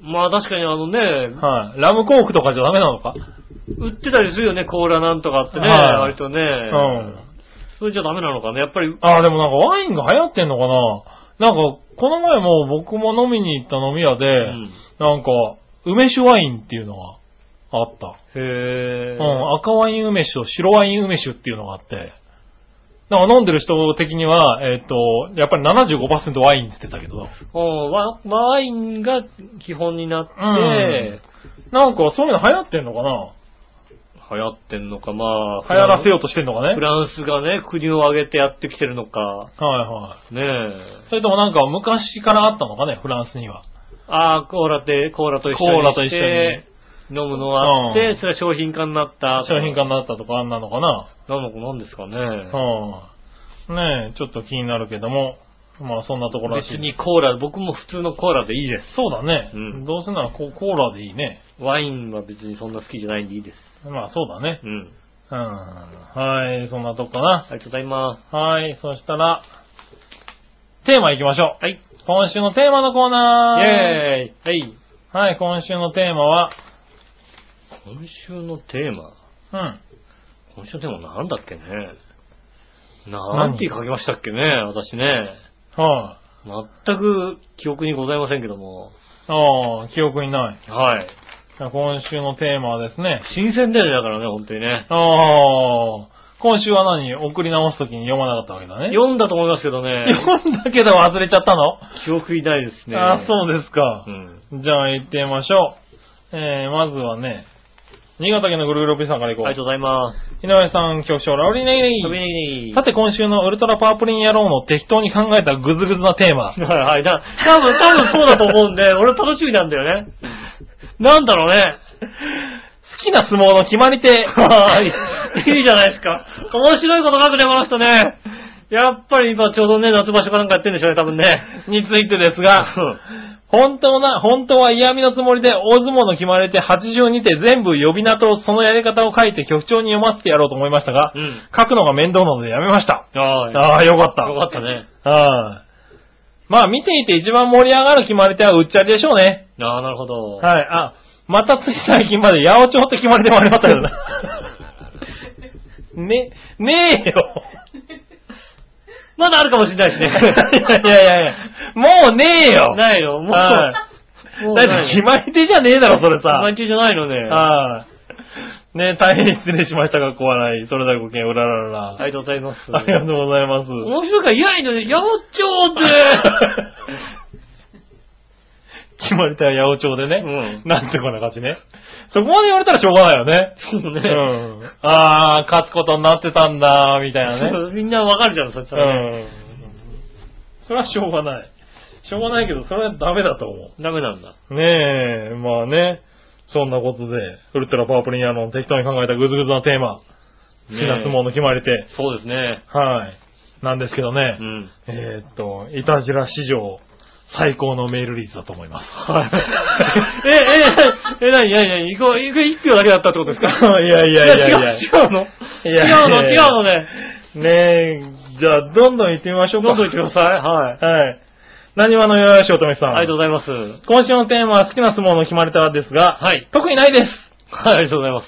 Speaker 2: まあ確かにあのね、
Speaker 3: はい。ラムコークとかじゃダメなのか
Speaker 2: 売ってたりするよね、コーラなんとかってね、
Speaker 3: はい
Speaker 2: 割とね。
Speaker 3: ん
Speaker 2: それじゃダメなのかね、やっぱり。
Speaker 3: ああ、でもなんかワインが流行ってんのかななんか、この前も僕も飲みに行った飲み屋で、
Speaker 2: うん
Speaker 3: なんか、梅酒ワインっていうのがあった。
Speaker 2: へえ。
Speaker 3: うん、赤ワイン梅酒と白ワイン梅酒っていうのがあって、なんか飲んでる人的には、えっ、と、やっぱり75%ワインって言ってたけど、
Speaker 2: うんワワインが基本になって、
Speaker 3: うんなんかそういうの流行ってんのかな
Speaker 2: 流行ってんのか、まあ。
Speaker 3: 流行らせよう
Speaker 2: う
Speaker 3: としてんのかね
Speaker 2: フランスがね、国を挙げてやってきてるのか。
Speaker 3: はいは
Speaker 2: ねえ
Speaker 3: い。。それともなんか昔からあったのかね、フランスには。
Speaker 2: ああ、コーラで、コーラと一緒にして。
Speaker 3: コーラと一緒に
Speaker 2: 飲むのはあって、
Speaker 3: うん
Speaker 2: それは商品化になった。
Speaker 3: 商品化になったとかあんなのかな
Speaker 2: なのかなんですかね。
Speaker 3: うん。ねえ、ちょっと気になるけども、まあそんなところらしい。
Speaker 2: 別にコーラ、僕も普通のコーラでいいです。
Speaker 3: そうだね。
Speaker 2: うん
Speaker 3: どうせならココーラでいいね。
Speaker 2: ワインは別にそんな好きじゃないんでいいです。
Speaker 3: まあそうだね。
Speaker 2: うん。
Speaker 3: うん。はい、そんなとこかな。
Speaker 2: ありがとうございます。
Speaker 3: はい、そしたら、テーマ行きましょう。
Speaker 2: はい。
Speaker 3: 今週のテーマのコーナ
Speaker 2: イ
Speaker 3: ー。
Speaker 2: ェーイはい。
Speaker 3: はい、今週のテーマは、
Speaker 2: 今週のテーマ。
Speaker 3: うん。
Speaker 2: 今週のテーマなんだっけね。なんて書きましたっけね、私ね。
Speaker 3: はい、
Speaker 2: 全く記憶にございませんけども。
Speaker 3: あ。あ記憶にない。
Speaker 2: はい。
Speaker 3: 今週のテーマはですね、
Speaker 2: 新鮮だよね、だからね、本当にね。
Speaker 3: ああ、今週は何送り直すときに読まなかったわけだね。
Speaker 2: 読んだと思いますけどね。
Speaker 3: (laughs) 読んだけど忘れちゃったの、
Speaker 2: 記憶にないですね。
Speaker 3: ああ、そうですか
Speaker 2: う。ん。
Speaker 3: じゃあ行ってみましょう。えー、まずはね、新潟県のぐるぐるおっぴーさんから行こう。
Speaker 2: ありがとうございます。
Speaker 3: 井上さん、局長、ラオリネイ
Speaker 2: 飛び
Speaker 3: ネイ。
Speaker 2: ネギ
Speaker 3: さて、今週のウルトラパープリン野郎の適当に考えたグズグズなテーマ。
Speaker 2: はいはい。だ多分、多分そうだ (laughs) と思うん
Speaker 3: (laughs)
Speaker 2: で、俺楽しみなんだよね。なんだろうね。
Speaker 3: 好きな相撲の決まり手。
Speaker 2: はい。 (laughs) いいじゃないですか。面白いこと書くね、この人ね。やっぱり今ちょうどね、夏場所かなんかやってんでしょうね、多分ね。
Speaker 3: についてですが、 (laughs) 本当な、本当は嫌味のつもりで大相撲の決まり手82手全部呼び名とそのやり方を書いて局長に読ませてやろうと思いましたが、
Speaker 2: うん
Speaker 3: 書くのが面倒なのでやめました。
Speaker 2: はい
Speaker 3: ああ、よかった。
Speaker 2: よかったね。
Speaker 3: はい。まあ、見ていて一番盛り上がる決まり手はうっちゃりでしょうね。
Speaker 2: ああ、なるほど。
Speaker 3: はい。あ、またつい最近まで八百長って決まり手もありました
Speaker 2: (laughs)
Speaker 3: けどね。ね、ねえよ。
Speaker 2: まだあるかもしれないしね。
Speaker 3: (laughs) いやいやいや、もうねえよ。
Speaker 2: ないよ、もう。
Speaker 3: は
Speaker 2: もう
Speaker 3: だっ
Speaker 2: ない
Speaker 3: て決まり手じゃねえだろ、それさ。
Speaker 2: 満中じゃないのね。あ
Speaker 3: はい。ね大変失礼しましたが、小笑い。それではごきげんよう、うららら
Speaker 2: り
Speaker 3: ら。
Speaker 2: がとうございます。
Speaker 3: ありがとうございます。
Speaker 2: 面白いから嫌いの (laughs) ね、八百長って。
Speaker 3: (laughs) 決まりたい八百長でね。
Speaker 2: う
Speaker 3: (laughs) なんてこんな感じね。そこまで言われたらしょうがないよね。
Speaker 2: そう
Speaker 3: う
Speaker 2: ね。
Speaker 3: ん。あー、勝つことになってたんだ、みたいなね。
Speaker 2: (laughs) みんなわかるじゃん、そっち
Speaker 3: う
Speaker 2: はね。
Speaker 3: ん。それはしょうがない。しょうがないけど、それはダメだと思う。
Speaker 2: ダメなんだ。
Speaker 3: ねえ、まあね。そんなことで、ウルトラパープリンヤの適当に考えたグズグズなテーマ。好
Speaker 2: ねえ
Speaker 3: きな相撲の決まり手。
Speaker 2: そうですね。
Speaker 3: はい。なんですけどね。
Speaker 2: うん。
Speaker 3: えーっと、いたじら史上最高のメール率だと思います。
Speaker 2: はい。
Speaker 3: (laughs)
Speaker 2: え、え、え、なになになにこう、これ一票だけだったってことですか
Speaker 3: (laughs) いやいやいやいや
Speaker 2: 違う、違うの
Speaker 3: い
Speaker 2: 違
Speaker 3: やいう
Speaker 2: の
Speaker 3: やいや
Speaker 2: 違うのね。
Speaker 3: ねえ、じゃあ、どんどん行ってみましょ
Speaker 2: ど
Speaker 3: うんか。
Speaker 2: どん言ってください。はい。
Speaker 3: い。はい。何話のよよしおとめさん。
Speaker 2: ありがとうございます。は
Speaker 3: 今週のテーマは好きな相撲の決まりたですが、
Speaker 2: はい
Speaker 3: 特にないです。
Speaker 2: い、ありがとうございます。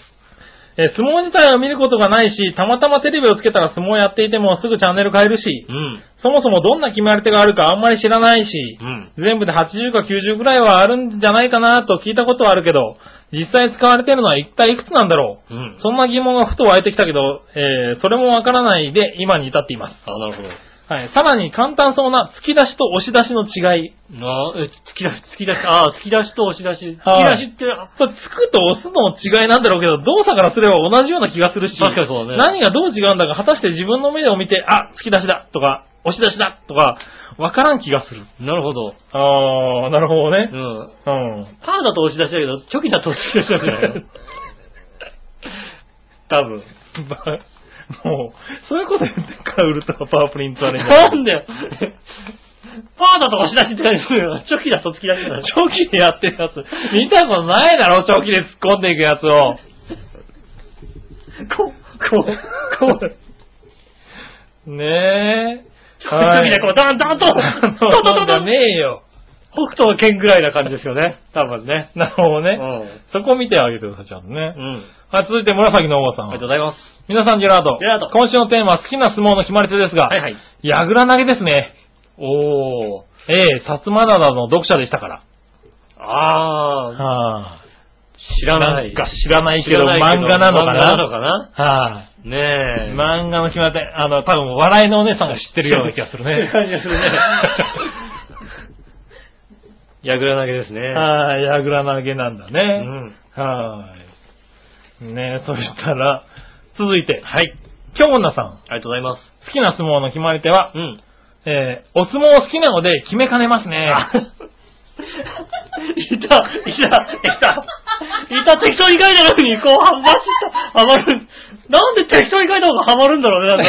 Speaker 3: えー相撲自体を見ることがないし、たまたまテレビをつけたら相撲やっていてもすぐチャンネル変えるし
Speaker 2: う、ん。
Speaker 3: そもそもどんな決まり手があるかあんまり知らないし
Speaker 2: う、ん。
Speaker 3: 全部で80か90ぐらいはあるんじゃないかなと聞いたことはあるけど、実際使われてるのは一体いくつなんだろ
Speaker 2: う。
Speaker 3: うんそんな疑問がふと湧いてきたけど、えーそれもわからないで今に至っています。
Speaker 2: あ、なるほど。
Speaker 3: はい。さらに簡単そうな突き出しと押し出しの違い。
Speaker 2: なえ、突き出し、突き出し、あ、突き出しと押し出し。
Speaker 3: は
Speaker 2: 突
Speaker 3: い
Speaker 2: き出しって、あ
Speaker 3: そう、つくと押すのも違いなんだろうけど、動作からすれば同じような気がするし、
Speaker 2: 確かにそうだね
Speaker 3: 何がどう違うんだか、果たして自分の目を見て、あ、突き出しだとか、押し出しだとか、わからん気がする。
Speaker 2: なるほど。
Speaker 3: あー、なるほど
Speaker 2: う
Speaker 3: ね。
Speaker 2: ん。
Speaker 3: うん。
Speaker 2: パーだと押し出しだけど、チョキだと押し出しだけど。多分。
Speaker 3: ば (laughs) もう、そういうこと言ってっからウルトラパワープリントあれ
Speaker 2: なんだよ。パーだと押し出しって感じするよ。チョキだと突き出しだよ。
Speaker 3: 長期でやってるやつ、見たことないだろ、長期で突っ込んでいくやつを。
Speaker 2: (laughs) こう、こう、こう。
Speaker 3: ねえ。
Speaker 2: チョキでこう、ダンダン (laughs) と、
Speaker 3: そう
Speaker 2: ドドドド
Speaker 3: なんかねえよ。
Speaker 2: 北斗剣ぐらいな感じですよね。多分ね。
Speaker 3: なるほど
Speaker 2: う
Speaker 3: ね。
Speaker 2: ん。
Speaker 3: そこを見てあげてください、ちゃんとね
Speaker 2: う。ん。
Speaker 3: はい、続いて紫のおばさ
Speaker 2: あ
Speaker 3: ん。
Speaker 2: りがとうございます。
Speaker 3: 皆さん、ジェラート。
Speaker 2: ジェラート
Speaker 3: 今週のテーマは好きな相撲の決まり手ですが、
Speaker 2: はいはい。
Speaker 3: 矢倉投げですね。
Speaker 2: おー。
Speaker 3: ええ薩摩灘の読者でしたから。
Speaker 2: あー。
Speaker 3: はあ、
Speaker 2: 知らない。
Speaker 3: んか知らないけど、
Speaker 2: 知らないけ
Speaker 3: 漫
Speaker 2: ど
Speaker 3: 画なのか
Speaker 2: 漫画なのか
Speaker 3: な
Speaker 2: な
Speaker 3: は
Speaker 2: ね
Speaker 3: い、
Speaker 2: え。
Speaker 3: 漫画の決まり手、あの、多分、笑いのお姉さんが知ってるような気がす
Speaker 2: (laughs)
Speaker 3: る
Speaker 2: そうい
Speaker 3: ね
Speaker 2: う。感じがするね。
Speaker 3: (laughs)
Speaker 2: やぐら投げですね。
Speaker 3: はい、矢倉投げなんだ
Speaker 2: う
Speaker 3: ね。
Speaker 2: ん。
Speaker 3: はい。ねそしたら、続いて。はい。京女さん。
Speaker 2: ありがとうございます。
Speaker 3: 好きな相撲の決まり手は、
Speaker 2: うん。
Speaker 3: えー、お相撲好きなので決めかねますね。
Speaker 2: いた、いた、いた。いた、適当に書いたのに、こう、はまった、はまる。なんで適当に書いた方がはまるんだろうね、なんかね。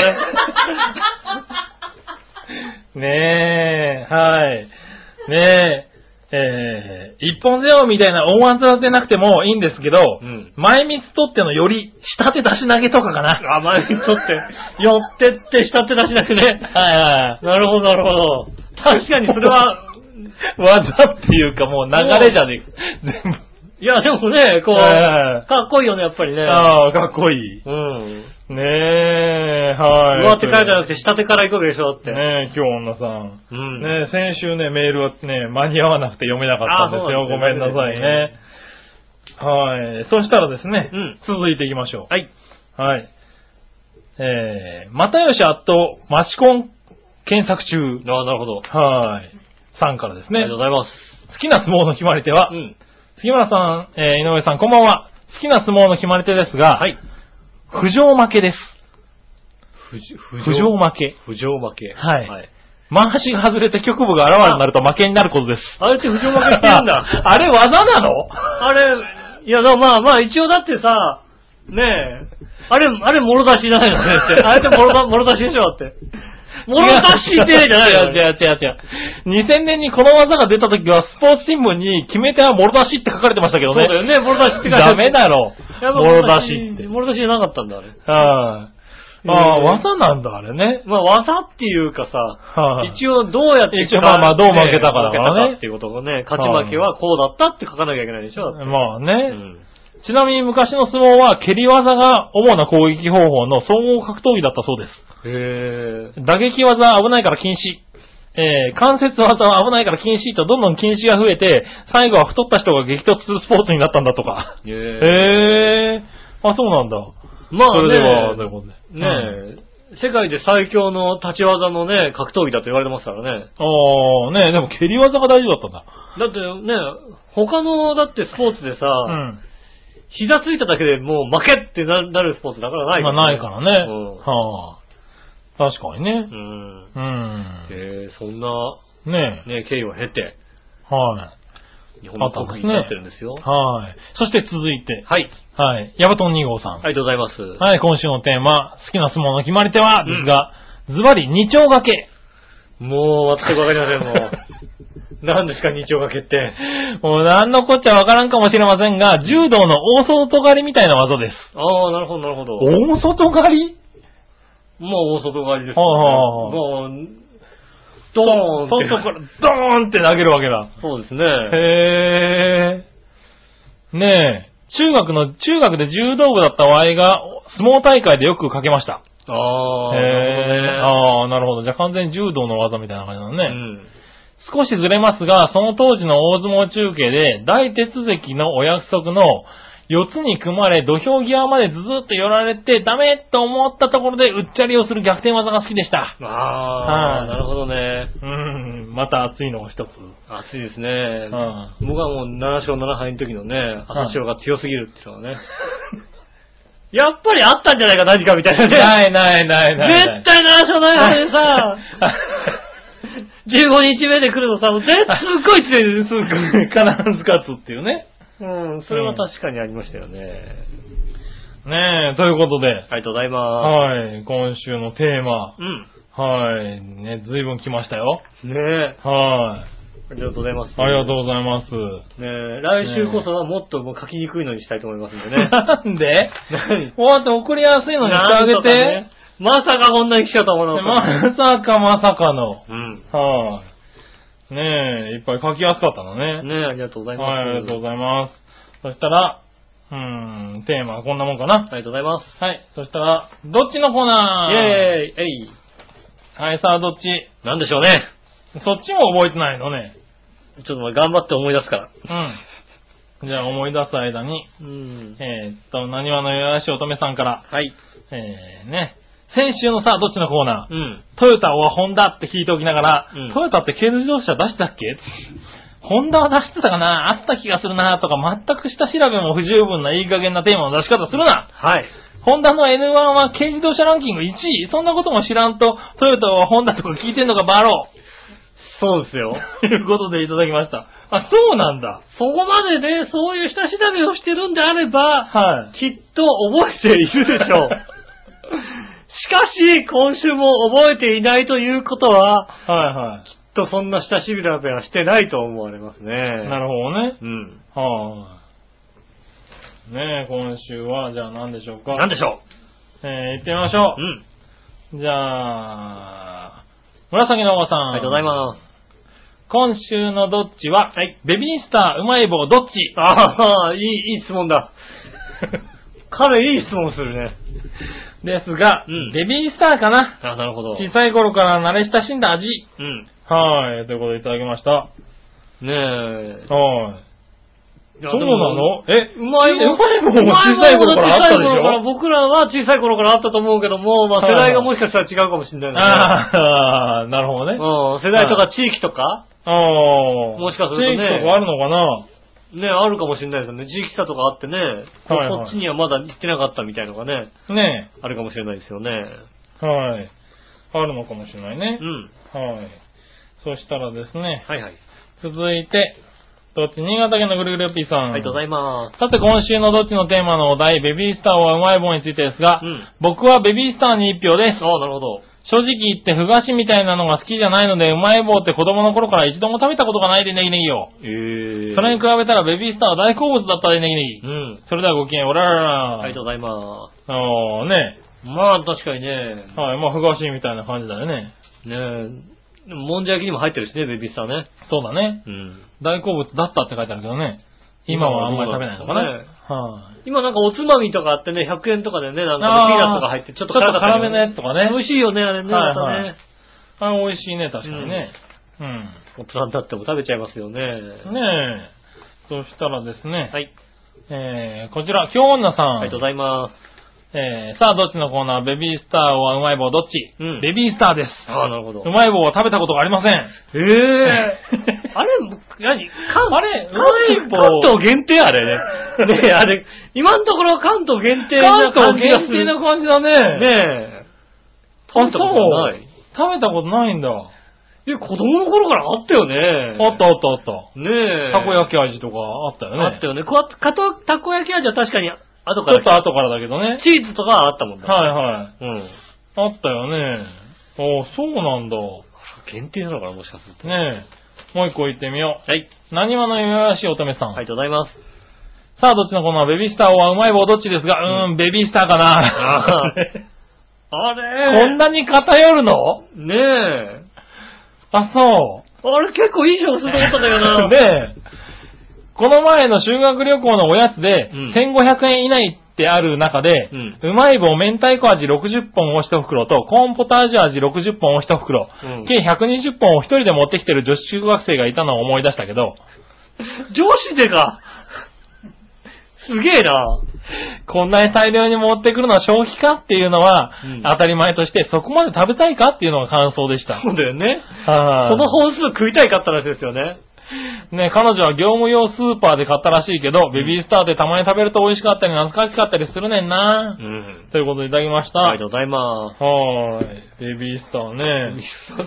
Speaker 3: (laughs) ねえ、はい。ねえ、えー、一本背負いみたいな大技でなくてもいいんですけど、
Speaker 2: うん
Speaker 3: 前みつ取ってのより、下手出し投げとかかな。
Speaker 2: 甘いと
Speaker 3: (laughs)
Speaker 2: って、寄ってって、下手出しだけね。
Speaker 3: はいは
Speaker 2: なるほど、なるほど。確かにそれは、
Speaker 3: い。技っていうかもう流れじゃねえか。全
Speaker 2: いや、でもね、こ
Speaker 3: 部。
Speaker 2: う、
Speaker 3: は
Speaker 2: かっこいいよね、やっぱりね。
Speaker 3: いああ、かっこいい。
Speaker 2: うん。
Speaker 3: ねえ、はい。
Speaker 2: 上手からじゃなくて下手から行くわけでしょだって。
Speaker 3: ねえ、今日女さん。
Speaker 2: うん。
Speaker 3: ねえ、先週ね、メールはね、間に合わなくて読めなかったんです
Speaker 2: あ
Speaker 3: よ。
Speaker 2: そ
Speaker 3: ご
Speaker 2: うな
Speaker 3: め
Speaker 2: んで
Speaker 3: ん
Speaker 2: すね
Speaker 3: なさいね。はい。そしたらですね、
Speaker 2: うん
Speaker 3: 続いていきましょ
Speaker 2: はい。
Speaker 3: う。はい。えー、またよしあっと、マチコン検索中。
Speaker 2: ああ、なるほど。
Speaker 3: はい。さんからです
Speaker 2: あり
Speaker 3: ね
Speaker 2: がと。うございます。
Speaker 3: 好きな相撲の決まり手は、
Speaker 2: うん。
Speaker 3: 杉村さん、えー井上さん、こんばんは。好きな相撲の決まり手ですが、
Speaker 2: はい。
Speaker 3: 不条負けです。
Speaker 2: 不条
Speaker 3: 不条負け。
Speaker 2: 不条負け。
Speaker 3: はい回しが外れて局部が現れになると負けになることです。
Speaker 2: あれって不条負けって言うんだ。
Speaker 3: (laughs) あれ技なの
Speaker 2: あれ、いや、だまあまあ、一応だってさ、ねえ、あれ、あれ、もろ出しじゃないのねって。あれってもろだ (laughs) もろ出しでしょだって。もろ出しってじゃないの
Speaker 3: 違う違う違う違う。2000年にこの技が出た時は、スポーツ新聞に決め手はもろ出しって書かれてましたけど
Speaker 2: そう
Speaker 3: ね。
Speaker 2: だよね、もろ出しって書いてあ
Speaker 3: ダ
Speaker 2: る
Speaker 3: メだろ
Speaker 2: やっ。ぱ
Speaker 3: もろ出しって。
Speaker 2: もろ出しじゃなかったんだ、あれ。
Speaker 3: はい。
Speaker 2: えー
Speaker 3: ああ、技なんだ、あれね。
Speaker 2: まあ、技っていうかさ、
Speaker 3: はい
Speaker 2: 一応どうやって、
Speaker 3: 一応まあまあどう負けたかだから
Speaker 2: 負
Speaker 3: ね
Speaker 2: けたっていうことがね、勝ち負けはこうだったって書かなきゃいけないでしょ、だって。
Speaker 3: まあね。
Speaker 2: うん
Speaker 3: ちなみに昔の相撲は蹴り技が主な攻撃方法の総合格闘技だったそうです。
Speaker 2: へえ。
Speaker 3: 打撃技は危ないから禁止。えー、関節技は危ないから禁止とどんどん禁止が増えて、最後は太った人が激突するスポーツになったんだとか。
Speaker 2: へえ。
Speaker 3: へえ。あ、そうなんだ。
Speaker 2: ま
Speaker 3: それでは、
Speaker 2: あ
Speaker 3: とい
Speaker 2: ね、
Speaker 3: うことで。うん
Speaker 2: ねえ、世界で最強の立ち技のね、格闘技だと言われてますからね。
Speaker 3: ああ、ねでも蹴り技が大事だったんだ。
Speaker 2: だってね、他のだってスポーツでさ、
Speaker 3: うん。
Speaker 2: 膝ついただけでもう負けってななるスポーツだからない
Speaker 3: ま
Speaker 2: から、
Speaker 3: あないからね。
Speaker 2: うん
Speaker 3: はあ。確かにね
Speaker 2: う。ん。
Speaker 3: うん。
Speaker 2: へえ、そんな、
Speaker 3: ね
Speaker 2: ね、経緯を経て、
Speaker 3: はい。
Speaker 2: 日本の国技になってるんですよ。
Speaker 3: はい。そして続いて、
Speaker 2: はい。
Speaker 3: はい。ヤバトン2号さん。
Speaker 2: ありがとうございます。
Speaker 3: はい、今週のテーマ、好きな相撲の決まり手は、ですが、ズバリ二丁掛け。
Speaker 2: もう、全くわかりま
Speaker 3: (laughs)
Speaker 2: せん、もう。何ですか、二丁掛けって。
Speaker 3: もう何のこっちゃわからんかもしれませんが、柔道の大外刈りみたいな技です。
Speaker 2: ああ、なるほど、なるほど。
Speaker 3: 大外刈り
Speaker 2: もう大外刈りです、
Speaker 3: はあは
Speaker 2: も
Speaker 3: あ
Speaker 2: う、ドーンって。
Speaker 3: 外からドーンって投げるわけだ。
Speaker 2: そうですね。
Speaker 3: へー。ねえ。中学の、中学で柔道部だった場合が、相撲大会でよくかけました。
Speaker 2: ああ、な
Speaker 3: へー。
Speaker 2: る
Speaker 3: ああ、なるほど。じゃあ完全に柔道の技みたいな感じなのね。
Speaker 2: ほどね。
Speaker 3: 少しずれますが、その当時の大相撲中継で、大鉄関のお約束の、四つに組まれ、土俵際までずずっと寄られて、ダメと思ったところで、うっちゃりをする逆転技が好きでした。
Speaker 2: うん。あ
Speaker 3: は
Speaker 2: あ、
Speaker 3: い
Speaker 2: なるほどね。
Speaker 3: うーん、また熱いのが一つ。
Speaker 2: 暑いですね。
Speaker 3: は
Speaker 2: 僕はもう7勝7敗の時のね、朝潮が強すぎるっていうのはね。やっぱりあったんじゃないか、何かみたいなね。
Speaker 3: ないないないない。
Speaker 2: 絶対7勝7敗で
Speaker 3: (laughs)
Speaker 2: さ、15日目で来るとさ、もう絶対すっごい強いです。
Speaker 3: (laughs) 必ず勝つっていうね。
Speaker 2: うん、それは確かにありましたよね。
Speaker 3: ねえ、ということで、
Speaker 2: ありがとうございます。
Speaker 3: はい、今週のテーマ、
Speaker 2: うん。
Speaker 3: はい、ね、随分来ましたよ。
Speaker 2: ねえ、
Speaker 3: はい、
Speaker 2: ありがとうございます。
Speaker 3: ありがとう
Speaker 2: う。
Speaker 3: ございます。
Speaker 2: ねえ、来週こそはもっともう書きにくいのにしたいと思いますんでね。
Speaker 3: なんで
Speaker 2: 何
Speaker 3: こうやって送りやすいのにしてあげ
Speaker 2: なんとかね
Speaker 3: て。
Speaker 2: まさかこんなに来ちゃうと思わなかっ
Speaker 3: まさかまさかの。
Speaker 2: た。うん。
Speaker 3: はい。ねえ、いっぱい書きやすかったのね。
Speaker 2: ねえ、ありがとうございます。
Speaker 3: はい、ありがとうご
Speaker 2: ざい
Speaker 3: ざいます。そしたら、うーん、テーマはこんなもんかな
Speaker 2: ま。す。ありがとうございます。
Speaker 3: はい、そしたら、どっちのコーナー
Speaker 2: イェーイえい
Speaker 3: はい、さあどっち
Speaker 2: なんでしょうね。
Speaker 3: そっちも覚えてないのね。
Speaker 2: ちょっとまあ頑張って思い出すから。
Speaker 3: うん。じゃあ思い出す間に、
Speaker 2: うん。
Speaker 3: えーっと、なにわのよやしおとめさんから、
Speaker 2: はい。
Speaker 3: えーね、先週のさあどっちのコーナー、
Speaker 2: うん。
Speaker 3: トヨタはホンダって聞いておきながら、
Speaker 2: うん
Speaker 3: トヨタって軽自動車出したっけホンダは出してたかなあった気がするなとか、全く下調べも不十分ないい加減なテーマの出し方するな
Speaker 2: はい。
Speaker 3: ホンダの N1 は軽自動車ランキング1位そんなことも知らんと、トヨタはホンダとか聞いてんのかバロ
Speaker 2: そうですよ。
Speaker 3: ーということでいただきました。あ、そうなんだ。
Speaker 2: そこまでね、そういう下調べをしてるんであれば、
Speaker 3: はい。
Speaker 2: きっと覚えているでしょ
Speaker 3: (laughs)
Speaker 2: う。しかし、今週も覚えていないということは、
Speaker 3: はいは
Speaker 2: きっとそんな下調べはしてないと思われますね。
Speaker 3: い。なるほどね。
Speaker 2: うん。
Speaker 3: はい。ねえ、今週は、じゃあ何でしょうか。
Speaker 2: なんでしょ
Speaker 3: えー、行ってみましょう。
Speaker 2: ううん。
Speaker 3: じゃあ、紫のおばさん。
Speaker 2: ありがとうございます。
Speaker 3: 今週のどっちは、ベビースターうまい棒どっち
Speaker 2: ああ、いい、いい質問
Speaker 3: (laughs)
Speaker 2: だ。彼いい質問するね。
Speaker 3: ですが、
Speaker 2: うん
Speaker 3: ベビースターかな
Speaker 2: あなるほど
Speaker 3: 小さい頃から慣れ親しんだ味。
Speaker 2: うん。
Speaker 3: はい、ということでいただきました。は
Speaker 2: ねえ。
Speaker 3: い。そうなのえ、
Speaker 2: うまいもん。
Speaker 3: うまいもんも
Speaker 2: うまい
Speaker 3: 小さい頃からあったでしょ
Speaker 2: 小さい頃から僕らは小さい頃からあったと思うけども、まあ
Speaker 3: はい
Speaker 2: 世
Speaker 3: はい
Speaker 2: 代がもしかしたら違うかもしれないので
Speaker 3: ああ、なるほどね。
Speaker 2: うん、世代とか地域とか
Speaker 3: ああ。
Speaker 2: もしかするとね
Speaker 3: 地域とかあるのかな
Speaker 2: ね、あるかもしれないですよね。地域差とかあってね、
Speaker 3: はいはい
Speaker 2: そっちにはまだ行ってなかったみたいのがね、
Speaker 3: ね
Speaker 2: あるかもしれないですよね。
Speaker 3: え。はい。あるのかもしれないね
Speaker 2: う。ん。
Speaker 3: はい。そしたらですね、
Speaker 2: はいはい。
Speaker 3: 続いて、どっち新潟県のぐるぐるぴーさん。
Speaker 2: ありがとうございます。
Speaker 3: さて今週のどっちのテーマのお題、ベビースターはうまい棒についてですが、
Speaker 2: うん
Speaker 3: 僕はベビースターに一票です。
Speaker 2: ああ、なるほど。
Speaker 3: 正直言って、ふ菓子みたいなのが好きじゃないので、うまい棒って子供の頃から一度も食べたことがないでネギネギよ。
Speaker 2: ええ
Speaker 3: それに比べたらベビースターは大好物だったでネギネ
Speaker 2: うん。
Speaker 3: ギ。それではごきげんよう、おららら。
Speaker 2: ありがとうございま
Speaker 3: あーね。
Speaker 2: す。まあ、確かにね、
Speaker 3: はい、まあ、ふ菓子みたいな感じだよね。
Speaker 2: ねえ、でももんじゃ焼きにも入ってるしね、ベビースターね。
Speaker 3: そうだね。
Speaker 2: うん。
Speaker 3: 大好物だったって書いてあるけどね。今はあんまり食べないのか
Speaker 2: 今はどうなん
Speaker 3: な。
Speaker 2: で
Speaker 3: はい、
Speaker 2: 今なんかおつまみとかあってね、100円とかでね、なん
Speaker 3: あ
Speaker 2: か
Speaker 3: ー
Speaker 2: ピーナッツが入って、ちょっと
Speaker 3: ちょっと辛めのやつとかね
Speaker 2: 美味しいよね、あれね。
Speaker 3: はいはい
Speaker 2: またね
Speaker 3: あれ美味しいね、確かにね。うん。
Speaker 2: 大人になっても食べちゃいますよね。ね
Speaker 3: ねえ。そしたらですね、
Speaker 2: はい。
Speaker 3: えー、こちら、京女さん。
Speaker 2: ありがとうございます。
Speaker 3: えー、さあ、どっちのコーナーベビースターはうまい棒どっち、
Speaker 2: うん
Speaker 3: ベビースターです。
Speaker 2: ああ、なるほど
Speaker 3: う。まい棒は食べたことがありません。
Speaker 2: (laughs) ええあれ、何関あれ関東関東限定あれね。ねえ、あれ、今のところ関東限定な
Speaker 3: 関東
Speaker 2: 感じ
Speaker 3: 限
Speaker 2: がす
Speaker 3: 定
Speaker 2: る。
Speaker 3: な感じだね。
Speaker 2: ねえ。食べたこと
Speaker 3: あ
Speaker 2: ない。
Speaker 3: そう食べたことないんだ。
Speaker 2: え、子供の頃からあったよね。
Speaker 3: あったあったあった。
Speaker 2: ねえ。
Speaker 3: たこ焼き味とかあったよね。
Speaker 2: あったよね。こうやってかとたこ焼き味は確かに後か
Speaker 3: ちょ
Speaker 2: ら
Speaker 3: っと後からだけどね。
Speaker 2: チーズとかはあったもんだ。
Speaker 3: はいはい。
Speaker 2: うん。
Speaker 3: あったよね。ああ、そうなんだ。
Speaker 2: 限定なのかな、もしかすると。
Speaker 3: ねえ。もう一個行ってみよ
Speaker 2: はい。
Speaker 3: う。何話のよやしおとめさん。
Speaker 2: ありがとうございます。
Speaker 3: さあ、どっちのコーナーベビースターはうまい棒どっちですが、うーん、ベビースターか
Speaker 2: あ
Speaker 3: な。
Speaker 2: あれ
Speaker 3: (laughs) こんなに偏るの
Speaker 2: ねえ。
Speaker 3: あ、そ
Speaker 2: あれ結構いい勝負すると思ったんだけどな。 (laughs)
Speaker 3: う。 (laughs) で、この前の修学旅行のおやつで、
Speaker 2: うん
Speaker 3: 1500円以内ってある中で、
Speaker 2: うん
Speaker 3: まい棒明太子味60本を1袋と、コーンポタージュ味60本を1袋、
Speaker 2: うん
Speaker 3: 計120本を1人で持ってきてる女子中学生がいたのを思い出したけど、
Speaker 2: 上司でか。すげえな。
Speaker 3: こんなに大量に持ってくるのは消費かっていうのは、
Speaker 2: うん
Speaker 3: 当たり前として、そこまで食べたいかっていうのが感想でした。
Speaker 2: (laughs) そうだよね。
Speaker 3: はい
Speaker 2: その本数食いたいかったらしいですよね。
Speaker 3: ね、彼女は業務用スーパーで買ったらしいけど、ベビースターでたまに食べると美味しかったり懐かしかったりするねんな、
Speaker 2: ん。
Speaker 3: ということでいただきました。
Speaker 2: ありがとうございます。
Speaker 3: はーい。ベビース
Speaker 2: (laughs)
Speaker 3: ターね。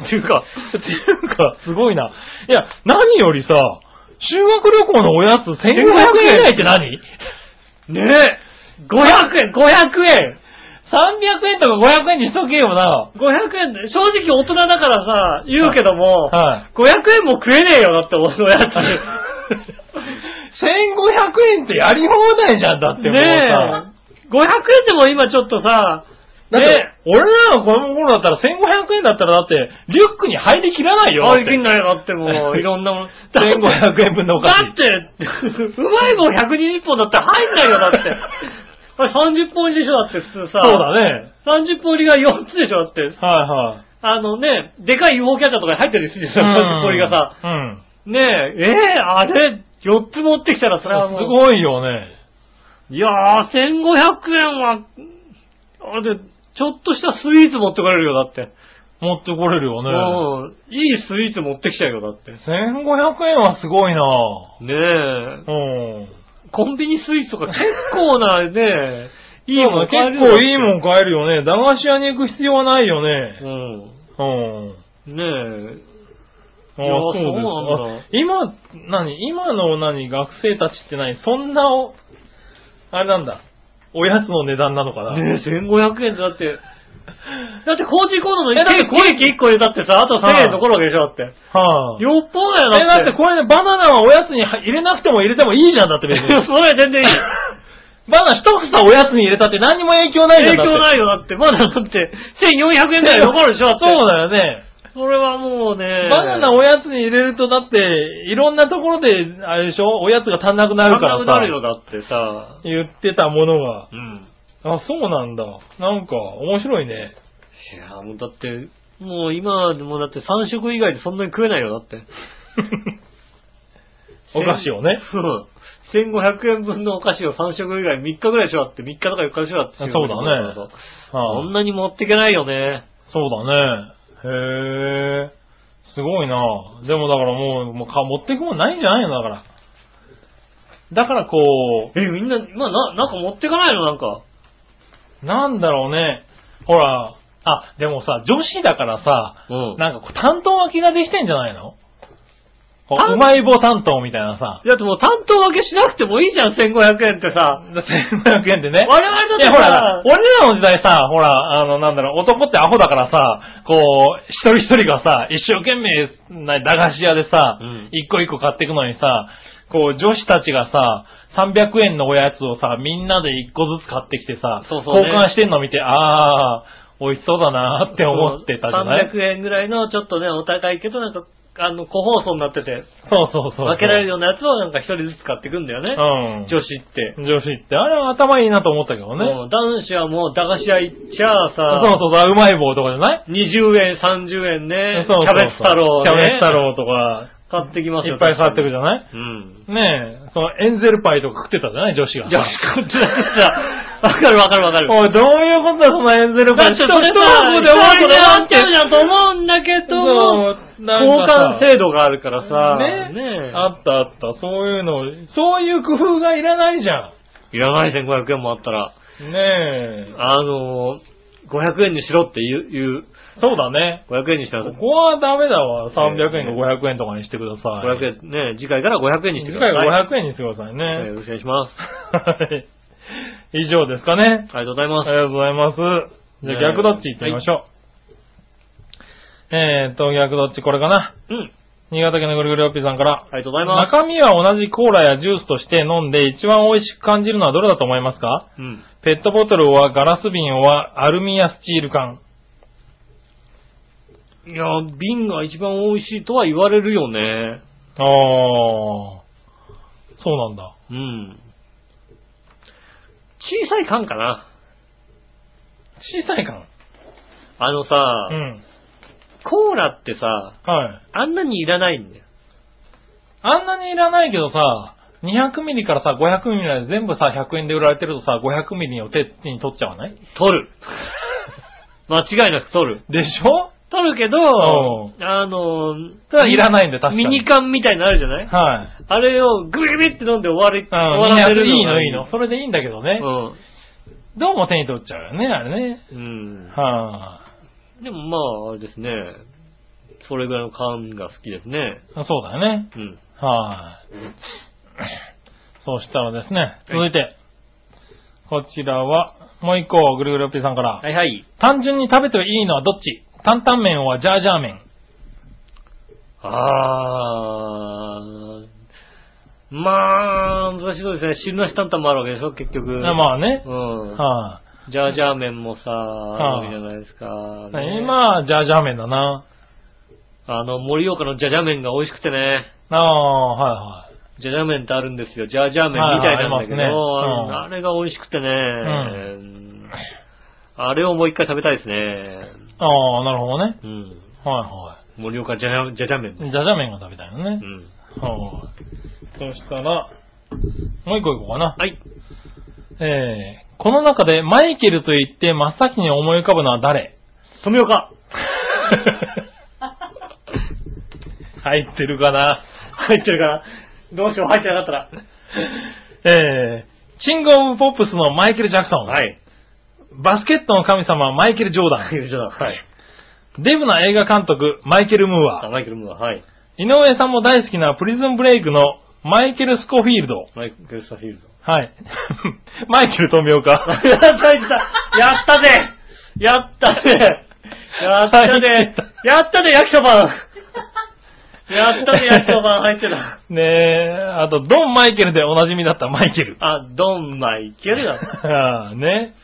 Speaker 2: っていうか、
Speaker 3: っていうか、すごいな。いや、何よりさ、修学旅行のおやつ1500円以内って何
Speaker 2: ねえ !500 円 !500 円
Speaker 3: ?300 円とか500円にしとけよな。
Speaker 2: 500円で、正直大人だからさ、言うけども、
Speaker 3: はい。
Speaker 2: 500円も食えねえよだって、俺の
Speaker 3: (laughs)
Speaker 2: やつ。
Speaker 3: 1500円ってやり放題じゃん、だってもうさ
Speaker 2: ね。え。500円でも今ちょっとさ、
Speaker 3: だっ
Speaker 2: ね
Speaker 3: て
Speaker 2: え、
Speaker 3: 俺らの子供の頃だったら1500円だったらだって、リュックに入りきらないよ。だっ
Speaker 2: あ
Speaker 3: て
Speaker 2: りきんないよだって
Speaker 3: (laughs)
Speaker 2: もう、いろんなもの。だって
Speaker 3: 1500円分のお菓
Speaker 2: だ
Speaker 3: 子。
Speaker 2: って、うまい棒120本だって入んないよだって。あれ30本入りでしょだって普通さ。
Speaker 3: そうだね。
Speaker 2: 30本入りが4つでしょだって。
Speaker 3: はいはい。
Speaker 2: あのね、でかい UFO キャッチャーとかに入ってるでしょ、30本入りがさ。
Speaker 3: うん。
Speaker 2: ねえ、ええあれ、4つ持ってきたらそれはもう。
Speaker 3: すごいよね。
Speaker 2: いやー、1500円は、あれ、ちょっとしたスイーツ持ってこれるよ、だって。
Speaker 3: 持ってこれるよね。
Speaker 2: うん。いいスイーツ持ってきちゃうよ、だって。ね
Speaker 3: 1500円はすごいな
Speaker 2: え。
Speaker 3: うん。
Speaker 2: コンビニスイーツとか結構な
Speaker 3: (laughs)
Speaker 2: ね、いいもん
Speaker 3: 結構いいもん買えるよね。駄菓子屋に行く必要はないよね。
Speaker 2: ん。
Speaker 3: うん。
Speaker 2: うん。ねえ。
Speaker 3: あ
Speaker 2: いや
Speaker 3: あ、そうです
Speaker 2: そうなんだ
Speaker 3: か。今、何今の何学生たちって何そんなお、あれなんだ。おやつの値段なのかな、
Speaker 2: ねえ、1500円だって。だって、工事コードの
Speaker 3: えだって
Speaker 2: ケーキケーキ1個でだってさ、あと1000円残るわけでしょ、だって。
Speaker 3: はあ。
Speaker 2: よっぽどだよ、だって
Speaker 3: え、。だってこれね、バナナはおやつに入れなくても入れてもいいじゃん、だって別に。
Speaker 2: (laughs) それ全然いいよ。
Speaker 3: (laughs) バナナ一房おやつに入れたって何にも影響ないじゃ
Speaker 2: 影
Speaker 3: ん。だ
Speaker 2: 響
Speaker 3: って
Speaker 2: ないよ、だって。まだだって、1400円ぐらい残るでしょ、だって。
Speaker 3: そうだよね。
Speaker 2: それはもうね。
Speaker 3: バナナおやつに入れるとだって、いろんなところで、あれでしょおやつが足んなくなるから
Speaker 2: 高
Speaker 3: さ。
Speaker 2: くなるよ、だってさ。
Speaker 3: 言ってたものが。
Speaker 2: うん。
Speaker 3: あ、そうなんだ。なんか、面白いね。
Speaker 2: いや、もうだって、もう今でもだって3食以外でそんなに食えないよ、だって。
Speaker 3: (laughs) お菓子をね。
Speaker 2: うん。1500円分のお菓子を3食以外3日ぐらいしようって、3日とか4日しようって。
Speaker 3: あそうだね
Speaker 2: そう
Speaker 3: は
Speaker 2: そ
Speaker 3: あ
Speaker 2: んなに持ってけないよね。
Speaker 3: そうだね。へえ。すごいなでもだからもう、もうか持ってくもんないんじゃないのだから。だからこ
Speaker 2: え、みんな、まあ、な、なんか持ってかないのなんか。
Speaker 3: う、なんだろうね。ほら、あ、でもさ、女子だからさ、
Speaker 2: うん
Speaker 3: なんかこう担当空きができてんじゃないのこ
Speaker 2: 担
Speaker 3: ううまい棒担当みたいなさ。
Speaker 2: だってもう担当分けしなくてもいいじゃん、1500円ってさ。
Speaker 3: 1500円でね。
Speaker 2: 我々だっ
Speaker 3: い
Speaker 2: てさ
Speaker 3: や、ほら、俺らの時代さ、ほら、あの、なんだろう、男ってアホだからさ、こう、一人一人がさ、一生懸命、な駄菓子屋でさ
Speaker 2: うん、
Speaker 3: 一個一個買っていくのにさ、こう、女子たちがさ、300円のおやつをさ、みんなで一個ずつ買ってきてさ、
Speaker 2: そうそうね
Speaker 3: 交換してんの見て、あー、美味しそうだなって思ってたじゃない
Speaker 2: 300円ぐらいのちょっとね、お高いけど、なんか、あの、個包装になってて、
Speaker 3: そうそうそう。
Speaker 2: 分けられるようなやつをなんか一人ずつ買っていくんだよね。
Speaker 3: うん。
Speaker 2: 女子って。
Speaker 3: 女子って、あれは頭いいなと思ったけどね。
Speaker 2: うん男子はもう駄菓子屋行っちゃあさ、
Speaker 3: そうそうそう、うまい棒とかじゃない
Speaker 2: 20円、30円ね、
Speaker 3: そうそう
Speaker 2: キャベツ太郎、ね、
Speaker 3: キャベツ太郎とか、
Speaker 2: 買ってきます
Speaker 3: い
Speaker 2: よ。
Speaker 3: っぱい触ってくじゃない
Speaker 2: うん。
Speaker 3: ねえ、そのエンゼルパイとか食ってたじゃない女子が。
Speaker 2: じゃあ、買ってた。わかるわかるわかる。
Speaker 3: (laughs) おい、どういうことだ、そのエンゼルパイ。
Speaker 2: だってそれさ、
Speaker 3: 箱で終わ
Speaker 2: で
Speaker 3: るの
Speaker 2: 終
Speaker 3: な
Speaker 2: わ
Speaker 3: ん
Speaker 2: ってちゃうじゃんと思うんだけど、
Speaker 3: そう
Speaker 2: 交
Speaker 3: なんかさ
Speaker 2: 換制度があるからさ、
Speaker 3: ね
Speaker 2: ね
Speaker 3: あったあった、そういうの、そういう工夫がいらないじゃ
Speaker 2: いらない1500円もあったら、
Speaker 3: ん。ねえ。
Speaker 2: あのー、500円にしろって言う、言う、
Speaker 3: そうだね。
Speaker 2: 500円にしてくだ
Speaker 3: こ
Speaker 2: さい。
Speaker 3: こはダメだわ。300円か500円とかにしてください。円。
Speaker 2: 500円、ね、次回から500円にして
Speaker 3: 次
Speaker 2: くださ
Speaker 3: 回
Speaker 2: い。
Speaker 3: は500円にしてくださいね。
Speaker 2: はいよろしくお願いします。
Speaker 3: (laughs) はい。以上ですかね。
Speaker 2: ありがとうございま
Speaker 3: ありがとうございます。じゃあ
Speaker 2: ねえ
Speaker 3: 逆どっち行ってみましょう。えーっと、逆どっちこれかな。
Speaker 2: す。うん。
Speaker 3: 新潟県のぐるぐるおっぴーさんから。
Speaker 2: ありがとうございます。
Speaker 3: 中身は同じコーラやジュースとして飲んで一番美味しく感じるのはどれだと思いますか
Speaker 2: うん。
Speaker 3: ペットボトルはガラス瓶はアルミやスチール缶。
Speaker 2: いや、瓶が一番美味しいとは言われるよね。
Speaker 3: あー。そうなんだ。
Speaker 2: うん。小さい缶かな。
Speaker 3: 小さい缶
Speaker 2: あのさ、
Speaker 3: うん。
Speaker 2: コーラってさ、
Speaker 3: はい。
Speaker 2: あんなにいらないんだよ。
Speaker 3: あんなにいらないけどさ、200ミリからさ、500ミリまで全部さ、100円で売られてるとさ、500ミリを手に取っちゃわない
Speaker 2: 取
Speaker 3: (laughs)
Speaker 2: る。間違いなく取る。
Speaker 3: でしょ
Speaker 2: 取るけど
Speaker 3: う、
Speaker 2: あのー、
Speaker 3: ただいらないんで確かに
Speaker 2: ミニ缶みたいなのあるじゃない
Speaker 3: はい。
Speaker 2: あれをグリグリって飲んで終わり、
Speaker 3: うん
Speaker 2: 終わらせる
Speaker 3: いいの
Speaker 2: が
Speaker 3: いいの。それでいいんだけどね。どうも手に取っちゃうよね、あれね。
Speaker 2: うん。うん。
Speaker 3: は
Speaker 2: でもまあ、あれですね。それぐらいの缶が好きですね。
Speaker 3: あ、そうだよね。
Speaker 2: うん。
Speaker 3: はい、そうしたらですね、続いて、こちらは、もう一個、ぐるぐるおっぴーさんから、
Speaker 2: はいはい。
Speaker 3: 単純に食べていいのはどっち担々麺はジャージャー麺。
Speaker 2: あー。まあ、難しいそうですね。汁なし担々もあるわけでしょ、結局。
Speaker 3: あまあね。
Speaker 2: うん。
Speaker 3: は
Speaker 2: ジャージャー麺もさ、あるわけじゃないですか。
Speaker 3: い、
Speaker 2: ね
Speaker 3: 今、ジャージャー麺だな。
Speaker 2: あの、盛岡のジャージャー麺が美味しくてね。
Speaker 3: ああ、はいはい。
Speaker 2: ジャージャー麺ってあるんですよ。ジャージャー麺みたいなんだけど、
Speaker 3: はいはいありますねうん
Speaker 2: あのあれが美味しくてね、うんあれをもう一回食べたいですね。
Speaker 3: ああ、なるほどね。
Speaker 2: うん。
Speaker 3: はいは
Speaker 2: 盛岡ジャージャージャー麺
Speaker 3: い。
Speaker 2: で
Speaker 3: ジャージャー麺が食べたいの
Speaker 2: す。う
Speaker 3: ね。
Speaker 2: ん。
Speaker 3: はい。そしたら、もう一個いこうかな。
Speaker 2: はい。
Speaker 3: えー、この中でマイケルと言って真っ先に思い浮かぶのは誰
Speaker 2: 富岡
Speaker 3: (laughs) 入ってるかな
Speaker 2: 入ってるから、どうしよう入ってなかったら。
Speaker 3: えー、キングオブポップスのマイケル・ジャクソン。
Speaker 2: はい。
Speaker 3: バスケットの神様、マイケル・ジョーダ
Speaker 2: マイケル・ジョーダン。はい。
Speaker 3: ン。デブな映画監督、マイケル・ムー
Speaker 2: あ
Speaker 3: ア。
Speaker 2: マイケル・ムーア。はい。
Speaker 3: 井上さんも大好きなプリズンブレイクのマイケル・スコフィールド。
Speaker 2: マイケル・スタフィールド。
Speaker 3: はい。 (laughs) マイケル・トミオカ。
Speaker 2: (laughs) やった、やったぜやったぜやったぜやったぜ、焼きそばやったぜ、焼きそば入ってた。
Speaker 3: ねえ、あと、ドン・マイケルでおなじみだったマイケル。
Speaker 2: (laughs)
Speaker 3: (laughs)
Speaker 2: あ、ドンマイケルだ。
Speaker 3: ああね。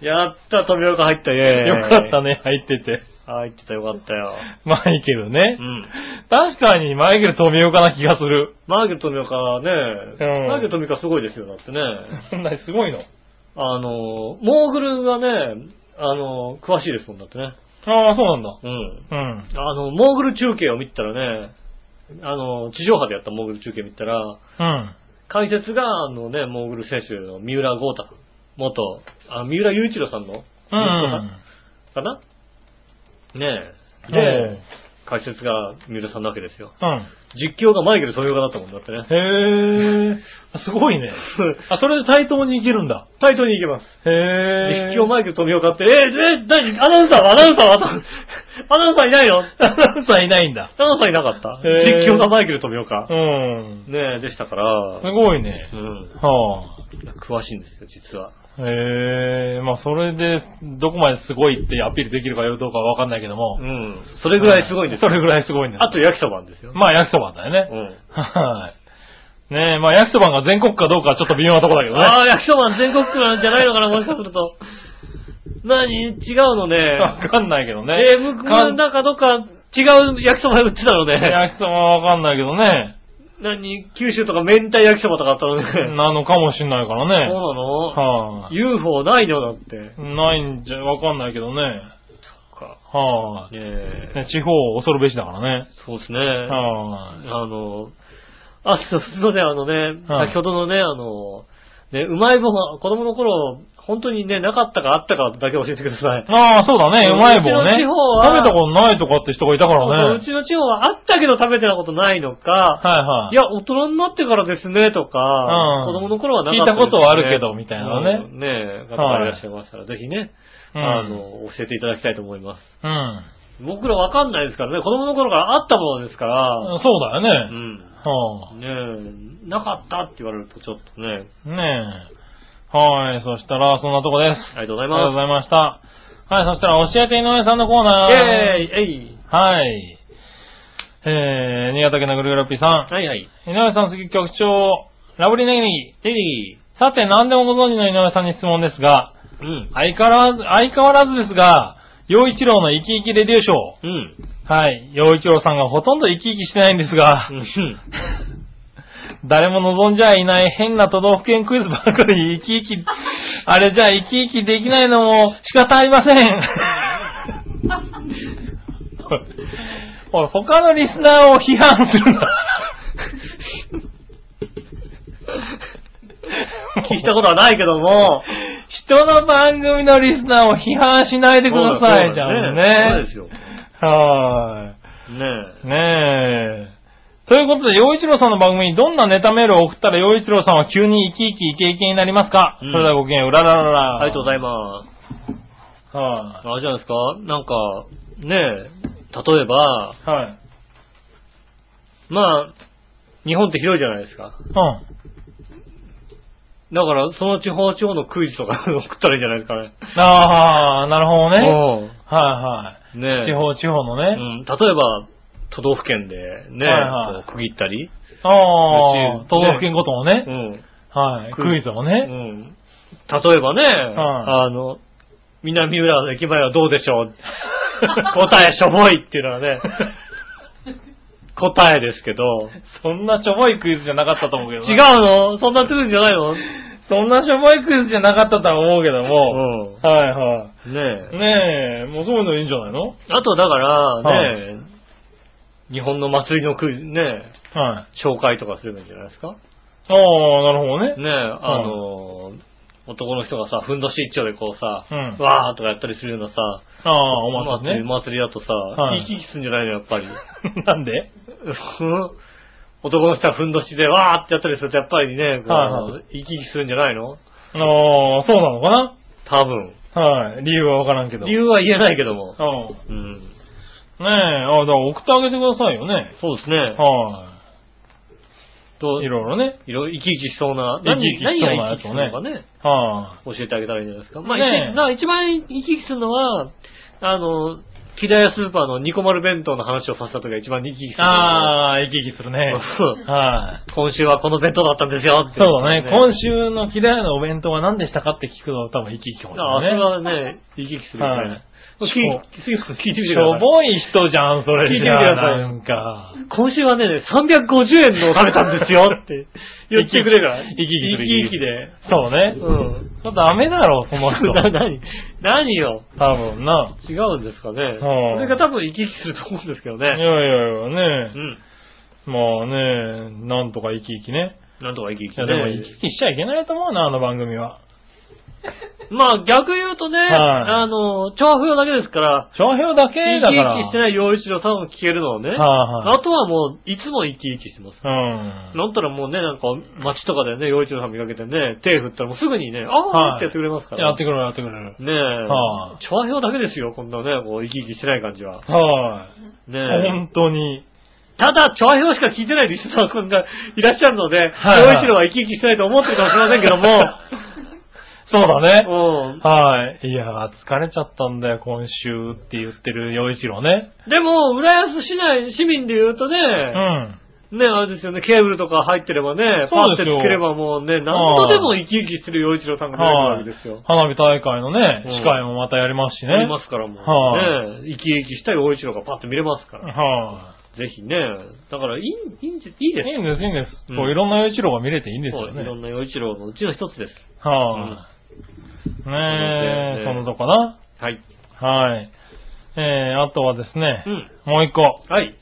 Speaker 2: やった、飛び岡入った、イェーイ。
Speaker 3: よかった。ね、入ってて。
Speaker 2: 入ってた、よかったよ。
Speaker 3: マイケルね
Speaker 2: う。ん。
Speaker 3: 確かにマイケル富岡な気がする。
Speaker 2: マーケル富岡はね、
Speaker 3: うん
Speaker 2: マーケル富岡すごいですよ、だってね。
Speaker 3: そんなにすごいの。
Speaker 2: あの、モーグルがね、あの、詳しいですもんだってね。
Speaker 3: ああ、そうなんだ。
Speaker 2: うん。
Speaker 3: うん。
Speaker 2: あの、モーグル中継を見てたらね、あの、地上波でやったモーグル中継見てたら、
Speaker 3: うん。
Speaker 2: 解説が、あのね、モーグル選手の三浦豪太、元、あ、三浦雄一郎さんの息子
Speaker 3: う
Speaker 2: さん
Speaker 3: ん。
Speaker 2: かな、ねえ。
Speaker 3: え
Speaker 2: で
Speaker 3: え、
Speaker 2: 解説が三浦さんなわけですよ。
Speaker 3: うん。
Speaker 2: 実況がマイケル総評家だったもんだってね。
Speaker 3: へえ、すご
Speaker 2: (laughs)
Speaker 3: いね。あ、それで対等にいけるんだ。
Speaker 2: 対等に行けます。
Speaker 3: へえ。
Speaker 2: 実況マイケル富岡って、えー、え、何アナウンサーはアナウンサーは (laughs) とアナウンサーいないの
Speaker 3: アナウンサーいないんだ。
Speaker 2: アナウンサーいなかった
Speaker 3: へー
Speaker 2: 実況がマイケル富岡
Speaker 3: う。ん。
Speaker 2: ねえ、でしたか
Speaker 3: す
Speaker 2: ら、
Speaker 3: ごいね
Speaker 2: う。ん。
Speaker 3: はあ。
Speaker 2: 詳しいんですよ、実は。
Speaker 3: へえ、まあそれで、どこまですごいってアピールできるかどうかはわかんないけども。
Speaker 2: うん。それぐらいすごいんです
Speaker 3: そ
Speaker 2: よ。
Speaker 3: れぐらいすごいんです。
Speaker 2: あと、焼きそばんですよ。
Speaker 3: まあ焼きそばだよ
Speaker 2: う
Speaker 3: ね。
Speaker 2: ん。
Speaker 3: はい。ねえ、まあ焼きそばが全国かどうかはちょっと微妙なとこだけどね。
Speaker 2: ああ、焼きそばん全国区なんじゃないのかな、もしかすると。何違うのね。 (laughs)
Speaker 3: わかんないけどね。
Speaker 2: えー、むく
Speaker 3: かん
Speaker 2: なんかどっか違う焼きそば売ってたのね。
Speaker 3: 焼きそばはわかんないけどね。
Speaker 2: 何九州とか明太焼きそばとかあったのね。
Speaker 3: なのかもしんないから
Speaker 2: そう
Speaker 3: ね。
Speaker 2: なの
Speaker 3: はい、
Speaker 2: UFO ないのだって。
Speaker 3: ないんじゃ、わかんないけどね。
Speaker 2: か。
Speaker 3: はい、
Speaker 2: ね
Speaker 3: ね
Speaker 2: え。
Speaker 3: 地方を恐るべしだからね。
Speaker 2: そうですね。
Speaker 3: はい、
Speaker 2: あの、あ、そう、すいません、あのね、
Speaker 3: はい
Speaker 2: 先ほどのね、あの、ね、うまい棒が、子供の頃、本当にね、なかったかあったかだけ教えてください。
Speaker 3: ああ、そうだね、
Speaker 2: うん
Speaker 3: うまい棒ね。
Speaker 2: うちの地方は
Speaker 3: 食べたことないとかって人がいたか
Speaker 2: そう
Speaker 3: ら
Speaker 2: う
Speaker 3: ね。
Speaker 2: ちの地方はあったけど食べてたことないのか、
Speaker 3: はいはい。
Speaker 2: いや、大人になってからですね、とか、
Speaker 3: うん
Speaker 2: 子供の頃はなかった、
Speaker 3: 聞いたことはあるけどみたいなね
Speaker 2: うんねえ、方がいらっしゃいましたら、ぜひね、
Speaker 3: うん
Speaker 2: あの、教えていただきたいと思います。
Speaker 3: うん。
Speaker 2: 僕らわかんないですからね、子供の頃からあったものですから、
Speaker 3: そうだよ
Speaker 2: う
Speaker 3: ね。
Speaker 2: ん。
Speaker 3: は
Speaker 2: ねえ、なかったって言われるとちょっとね、
Speaker 3: あ、ねえ。はい、そしたら、そんなとこです。
Speaker 2: ありがとうござ
Speaker 3: あ
Speaker 2: い
Speaker 3: りがとう
Speaker 2: ま
Speaker 3: ございました。はい、そしたら、教えて井上さんのコーナー。
Speaker 2: す。イェーイえい
Speaker 3: はい。えー、新潟県のぐるぐるぴーさ
Speaker 2: はいはい。
Speaker 3: ん。井上さん、次局長、ラブリーネギネギ。
Speaker 2: えい
Speaker 3: さて、何でもご存知の井上さんに質問ですが、
Speaker 2: うん。
Speaker 3: 相変わらず、相変わらずですが、洋一郎の生き生きレディオショー。
Speaker 2: うん。
Speaker 3: はい。洋一郎さんがほとんど生き生きしてないんですが
Speaker 2: う、
Speaker 3: (laughs)
Speaker 2: ん。
Speaker 3: 誰も望んじゃいない変な都道府県クイズばっかりに生き生き、あれじゃ生き生きできないのも仕方ありませ
Speaker 2: (laughs)
Speaker 3: ん。おい、他のリスナーを批判するな。
Speaker 2: 聞いたことはないけど
Speaker 3: (laughs)
Speaker 2: も、
Speaker 3: 人の番組のリスナーを批判しないでください、じゃん
Speaker 2: そう
Speaker 3: ね
Speaker 2: です。よ。ね
Speaker 3: は
Speaker 2: え
Speaker 3: ーい。ねえ。ということで、洋一郎さんの番組にどんなネタメールを送ったら洋一郎さんは急に生き生きイケイケになりますか、
Speaker 2: うん
Speaker 3: それではごきげんよう、うらららら。
Speaker 2: ありがとうござい
Speaker 3: ま
Speaker 2: ます。
Speaker 3: す。は
Speaker 2: あれじゃないですかなんか、ねえ、例えば、
Speaker 3: い。はい。
Speaker 2: まあ、日本って広いじゃないですか。
Speaker 3: うん。
Speaker 2: だから、その地方地方のクイズとか (laughs) 送ったらいいんじゃないですかね。
Speaker 3: ああ、なるほどね。は
Speaker 2: えね
Speaker 3: い
Speaker 2: え。
Speaker 3: はい。地方地方の
Speaker 2: う
Speaker 3: ね。
Speaker 2: ん。例えば、都道府県でね、
Speaker 3: はいはい
Speaker 2: こう区切ったり、
Speaker 3: あ
Speaker 2: う
Speaker 3: あ、
Speaker 2: ち
Speaker 3: 都道府県ごとの
Speaker 2: う
Speaker 3: ね。
Speaker 2: ん。
Speaker 3: はい。クイズを
Speaker 2: う
Speaker 3: ね。
Speaker 2: ん。例えばね、
Speaker 3: ん
Speaker 2: あの、南浦の駅前はどうでしょう (laughs) 答えしょぼいっていうのはね、答えですけ
Speaker 3: (laughs)
Speaker 2: ど、
Speaker 3: そんなしょぼいクイズじゃなかったと思うけどな
Speaker 2: 違うのそんなクイズじゃないの
Speaker 3: そんなしょぼいクイズじゃなかったとは思うけども。はいは
Speaker 2: うん。ね
Speaker 3: い。ねえ、もうそういうのいいんじゃないの
Speaker 2: え。あとだからね、日本の祭りのクイズね、
Speaker 3: はい。
Speaker 2: 紹介とかすればいいんじゃないですかね
Speaker 3: ああ、なるほどね
Speaker 2: え、。あの、男の人がさ、ふんどし一丁でこうさ、
Speaker 3: うん
Speaker 2: わーとかやったりするようなさ、
Speaker 3: ああ、お祭りね。
Speaker 2: 祭りだとさ、
Speaker 3: はい
Speaker 2: 生き生きするんじゃないの、やっぱり。 (laughs)
Speaker 3: (laughs) なんで
Speaker 2: 男の人はふんどしでわーってやったりすると、やっぱりね、こう
Speaker 3: はいは
Speaker 2: 生き生きするんじゃないの
Speaker 3: ああ、そうなのか
Speaker 2: 多分。
Speaker 3: なはい。理由はわからんけど。
Speaker 2: 理由は言えないけども。
Speaker 3: うん。ね
Speaker 2: うん。
Speaker 3: え、ああ、だから送ってあげてくださいよね。
Speaker 2: そうですね。
Speaker 3: は
Speaker 2: と
Speaker 3: い。いろいろね。
Speaker 2: いろいろ生き生きしそうな、
Speaker 3: 生き生きしそ
Speaker 2: 何
Speaker 3: うな
Speaker 2: が生き生きするのかね、
Speaker 3: は
Speaker 2: 教えてあげたらいいんじゃないですか。まあ、
Speaker 3: ねえ
Speaker 2: 一番一番生き生きするのは、あの、木田屋スーパーのニコマル弁当の話をさせた時が一番生き生きす
Speaker 3: い。
Speaker 2: る。
Speaker 3: ああ、生き生きするね。
Speaker 2: そう
Speaker 3: はい。
Speaker 2: (laughs) 今週はこの弁当だったんですよってい
Speaker 3: そうだね。今
Speaker 2: 週。
Speaker 3: 週の嫌いなお弁当は何でしたかって聞くの多分生き生きかもしれ
Speaker 2: ああ、そ
Speaker 3: ない
Speaker 2: れ
Speaker 3: ね。
Speaker 2: はね、生き生きするよね。
Speaker 3: はい
Speaker 2: 聞い次聞いてみて
Speaker 3: し
Speaker 2: くださ
Speaker 3: ょ
Speaker 2: い。
Speaker 3: ぼい人じゃん、それじゃ
Speaker 2: 聞いてみて
Speaker 3: あ。
Speaker 2: ください
Speaker 3: なんか。
Speaker 2: 今週はね、350円のを食べたんですよ
Speaker 3: (laughs)
Speaker 2: って言ってくれるから。
Speaker 3: 生き生きす
Speaker 2: 生
Speaker 3: る
Speaker 2: き生きで。
Speaker 3: そうね。
Speaker 2: うん。
Speaker 3: それダメだろ、その人。
Speaker 2: (laughs) な、何何よ。
Speaker 3: 多分な。
Speaker 2: 違うんですかね。
Speaker 3: ああ
Speaker 2: それが多分生き生きすると思うんですけどね
Speaker 3: いや。いやいうやね。
Speaker 2: ん。
Speaker 3: まあね、なんとか生き生きね。
Speaker 2: なんとか生き生き
Speaker 3: いやでも生き生きしちゃいけないと思うな、あの番組は。
Speaker 2: まあ逆言うとね、
Speaker 3: はい
Speaker 2: あの、調布用だけですから、
Speaker 3: 商標だ
Speaker 2: 生
Speaker 3: けだ
Speaker 2: き
Speaker 3: から。
Speaker 2: 生きしてない洋一郎さんを聞けるのはね、
Speaker 3: はいはい
Speaker 2: あとはもう、いつも生き生きしてます。
Speaker 3: うん。
Speaker 2: なんたらもうね、なんか街とかでね、洋一郎さん見かけてね、手振ったらもうすぐにね、あ
Speaker 3: はい
Speaker 2: ーってやってくれますから。
Speaker 3: やってくれる、やってくれる。
Speaker 2: ねえ、
Speaker 3: は
Speaker 2: 調和表だけですよ、こんなね、こう、生き生きしてない感じは。
Speaker 3: はい。
Speaker 2: ねえ。
Speaker 3: 本当に。
Speaker 2: ただ、調和表しか聞いてないリスナーさんがいらっしゃるので、
Speaker 3: はいはい
Speaker 2: 洋一郎は生き生きしてないと思ってるかもしれませんけど
Speaker 3: (laughs) そうだね。
Speaker 2: も、うん。
Speaker 3: はい。いやー、疲れちゃったんだよ、今週って言ってる洋一郎ね。
Speaker 2: でも、浦安市内、市民で言うとね、
Speaker 3: うん。
Speaker 2: ね、あれですよね、ケーブルとか入ってればね、パ
Speaker 3: そう
Speaker 2: ッて
Speaker 3: で
Speaker 2: つ
Speaker 3: すよ
Speaker 2: ければもうね、何度でも生き生きしてる洋一郎さんが出てくるわ
Speaker 3: は
Speaker 2: け
Speaker 3: い
Speaker 2: ですよ。。
Speaker 3: 花火大会のね
Speaker 2: うん、
Speaker 3: 司会もまたやりますしね。
Speaker 2: ありますからも
Speaker 3: は
Speaker 2: う、ね、生き生きした洋一郎がパッと見れますから、
Speaker 3: は
Speaker 2: ぜひね、だからいい、いいんじいい
Speaker 3: い。
Speaker 2: です
Speaker 3: いいんです、いいんです。
Speaker 2: うん
Speaker 3: こういろんな洋一郎が見れていいんです
Speaker 2: そう
Speaker 3: よね
Speaker 2: い。ろんな洋一郎のうちの一つです。
Speaker 3: はい。ね
Speaker 2: ね
Speaker 3: え、そのとこな。
Speaker 2: はい。
Speaker 3: はい。えー、あとはですね
Speaker 2: う、ん。
Speaker 3: もう一個。
Speaker 2: はい。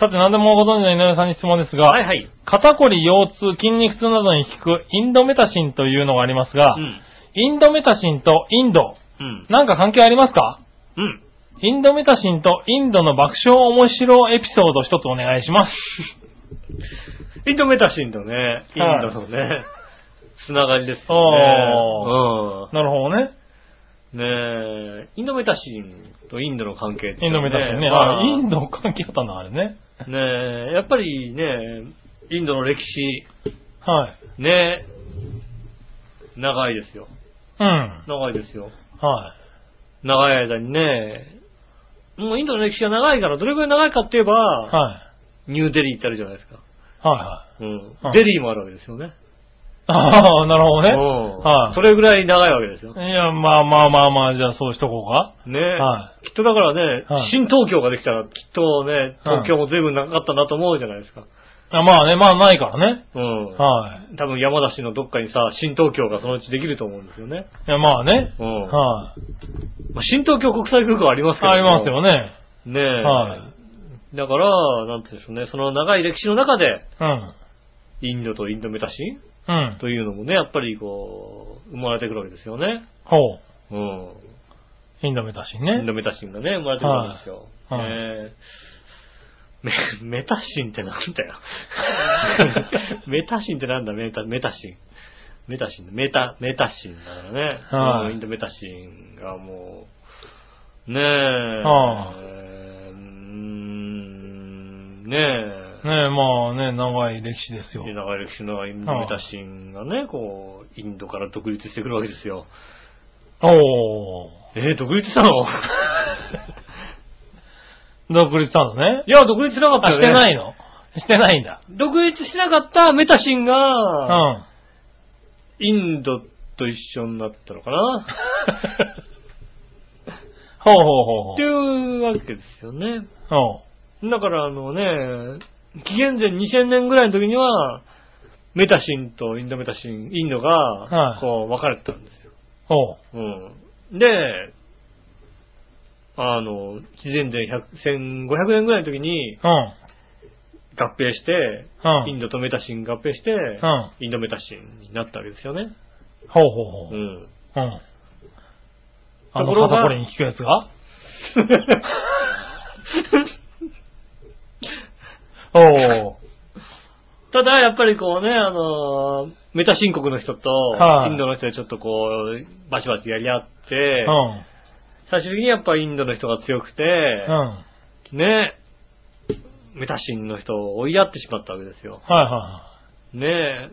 Speaker 3: さて、何でもご存知の井上さんに質問ですが、
Speaker 2: はいはい。
Speaker 3: 肩こり、腰痛、筋肉痛などに効くインドメタシンというのがありますが、
Speaker 2: うん。
Speaker 3: インドメタシンとインド、
Speaker 2: うん。
Speaker 3: なんか関係ありますか
Speaker 2: うん。
Speaker 3: インドメタシンとインドの爆笑面白エピソード一つお願い
Speaker 2: (laughs)
Speaker 3: します。
Speaker 2: インドメタシンとね、イン
Speaker 3: はい
Speaker 2: ドのね、つながりです
Speaker 3: お
Speaker 2: よね。
Speaker 3: なるほどね。
Speaker 2: うん。ねえ、インドメタシンとインドの関係ってい
Speaker 3: イ
Speaker 2: う
Speaker 3: ン
Speaker 2: の
Speaker 3: ド
Speaker 2: は
Speaker 3: メタシンね。
Speaker 2: ま
Speaker 3: あ、インド関係あったんだ、あれね。
Speaker 2: ねえ、やっぱりね、インドの歴史、
Speaker 3: はい。
Speaker 2: ね長いですよ。
Speaker 3: うん。
Speaker 2: 長いですよ。
Speaker 3: は
Speaker 2: 長い間にね、もうインドの歴史が長いから、どれくらい長いかって言えば、
Speaker 3: い。はい。
Speaker 2: ニューデリーってあるじゃないですか。
Speaker 3: はいは
Speaker 2: うん
Speaker 3: い。うん
Speaker 2: デリーもあるわけですよね。
Speaker 3: (laughs) ああ、なるほどね。
Speaker 2: うん
Speaker 3: は
Speaker 2: それぐらい長いわけですよ。
Speaker 3: い。いや、まあまあまあまあ、じゃあそうしとこうか。
Speaker 2: ね、
Speaker 3: は
Speaker 2: きっとだからね、
Speaker 3: はい
Speaker 2: 新東京ができたら、きっとね、東京も随分長かったなと思うじゃないですか。
Speaker 3: あまあね、まあないからね。
Speaker 2: うん。
Speaker 3: はい。
Speaker 2: 多分山梨のどっかにさ、新東京がそのうちできると思うんですよね。
Speaker 3: いや、まあね。
Speaker 2: うん。
Speaker 3: はい。
Speaker 2: まあ、新東京国際空港ありますけど
Speaker 3: ありますよ
Speaker 2: ね。
Speaker 3: ね。
Speaker 2: ねえ。
Speaker 3: は
Speaker 2: だから、なんていうんでしょうね、その長い歴史の中で、
Speaker 3: うん。
Speaker 2: インドとインドメタシ
Speaker 3: うん
Speaker 2: ン。というのもね、やっぱりこう、生まれてくるわけですよね。
Speaker 3: ほ
Speaker 2: うん。
Speaker 3: う。インドメタシン
Speaker 2: インドメ
Speaker 3: ね。
Speaker 2: タシンがね、生まれてくるんですよ。
Speaker 3: はいはい
Speaker 2: ねえメメタシンってなん
Speaker 3: (laughs)
Speaker 2: だよ。メタシンってなんだメタ、メタシン。メタシン、メタ、メタシンだからね。
Speaker 3: は
Speaker 2: う
Speaker 3: い
Speaker 2: んインドメタシンがもう、ねえ、
Speaker 3: は
Speaker 2: えーうーんねえ、
Speaker 3: ねえ、まあね、長い歴史ですよ。
Speaker 2: 長い歴史のインドメタシンがね、こう、インドから独立してくるわけですよ。
Speaker 3: お
Speaker 2: えー、独立
Speaker 3: (laughs)
Speaker 2: したの
Speaker 3: ー。独立したのね
Speaker 2: い。や、独立しなかっ
Speaker 3: あ、
Speaker 2: た
Speaker 3: し
Speaker 2: よね。
Speaker 3: てないのしてないんだ。
Speaker 2: 独立しなかったメタシン
Speaker 3: う
Speaker 2: が、
Speaker 3: ん。
Speaker 2: インドと一緒になったのか
Speaker 3: (laughs)
Speaker 2: な
Speaker 3: ほうほうほうほう
Speaker 2: っていうわけですよね。
Speaker 3: おう。
Speaker 2: だからあのね、紀元前2000年ぐらいの時には、メタシンとインドメタシン、インドが
Speaker 3: は、い
Speaker 2: こう分かれてたんですよ。
Speaker 3: ほう。
Speaker 2: うん。で、あの、紀元前100 1500年ぐらいの時に
Speaker 3: うん。
Speaker 2: 合併して、
Speaker 3: うん
Speaker 2: インドとメタシン合併して、
Speaker 3: ん
Speaker 2: インドメタシンになったわけですよね。
Speaker 3: ほうほうほ
Speaker 2: う
Speaker 3: う。
Speaker 2: ん。
Speaker 3: うん。
Speaker 2: と
Speaker 3: あの
Speaker 2: ころが
Speaker 3: 肩こりに効くやつがおう。
Speaker 2: (laughs) ただ、やっぱりこうね、あのーメタ申告の人と、
Speaker 3: はい
Speaker 2: インドの人でちょっとこう、バチバチやり合って、
Speaker 3: うん。
Speaker 2: 最終的にやっぱインドの人が強くて、
Speaker 3: うん。はい
Speaker 2: ね、メタシンの人を追いやってしまったわけですよ。
Speaker 3: はいは
Speaker 2: ね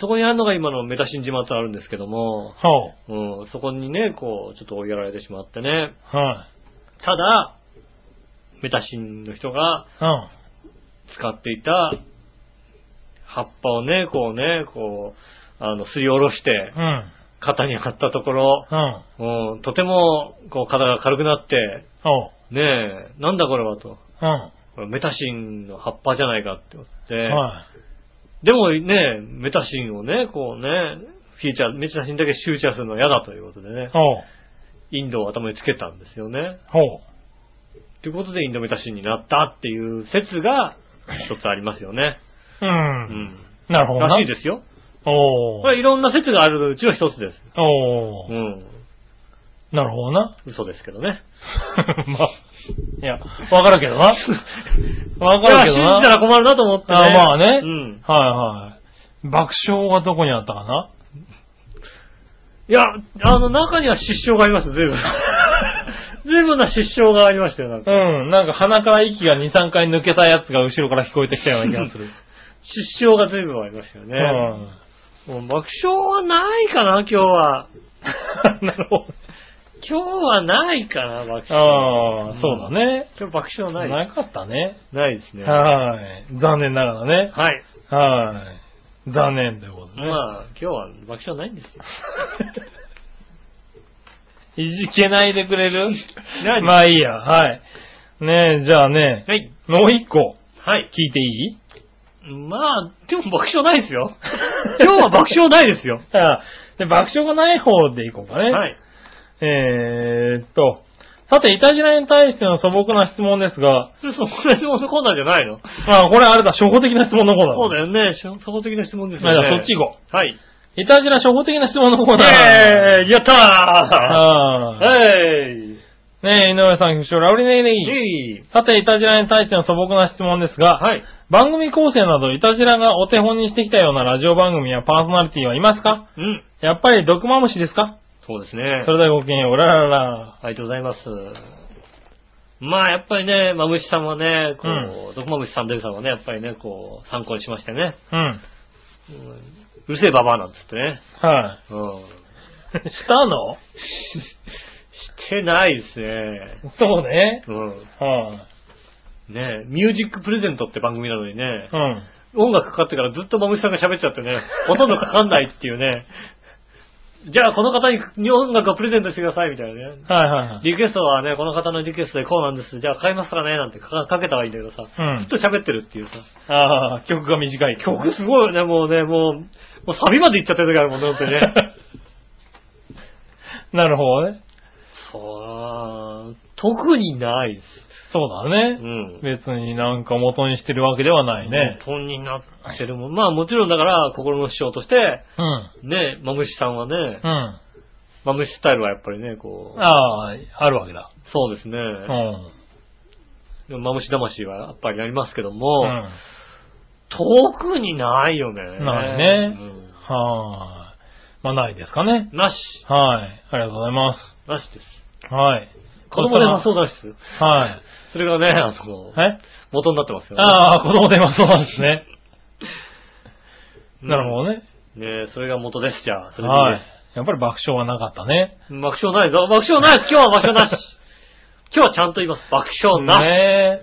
Speaker 2: そこにあるのが今のメタシン島ってあるんですけども
Speaker 3: い。、ほう。
Speaker 2: うん、そこにね、こう、ちょっと追いやられてしまってね、
Speaker 3: はい。
Speaker 2: ただ、メタシンの人が
Speaker 3: うん。
Speaker 2: 使っていた葉っぱをね、こうね、こう、あの、すりおろして
Speaker 3: う、ん。
Speaker 2: 肩に貼ったところ、
Speaker 3: うん。
Speaker 2: うん、とても、こう、肩が軽くなって、
Speaker 3: おう。
Speaker 2: ねえ、なんだこれはと。
Speaker 3: うん。
Speaker 2: これメタシンの葉っぱじゃないかって思って、
Speaker 3: は
Speaker 2: でもね、メタシンをね、こうね、フィーチャー、メタシンだけフィーチャーするのは嫌だということで
Speaker 3: い
Speaker 2: ね。、
Speaker 3: おう。
Speaker 2: インドを頭につけたんですよね。
Speaker 3: ほう。
Speaker 2: ということでインドメタシンになったっていう説が一つありますよね。
Speaker 3: う。
Speaker 2: うんん。
Speaker 3: なるほどな。
Speaker 2: らしいですよ。
Speaker 3: おー。
Speaker 2: これはいろんな説があるうちの一つです。
Speaker 3: おー。
Speaker 2: うん。
Speaker 3: なるほどな。
Speaker 2: 嘘ですけどね。
Speaker 3: まあ、いや、わかるけどな。わ
Speaker 2: いや、
Speaker 3: かるけど
Speaker 2: 信
Speaker 3: な。
Speaker 2: じたら困るなと思ってね。
Speaker 3: あまあね
Speaker 2: うん。
Speaker 3: はいはい。爆笑はどこにあったかない
Speaker 2: や、あの、中には失笑があります、随
Speaker 3: (laughs)
Speaker 2: 分。随分な失笑がありましたよ、なんか。
Speaker 3: うん、なんか鼻から息が2、3回抜けたやつが後ろから聞こえてきたような気がする。
Speaker 2: 失笑が随分ありましたよ
Speaker 3: う
Speaker 2: ね。
Speaker 3: ん。
Speaker 2: もう爆笑はないかな、今日は。
Speaker 3: (laughs) なるほど。
Speaker 2: 今日はないかな、爆笑。
Speaker 3: ああ、そうだね。
Speaker 2: 今日爆笑ない。
Speaker 3: なかったね。
Speaker 2: ないですね。は
Speaker 3: はい。残念ながらね。
Speaker 2: い。
Speaker 3: はい。残念ということでね。
Speaker 2: まあ、今日は爆笑ないんですよ。
Speaker 3: (laughs) いじけないでくれるまあいいや、はい。ねえ、じゃあね、
Speaker 2: はい。
Speaker 3: もう一個
Speaker 2: はい。
Speaker 3: 聞いていい
Speaker 2: まあ、でも爆笑ないですよ。 (laughs) 今日は爆笑ないですよ。
Speaker 3: (laughs) あで爆笑がない方でいこうかね。
Speaker 2: (laughs) はい。
Speaker 3: えーっと、さて、イタジラに対しての素朴な質問ですが、
Speaker 2: それ、そこらのコーナーじゃないの
Speaker 3: あ、これあれだ、初歩的な質問のコーナー。
Speaker 2: そうだ
Speaker 3: よ。
Speaker 2: よね。初歩的な質問です
Speaker 3: ま
Speaker 2: よ
Speaker 3: あ、
Speaker 2: ね。
Speaker 3: じゃあそっち行こ
Speaker 2: はい。
Speaker 3: う。イタジラ初歩的な質問のコーナー。
Speaker 2: イェーイやったー
Speaker 3: ああ。
Speaker 2: はい。
Speaker 3: ねえ、井上さん、局長、ラブリーネイネギ
Speaker 2: いい。
Speaker 3: さて、イタジラに対しての素朴な質問ですが、
Speaker 2: はい。
Speaker 3: 番組構成など、イタジラがお手本にしてきたようなラジオ番組やパーソナリティはいますか
Speaker 2: うん。
Speaker 3: やっぱり毒マムシですか
Speaker 2: そうですね
Speaker 3: そ。れではごきげんよう、らららら。
Speaker 2: ありがとうございます。まあ、やっぱりね、まむしさんはね、こ
Speaker 3: う
Speaker 2: う、毒まむしさんでるさんはね、やっぱりね、こう、参考にしましてね、
Speaker 3: うん。
Speaker 2: うるせえババアなんつってね。
Speaker 3: は
Speaker 2: うん。
Speaker 3: い。 (laughs) したの
Speaker 2: してないですね。
Speaker 3: そうね。
Speaker 2: うん。
Speaker 3: はい、
Speaker 2: ねえミュージックプレゼントって番組なのにね、
Speaker 3: うん。
Speaker 2: 音楽かかってからずっとまむしさんが喋っちゃってね、ほとんどかかんないっていうね。じゃあ、この方に音楽をプレゼントしてください、みたいなね。
Speaker 3: はいはいはい。
Speaker 2: リクエストはね、この方のリクエストでこうなんです。じゃあ買いますからね、なんてかかけたはいいんだけどさ、
Speaker 3: うん
Speaker 2: ずっと喋ってるっていうさ。
Speaker 3: ああ、曲が短い。
Speaker 2: 曲すごいよね、もうね、もう、もうサビまで行っちゃってるから、もう本当に (laughs) ね。
Speaker 3: (laughs) なるほどね。
Speaker 2: そう、特にないです。
Speaker 3: そうだね。
Speaker 2: うん
Speaker 3: 別になんか元にしてるわけではないね。
Speaker 2: 本当になってるもん。まあもちろんだから、心の師匠として、
Speaker 3: うん。
Speaker 2: ね、マムシさんはね
Speaker 3: う、ん。
Speaker 2: マムシスタイルはやっぱりね、こう、
Speaker 3: ああ、あるわけだ。
Speaker 2: そうですね、
Speaker 3: うん。
Speaker 2: マムシ魂はやっぱりありますけど
Speaker 3: う
Speaker 2: も、
Speaker 3: ん。
Speaker 2: 特にないよね。
Speaker 3: ないね
Speaker 2: うん
Speaker 3: はーい。まあ、ないですかね。
Speaker 2: なし、
Speaker 3: はい。ありがとうございま
Speaker 2: なしです。
Speaker 3: す。はい。
Speaker 2: 子供電話
Speaker 3: そし
Speaker 2: 相談室。
Speaker 3: たらはい。
Speaker 2: それがね、あの、
Speaker 3: え
Speaker 2: 元になってますよ、ね。
Speaker 3: ああ、子供電話そうなんですね。
Speaker 2: うん
Speaker 3: なるほどね。
Speaker 2: ねえそれが元です、じゃあ。それでいい
Speaker 3: は
Speaker 2: で
Speaker 3: い。やっぱり爆笑はなかったね。
Speaker 2: す爆笑ないぞ。爆笑ない今日は爆笑なし今日はちゃんと言います。爆笑なし、
Speaker 3: ねえ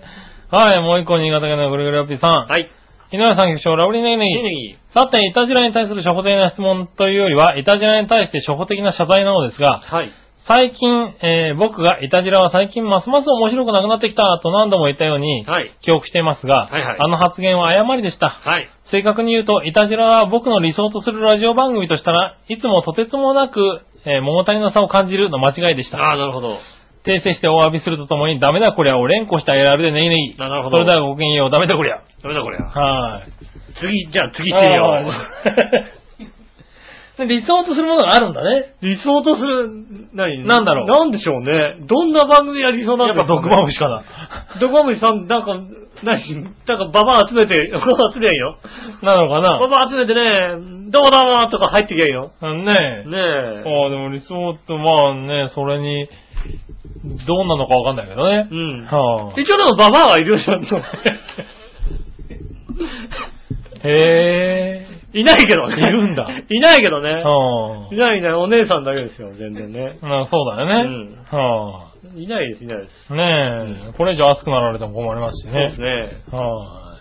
Speaker 3: はい、もう一個新潟県のぐるぐるよっぴーさん。
Speaker 2: はい。
Speaker 3: 井上さん、局長、ラブリーネギネギ。
Speaker 2: ネギ
Speaker 3: さて、イタジラに対する初歩的な質問というよりは、イタジラに対して初歩的な謝罪なのですが、
Speaker 2: はい。
Speaker 3: 最近、えー僕がイタジラは最近ますます面白くなくなってきたと何度も言ったように、
Speaker 2: はい。
Speaker 3: 記憶していますが、
Speaker 2: はいはい
Speaker 3: あの発言は誤りでした。
Speaker 2: はい。
Speaker 3: 正確に言うと、イタジラは僕の理想とするラジオ番組としたらいつもとてつもなく、えー物足りなさを感じるの間違いでした。
Speaker 2: ああ、なるほど。
Speaker 3: 訂正してお詫びするとともに、ダメだこりゃ、を連呼してあげられるでねいねい。
Speaker 2: なるほど
Speaker 3: それではごきげんよう、ダメだこりゃ。
Speaker 2: ダメだこれ。
Speaker 3: はい。
Speaker 2: 次、じゃあ次行ってみよ
Speaker 3: う。 (laughs) 理想とするものがあるんだね。
Speaker 2: う。理想とする、何
Speaker 3: なんだろう
Speaker 2: なんでしょうね。どんな番組が理想なん
Speaker 3: や
Speaker 2: で
Speaker 3: っ
Speaker 2: す
Speaker 3: ぱ
Speaker 2: か、
Speaker 3: 毒まぶしかな。
Speaker 2: 毒まぶしさん、なんか、何なんか、ババア集めて、 (laughs) ババア集めんよ。
Speaker 3: (laughs) なのか
Speaker 2: ババア集めてね、どうもどうもとか入ってきゃいいよ。
Speaker 3: なねえ。
Speaker 2: ね
Speaker 3: あ
Speaker 2: え。
Speaker 3: あ、でも理想と、まあね、それに、どうなのかわかんないけどね
Speaker 2: う。ん。
Speaker 3: はあ、
Speaker 2: 一応でもババアはいるじゃ
Speaker 3: (laughs)
Speaker 2: んと。
Speaker 3: へえ。
Speaker 2: いないけどね。
Speaker 3: いるんだ
Speaker 2: いないけどね。
Speaker 3: はあ
Speaker 2: い、ないいない。お姉さんだけですよ、全然ね。
Speaker 3: なそうだよね。はい
Speaker 2: ないです、いないです。
Speaker 3: あ、ねえ、これ以上熱くなられても困ります
Speaker 2: そ
Speaker 3: し
Speaker 2: うです
Speaker 3: ね。
Speaker 2: ね。
Speaker 3: は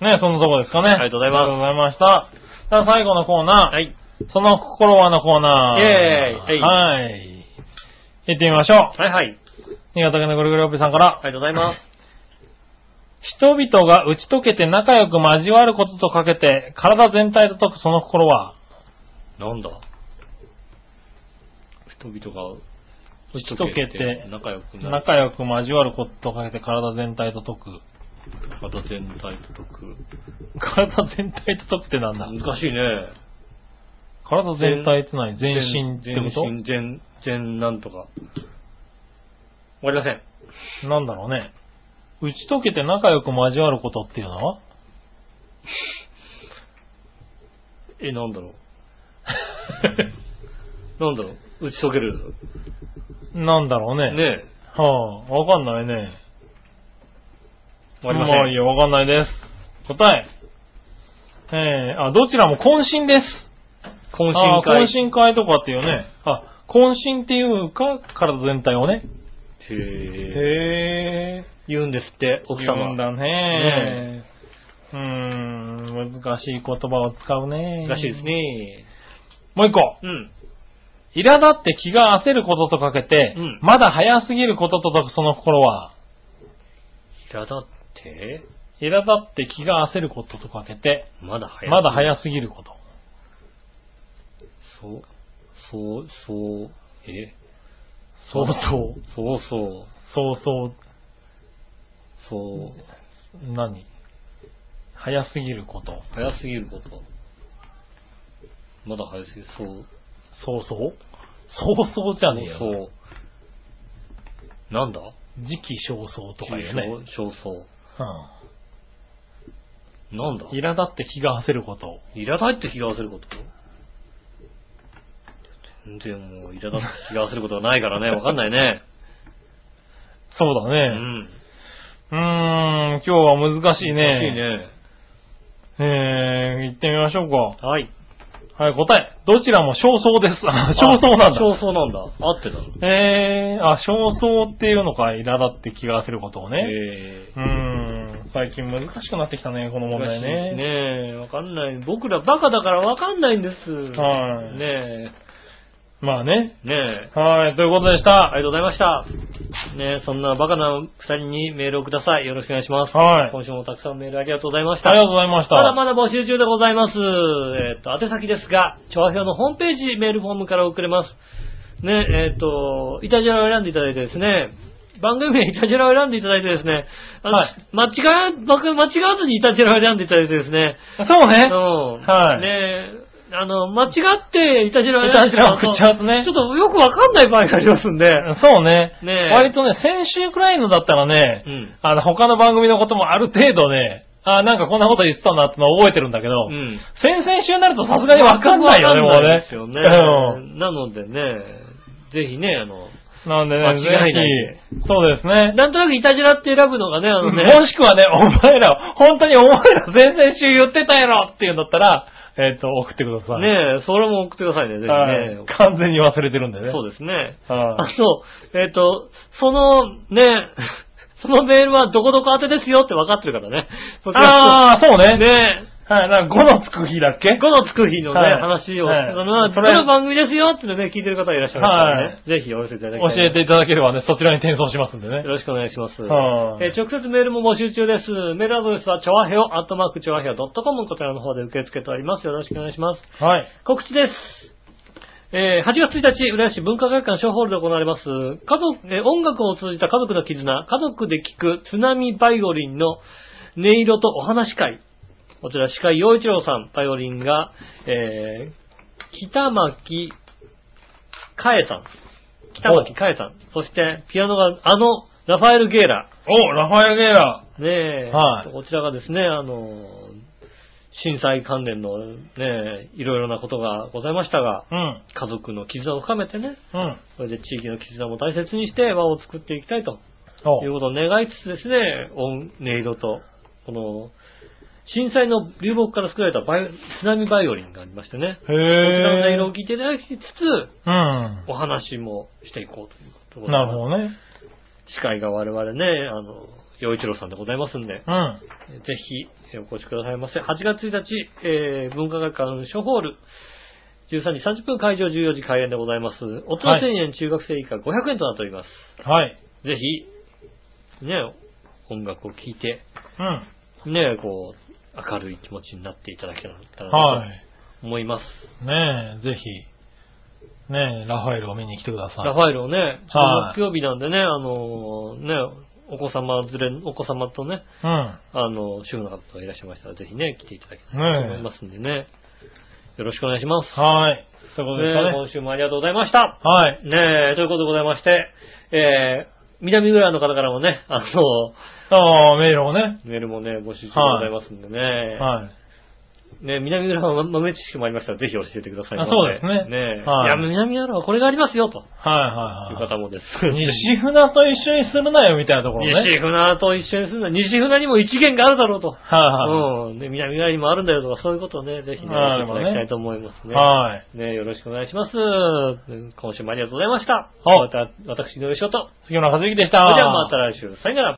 Speaker 3: い、ねえ、そんなとこですかね。
Speaker 2: ありがとうございます
Speaker 3: ありがとうございました。さあ、最後のコーナー。
Speaker 2: はい。
Speaker 3: その心はのコーナー。
Speaker 2: イェーイ
Speaker 3: はい。行ってみましょう。
Speaker 2: はいはい。
Speaker 3: 新潟県のぐるぐるおっぴーさんから
Speaker 2: あ。りがとうございます。
Speaker 3: 人々が打ち解けて仲良く交わることとかけて、体全体と解くその心は、
Speaker 2: なんだ人々が
Speaker 3: 打ち解けて、
Speaker 2: 仲良くなる。
Speaker 3: 仲良く交わることとかけて体全体と解く。
Speaker 2: また全体と解く。
Speaker 3: 体全体と解くってなんだ
Speaker 2: 難しいね。
Speaker 3: 体全体ってない全身って
Speaker 2: 全
Speaker 3: こ
Speaker 2: 身、全、全なんとか。わかりません。
Speaker 3: となんだろうね。打ち解けて仲良く交わることっていう
Speaker 2: (laughs)
Speaker 3: のは
Speaker 2: え、なんだろう。なんだろう。打ち解ける。
Speaker 3: なんだろうね。
Speaker 2: ね
Speaker 3: はあ、わかんないね。
Speaker 2: え。わかりま
Speaker 3: あ
Speaker 2: せ
Speaker 3: い
Speaker 2: ん。
Speaker 3: いよ、わかんないです。答え。えー、あ、どちらも懇親です。
Speaker 2: 懇親
Speaker 3: あー
Speaker 2: 会。
Speaker 3: 懇親会とかっていうね。あ、懇親っていうか、体全体をね。
Speaker 2: へえ。
Speaker 3: へえ。
Speaker 2: 言うんですって、奥
Speaker 3: 言う
Speaker 2: 様
Speaker 3: ん。だね
Speaker 2: ね。
Speaker 3: うーん、難しい言葉を使うね。
Speaker 2: らしいです。ね。
Speaker 3: もう一個。
Speaker 2: うん。
Speaker 3: 苛立って気が焦ることとかけて、
Speaker 2: うん
Speaker 3: まだ早すぎることと解くその心は、
Speaker 2: 苛立って、
Speaker 3: 苛立って気が焦ることとかけて、
Speaker 2: まだ早い。
Speaker 3: まだ早すぎること。
Speaker 2: そう、そう、そう、え
Speaker 3: 相当。
Speaker 2: そうそう、
Speaker 3: そうそう。
Speaker 2: そう、
Speaker 3: 何早すぎること。
Speaker 2: 早すぎること。まだ早すぎる、そう、
Speaker 3: そうそうそうそうじゃねえよ。
Speaker 2: そう。なんだ
Speaker 3: 時期尚早とか言うね。
Speaker 2: 少々。なんだ
Speaker 3: うん。苛立って気が焦ること。
Speaker 2: いらないって気が合わせること全然もう、いらないって気が合わせることがないからね、わかん
Speaker 3: (laughs)
Speaker 2: ないね。
Speaker 3: そうだ
Speaker 2: う
Speaker 3: ね。
Speaker 2: ん。
Speaker 3: うーん、今日は難しいね。
Speaker 2: 欲しいね。
Speaker 3: えー、行ってみましょう
Speaker 2: はい。
Speaker 3: か。はい、答え。どちらも少々です。 (laughs) あ少々な
Speaker 2: あ
Speaker 3: んだ。
Speaker 2: 少々なんだ。合ってた。
Speaker 3: えー、あ、少々っていうのか、苛立って気が焦ることをね。
Speaker 2: え
Speaker 3: うーん、最近難しくなってきたね、この
Speaker 2: ー、
Speaker 3: 問題ね。
Speaker 2: ねえ、わかんない。僕らバカだからわかんないんです。
Speaker 3: はい
Speaker 2: ね
Speaker 3: まあね。
Speaker 2: え、ねえ。
Speaker 3: はい、ということでした。
Speaker 2: ありがとうございました。ねえ、そんなバカな二人にメールをください。よろしくお願いします。
Speaker 3: はい
Speaker 2: 今週もたくさんメールありがとうございました。
Speaker 3: ありがとうございました。
Speaker 2: まだまだ募集中でございます。えっ、と、宛先ですが、調和表のホームページ、メールフォームから送れます。ね、えっ、と、イタジェラを選んでいただいてですね、番組名イタジェラを選んでいただいてですね、あの
Speaker 3: はい
Speaker 2: 間違え、僕間違わずにイタジェラを選んでいただいてですね、
Speaker 3: そうね。
Speaker 2: うん。
Speaker 3: はい
Speaker 2: ねあの、間違ってイタジェラを選んで
Speaker 3: イタジェラを送っちゃうとね
Speaker 2: ちょっとよくわかんない場合がありますんで、
Speaker 3: そうね。
Speaker 2: ねえ
Speaker 3: 割とね、先週くらいのだったらね、
Speaker 2: うん
Speaker 3: あの、他の番組のこともある程度ね、あなんかこんなこと言ってたなってのは覚えてるんだけど、
Speaker 2: うん。
Speaker 3: 先々週になるとさすがにわかんないよね、も
Speaker 2: わか
Speaker 3: う
Speaker 2: ん
Speaker 3: ね。
Speaker 2: ないですよね。
Speaker 3: うん
Speaker 2: なのでね、ぜひね、あの、
Speaker 3: なんでね、
Speaker 2: 間違いない
Speaker 3: ぜひ、そうですね。
Speaker 2: なんとなくイタジェラって選ぶのがね、あのね、
Speaker 3: もしくはね、お前ら、本当にお前ら先々週言ってたやろっていうんだったら、えっ、と、送ってください。
Speaker 2: ねえ、それも送ってくださいね、ぜひ
Speaker 3: はい
Speaker 2: ね。
Speaker 3: 完全に忘れてるんでね。
Speaker 2: そうですね。
Speaker 3: は
Speaker 2: あ
Speaker 3: い、
Speaker 2: と、えっ、と、その、ね、 (laughs) そのメールはどこどこ宛てですよって分かってるからね。
Speaker 3: ああ、そうね。
Speaker 2: あね
Speaker 3: はい、なんか5のつく日だっけ
Speaker 2: え、5のつく日のね、
Speaker 3: はい
Speaker 2: 話を
Speaker 3: は
Speaker 2: し
Speaker 3: い
Speaker 2: てたのは、
Speaker 3: そ
Speaker 2: ど
Speaker 3: れ
Speaker 2: の番組ですよっていうのね、聞いてる方いらっしゃいますからね。ぜひお寄せいただきたい。
Speaker 3: 教えていただければね、そちらに転送しますんでね
Speaker 2: よ。ろしくお願いします。
Speaker 3: はい
Speaker 2: えー直接メールも募集中です。メールアドレスは、ちょわへよ、アットマークちょわへよ .com こちらの方で受け付けております。よろしくお願いします。
Speaker 3: はい。
Speaker 2: 告知です。えー8月1日、浦安市文化会館小ホールで行われます、家族、えー音楽を通じた家族の絆、家族で聴く津波バイオリンの音色とお話会。こちら、司会陽一郎さん、バイオリンが、えー北巻かえさん。北巻かえさん。そして、ピアノが、あの、ラファエル・ゲーラ。
Speaker 3: お、ラファエル・ゲイラー。
Speaker 2: ねえ、
Speaker 3: はい
Speaker 2: こちらがですね、あの、震災関連のね、いろいろなことがございましたが、
Speaker 3: うん。
Speaker 2: 家族の絆を深めてね、
Speaker 3: うん。
Speaker 2: それで地域の絆も大切にして輪を作っていきたいと
Speaker 3: お
Speaker 2: いうことを願いつつですね、音、音色と、この、震災の流木から作られたバイオ津波バイオリンがありましてね、
Speaker 3: へ
Speaker 2: こちらの音色を
Speaker 3: ぇ
Speaker 2: 聞いていただきつ
Speaker 3: うん。な
Speaker 2: つ、お話もしていこうということでござい
Speaker 3: る
Speaker 2: ます
Speaker 3: ほどね。
Speaker 2: 司会が我々ね、あの、洋一郎さんでございますんで、
Speaker 3: うん。
Speaker 2: えーぜひえーお越しくださいませ。8月1日、えー文化学館小ホール、13時30分会場14時開演でございます。大人1000
Speaker 3: はい
Speaker 2: 円、中学生以下500円となっております。
Speaker 3: はい。
Speaker 2: ぜひ、ね、音楽を聴いて、
Speaker 3: うん。
Speaker 2: ね、こう、明るい気持ちになっていただけたら
Speaker 3: は。
Speaker 2: ないと思います。
Speaker 3: ねえ、ぜひ、ねえ、ラファエルを見に来てください。
Speaker 2: ラファエルをね、
Speaker 3: はい
Speaker 2: 木曜日なんでね、あのーね、お子様連れ、お子様とね、あの、主婦の方がいらっしゃいましたら、ぜひね、来ていただきたいと思いますんでね。よよろしくお願いします。
Speaker 3: はい。そういうことですか
Speaker 2: ね
Speaker 3: ね。
Speaker 2: 今週もありがとうございました。
Speaker 3: はい。
Speaker 2: ねえ、ということでございまして、えー、南浦和の方からもね、あの、
Speaker 3: ああ、メールをね。
Speaker 2: メールもね、募集中でございますんでね。
Speaker 3: はい。
Speaker 2: ね、南浦和の豆知識もありましたら、ぜひ教えてくださいませ。
Speaker 3: あそうですね
Speaker 2: ねえ。
Speaker 3: はい
Speaker 2: いや、南浦和はこれがありますよ、と
Speaker 3: はいいうはいは
Speaker 2: 方もです。
Speaker 3: い。西船と一緒にするなよ、みたいなところね。
Speaker 2: 西船と一緒にするの、西船にも一元があるだろうと。
Speaker 3: はいは
Speaker 2: うん。ね、南浦和にもあるんだよとか、そういうことをね、ぜひね、
Speaker 3: あ
Speaker 2: 教え
Speaker 3: ー
Speaker 2: ていただきたいと思います
Speaker 3: い。
Speaker 2: ね。
Speaker 3: はい。
Speaker 2: ねよろしくお願いします。今週もありがとうございました。
Speaker 3: はい
Speaker 2: また、私、のよしおと。
Speaker 3: 杉村和之でし
Speaker 2: そ
Speaker 3: た。
Speaker 2: れではまた来週、さよなら。